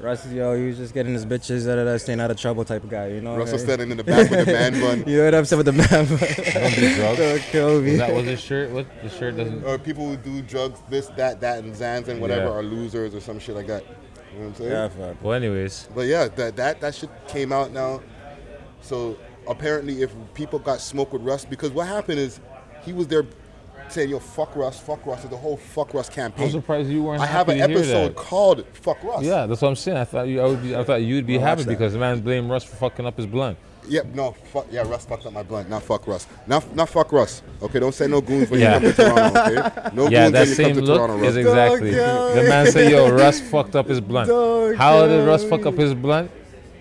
Speaker 14: Russ, yo, he was just getting his bitches, da, da, da, staying out of trouble type of guy, you know?
Speaker 2: Russ was standing in the back with the man bun.
Speaker 14: you know what I'm saying? With the man bun.
Speaker 1: Don't do drugs.
Speaker 14: Don't kill me.
Speaker 1: Was that was his shirt? What the shirt doesn't.
Speaker 2: Or people who do drugs, this, that, that, and Zans and whatever
Speaker 1: Yeah.
Speaker 2: are losers or some shit like that. You know what I'm saying?
Speaker 1: Well, anyways,
Speaker 2: But yeah, that that that shit came out now. So apparently, if people got smoked with Russ, because what happened is he was there saying, "Yo, fuck Russ, fuck Russ." There's a whole fuck Russ campaign.
Speaker 1: I'm surprised you weren't
Speaker 2: I have
Speaker 1: happy to
Speaker 2: an
Speaker 1: hear
Speaker 2: episode
Speaker 1: that.
Speaker 2: called "Fuck Russ."
Speaker 1: yeah, that's what I'm saying. I thought you, I would be, I thought you'd be
Speaker 2: I'll watch
Speaker 1: happy
Speaker 2: that.
Speaker 1: because the man blamed Russ for fucking up his blunt.
Speaker 2: Yep. No. Fuck. Yeah. Russ fucked up my blunt. Not fuck Russ. Not not fuck Russ. Okay. Don't say no goons when
Speaker 1: Yeah.
Speaker 2: you come to Toronto. Okay. No
Speaker 1: yeah, that
Speaker 2: goons when you
Speaker 1: same
Speaker 2: come to
Speaker 1: look
Speaker 2: Toronto. Russ.
Speaker 1: is exactly. The man said, "Yo, Russ fucked up his blunt."
Speaker 2: Don't
Speaker 1: How did
Speaker 2: kill
Speaker 1: Russ fuck up his blunt?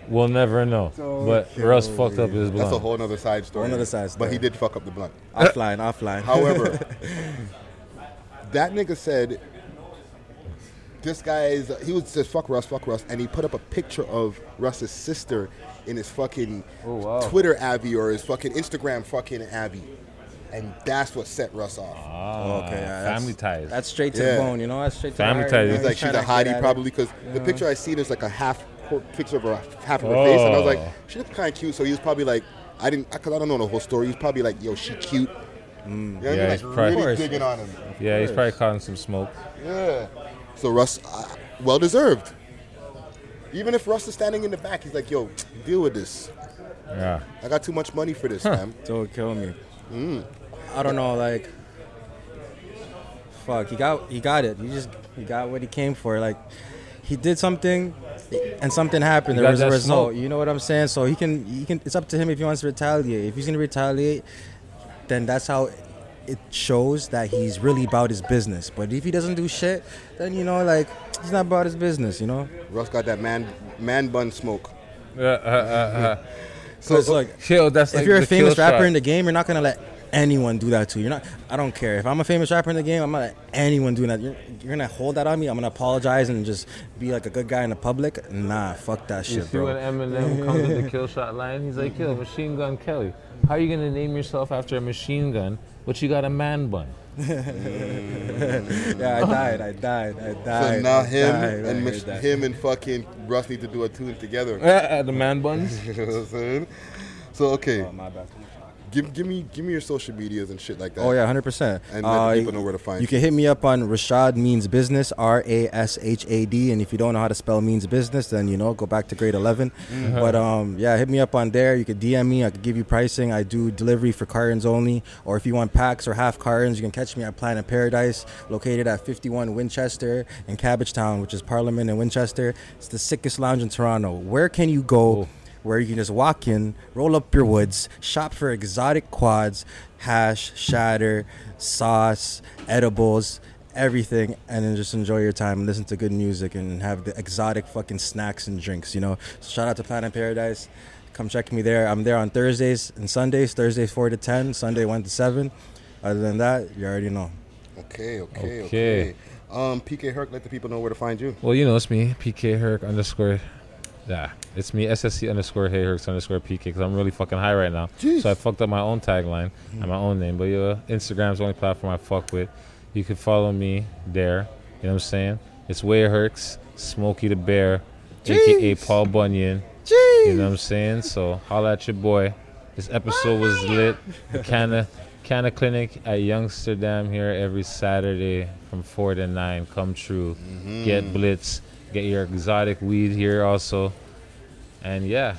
Speaker 1: We'll never know. but Russ fucked up his blunt.
Speaker 2: That's a whole nother side story.
Speaker 14: Whole nother side
Speaker 2: But he
Speaker 14: story.
Speaker 2: did fuck up the blunt.
Speaker 14: Offline, offline.
Speaker 2: Uh, However, that nigga said, this guy is, he was just fuck Russ, fuck Russ. And he put up a picture of Russ's sister in his fucking
Speaker 1: Oh,
Speaker 2: Twitter Abbey or his fucking Instagram fucking Abbey. And that's what set Russ off.
Speaker 1: Ah, Okay, yeah, that's- family ties.
Speaker 14: That's straight to
Speaker 2: Yeah.
Speaker 14: the bone, you know? That's straight to
Speaker 1: Family
Speaker 14: the heart,
Speaker 1: ties.
Speaker 14: you know?
Speaker 2: He's like,
Speaker 14: He's
Speaker 2: she's a
Speaker 14: trying to get at
Speaker 2: hottie
Speaker 14: it,
Speaker 2: probably because the
Speaker 14: you
Speaker 2: picture
Speaker 14: know?
Speaker 2: I seen is like a half cor- picture of her half of her face, and I was like,
Speaker 1: Oh.
Speaker 2: she looks kind of cute. So he was probably like, I didn't, because I don't know the whole story. He's probably like, yo, she cute. you
Speaker 14: Mm.
Speaker 2: know what I mean?
Speaker 1: yeah,
Speaker 2: Like
Speaker 1: he's probably
Speaker 2: really digging on him.
Speaker 1: Yeah, he's probably caught in some smoke.
Speaker 2: Yeah. So Russ, uh, well deserved. Even if Russ is standing in the back, he's like, yo, deal with this.
Speaker 1: Yeah.
Speaker 2: I got too much money for this, man.
Speaker 14: Don't kill me.
Speaker 2: Mm.
Speaker 14: I don't know, like, fuck, he got he got it. He just he got what he came for. Like, he did something, and something happened.
Speaker 1: He
Speaker 14: There
Speaker 1: got
Speaker 14: was a
Speaker 1: that
Speaker 14: result.
Speaker 1: smoke.
Speaker 14: You know what I'm saying? So he can he can. It's up to him if he wants to retaliate. If he's gonna retaliate, then that's how it shows that he's really about his business. But if he doesn't do shit, then you know, like, he's not about his business. You know.
Speaker 2: Russ got that man man bun smoke.
Speaker 1: Uh, uh, uh, uh.
Speaker 14: So it's like,
Speaker 1: Yo, that's
Speaker 14: if
Speaker 1: like
Speaker 14: you're a
Speaker 1: the
Speaker 14: famous
Speaker 1: kill
Speaker 14: rapper
Speaker 1: shot.
Speaker 14: in the game, you're not gonna let anyone do that to you. You're not. I don't care if I'm a famous rapper in the game. I'm not let anyone doing that. You're, you're gonna hold that on me. I'm gonna apologize and just be like a good guy in the public. Nah, fuck that
Speaker 1: You
Speaker 14: shit,
Speaker 1: see
Speaker 14: bro.
Speaker 1: when Eminem comes with the kill shot line, he's like, "Yo, Machine Gun Kelly, how you gonna name yourself after a machine gun, but you got a man bun?"
Speaker 14: yeah, I died. I died. I died.
Speaker 2: So now
Speaker 14: I
Speaker 2: him
Speaker 14: died, right,
Speaker 2: and
Speaker 14: I
Speaker 2: Mich-
Speaker 14: died.
Speaker 2: him and fucking Russ need to do a tune together.
Speaker 1: Uh, the man buns.
Speaker 2: You know what I'm saying? so okay.
Speaker 14: Oh, my bad.
Speaker 2: Give, give me give me your social medias and shit like that.
Speaker 14: Oh yeah, hundred percent. Uh,
Speaker 2: And let the people know where to find
Speaker 14: You can hit me up on Rashad Means Business, R A S H A D. And if you don't know how to spell Means Business, then you know go back to grade 11
Speaker 15: Mhm.
Speaker 14: But um, yeah, hit me up on there. You can DM me. I could give you pricing. I do delivery for cartons only, or if you want packs or half cartons, you can catch me at Planet Paradise, located at fifty one Winchester and Cabbage Town, which is Parliament in Winchester. It's the sickest lounge in Toronto. Where can you go? where you can just walk in, roll up your woods, shop for exotic quads, hash, shatter, sauce, edibles, everything, and then just enjoy your time, listen to good music, and have the exotic fucking snacks and drinks. You know, so shout out to Planet Paradise. Come check me there. I'm there on Thursdays and Sundays. Thursdays four to ten, Sunday one to seven. Other than that, you already know.
Speaker 2: Okay, okay, okay.
Speaker 1: Okay.
Speaker 2: Um, PK Herc, let the people know where to find you.
Speaker 1: Well, you know, it's me, PK Herc underscore. Yeah, it's me, SSC underscore Hey Herc underscore PK, because I'm really fucking high right now. So I fucked up my own tagline and my own name. But yeah, Instagram's the only platform I fuck with. You can follow me there. You know what I'm saying? It's Way Herx, Smokey the Bear, aka
Speaker 15: Jeez.
Speaker 1: Paul Bunyan. You know what I'm saying? So holla at your boy. This episode was lit. The Canna Canna Clinic at Youngsterdam here every Saturday from four to nine. Come true. Get blitz. Get your exotic weed here also. And yeah,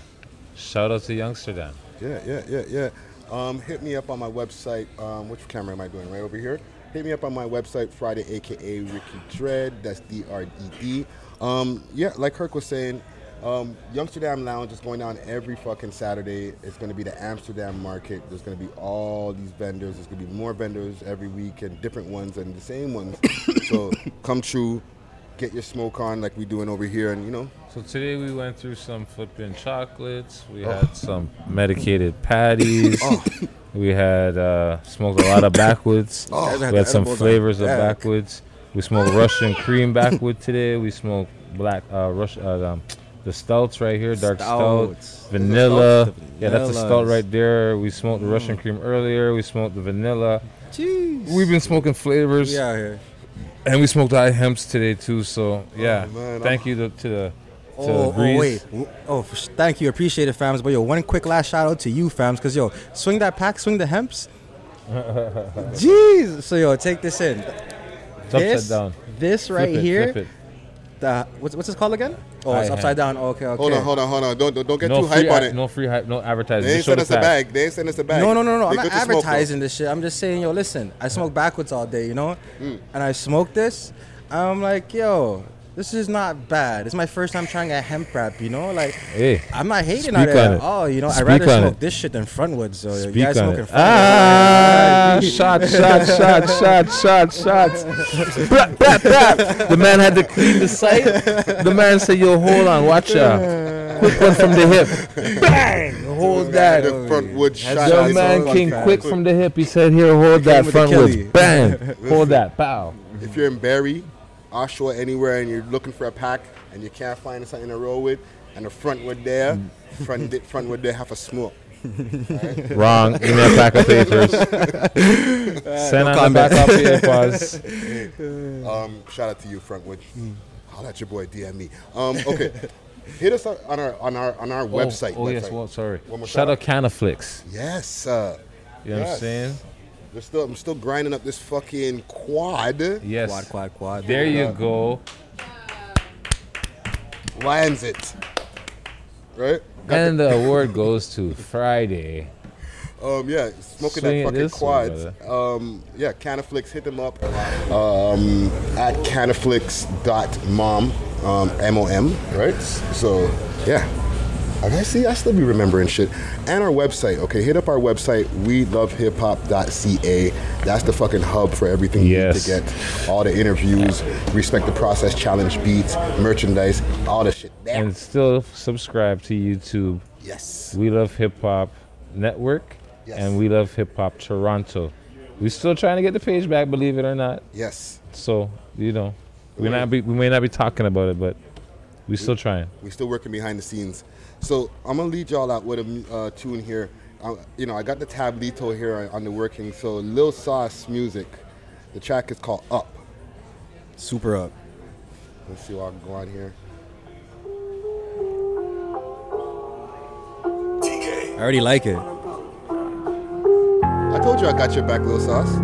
Speaker 1: shout out to Youngsterdam.
Speaker 2: Yeah, yeah, yeah, yeah. Um, hit me up on my website. Um, which camera am I doing? Right over here. Hit me up on my website, Friday, aka Ricky Dread. That's D R D D. Um, yeah, like Kirk was saying, um, Youngsterdam Lounge is going down every fucking Saturday. It's going to be the Amsterdam market. There's going to be all these vendors. There's going to be more vendors every week and different ones and the same ones. so come true, get your smoke on like we doing over here, and you know,
Speaker 1: So today we went through some flipping chocolates. We
Speaker 2: Oh.
Speaker 1: had some medicated patties. We had uh, smoked a lot of backwoods.
Speaker 2: Oh. Guys
Speaker 1: we
Speaker 2: had
Speaker 1: had
Speaker 2: the
Speaker 1: some
Speaker 2: edibles
Speaker 1: flavors of
Speaker 2: on deck.
Speaker 1: backwoods. We smoked Russian cream backwood today. We smoked black uh, Rush uh, um, the stouts right here, dark
Speaker 15: Stouts.
Speaker 1: stout, vanilla.
Speaker 15: Those are stouts, the
Speaker 1: yeah, that's the stout
Speaker 15: vanillas.
Speaker 1: right there. We smoked the Russian cream earlier. We smoked the vanilla. We've been smoking flavors.
Speaker 14: We out here.
Speaker 1: And we smoked high hemps today too. So yeah,
Speaker 14: man,
Speaker 1: thank you to, to the to
Speaker 14: Oh,
Speaker 1: Breeze.
Speaker 14: oh wait. W- Oh, f- sh- thank you. Appreciate it, fams. But yo, one quick last shout out to you, fams, because yo, swing that pack, swing the hemps. Jeez. So yo, take this in.
Speaker 1: It's upside down.
Speaker 14: This
Speaker 1: Flip
Speaker 14: right
Speaker 1: it,
Speaker 14: here.
Speaker 1: flip it.
Speaker 14: The, what's what's this called again? Oh, it's
Speaker 1: High
Speaker 14: upside
Speaker 1: hand.
Speaker 14: down. Okay, okay.
Speaker 2: Hold on, hold on, hold on. Don't don't, don't get
Speaker 1: No
Speaker 2: too
Speaker 1: free
Speaker 2: hype on
Speaker 1: ad-
Speaker 2: it.
Speaker 1: No free hype. No advertising.
Speaker 2: They ain't
Speaker 1: Just show
Speaker 2: sent
Speaker 1: the
Speaker 2: us a
Speaker 1: pack.
Speaker 2: bag. They ain't sent us a bag.
Speaker 14: No, no, no, no.
Speaker 2: They
Speaker 14: I'm not
Speaker 2: good to smoke, though.
Speaker 14: advertising this shit. I'm just saying, yo, listen, I smoke backwards all day, you know?
Speaker 2: Mm.
Speaker 14: And I smoke this. I'm like, yo, this is not bad. It's my first time trying a hemp wrap, you know? Like,
Speaker 1: Hey,
Speaker 14: I'm not hating
Speaker 1: speak
Speaker 14: on it
Speaker 1: on
Speaker 14: at
Speaker 1: it.
Speaker 14: all, you know?
Speaker 1: Speak
Speaker 14: I'd rather
Speaker 1: on
Speaker 14: smoke
Speaker 1: it.
Speaker 14: this shit than frontwoods. So, yo, you
Speaker 1: Speak
Speaker 14: guys
Speaker 1: on
Speaker 14: smoking
Speaker 1: it. Ah,
Speaker 14: Frontwoods.
Speaker 1: shot, shot, shot, shot, shot, shots. Brap, brap, brap. The man had to clean the site. The man said, "Yo, hold on, watch out. Quick one from the hip. Bang! Hold that.
Speaker 2: The front wood shot.
Speaker 1: The man came quick from the hip. He said, "Here, hold that
Speaker 2: with the Kelly.
Speaker 1: frontwards. Bang!
Speaker 2: Listen.
Speaker 1: Hold that. Pow."
Speaker 2: If you're in Barrie, Oshawa, anywhere, and you're looking for a pack and you can't find something to roll with, and the front wood there,
Speaker 14: Mm.
Speaker 2: front di- front wood there, have a smoke. Alright?
Speaker 1: Wrong. Give me a pack of papers. Send
Speaker 2: no
Speaker 1: on the back
Speaker 2: comment.
Speaker 1: of papers.
Speaker 14: Mm.
Speaker 2: um, shout out to you, Frontwood. Holla at your boy, DM me. Um, okay, hit us up on our on our on our
Speaker 1: Oh,
Speaker 2: website.
Speaker 1: Oh yes,
Speaker 2: website.
Speaker 1: well, sorry.
Speaker 2: One more
Speaker 1: Shout out Canaflix.
Speaker 2: Yes. Uh,
Speaker 1: You know what I'm saying?
Speaker 2: We're still, I'm still grinding up this fucking quad.
Speaker 1: Yes.
Speaker 14: Quad, quad, quad.
Speaker 1: There you go.
Speaker 2: Lands it. Right? Got
Speaker 1: And the award goes to Friday.
Speaker 2: Um, yeah, smoking
Speaker 1: Swing
Speaker 2: that fucking
Speaker 1: this one,
Speaker 2: quads. um, yeah, Canaflix, hit them up. Um, at canaflix.mom, um, M-O-M, right? So, yeah. Okay, see, I still be remembering shit. And our website, okay, hip hit up our website, welovehiphop.ca. That's the fucking hub for everything
Speaker 1: Yes.
Speaker 2: you need to get. All the interviews, Respect the Process Challenge beats, merchandise, all the shit.
Speaker 1: And still subscribe to YouTube.
Speaker 2: Yes.
Speaker 1: We Love Hip Hop Network
Speaker 2: Yes.
Speaker 1: and We Love Hip Hop Toronto. We're still trying to get the page back, believe it or not.
Speaker 2: Yes.
Speaker 1: So, you know, we not be we may not be talking about it, but we still trying.
Speaker 2: we still working behind the scenes. So I'm gonna lead y'all out with a mu- uh, tune here. Uh, you know, I got the tablito here on, on the working. So Lil Sauce music. The track is called Up.
Speaker 14: Super up.
Speaker 2: Let's see what I can go on here.
Speaker 14: I already like it.
Speaker 2: I told you I got your back, Lil Sauce.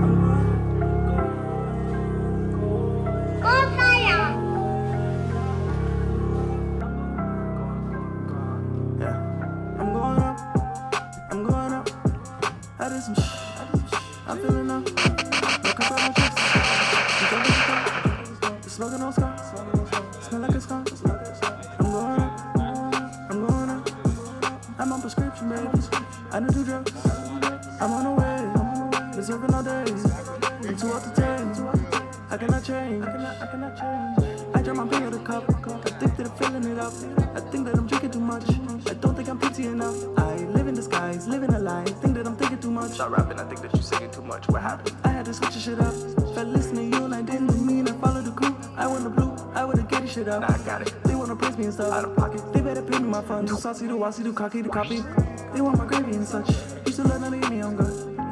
Speaker 16: I'm going up, I'm going up. I did some shit, I did some shit. I'm feeling up. Look up my chest. I'm jumping the car. The smoking on skunk. Smell like a skunk. I'm going up, I'm going up. I'm on prescription, baby. I don't do drugs. I'm on the way. Been serving all day. I'm too out to change. I cannot change. I cannot change. I drink my beer out of the cup. Addicted to filling it up. I think that I'm drinking too much. I don't think I'm pretty enough. I live in disguise, living a lie. Think that I'm thinking too much. Stop rapping. I think that you're singing too much. What happened? I had to switch the shit up. Fell listening to you and I didn't mean I followed the crew. I want the blue. I want to get this shit up. I got it. They want to praise me and stuff. Out of pocket. They better pay me my funds. Too saucy, too wassy, too cocky, too copy. They want my gravy and such. You still let them leave me on good.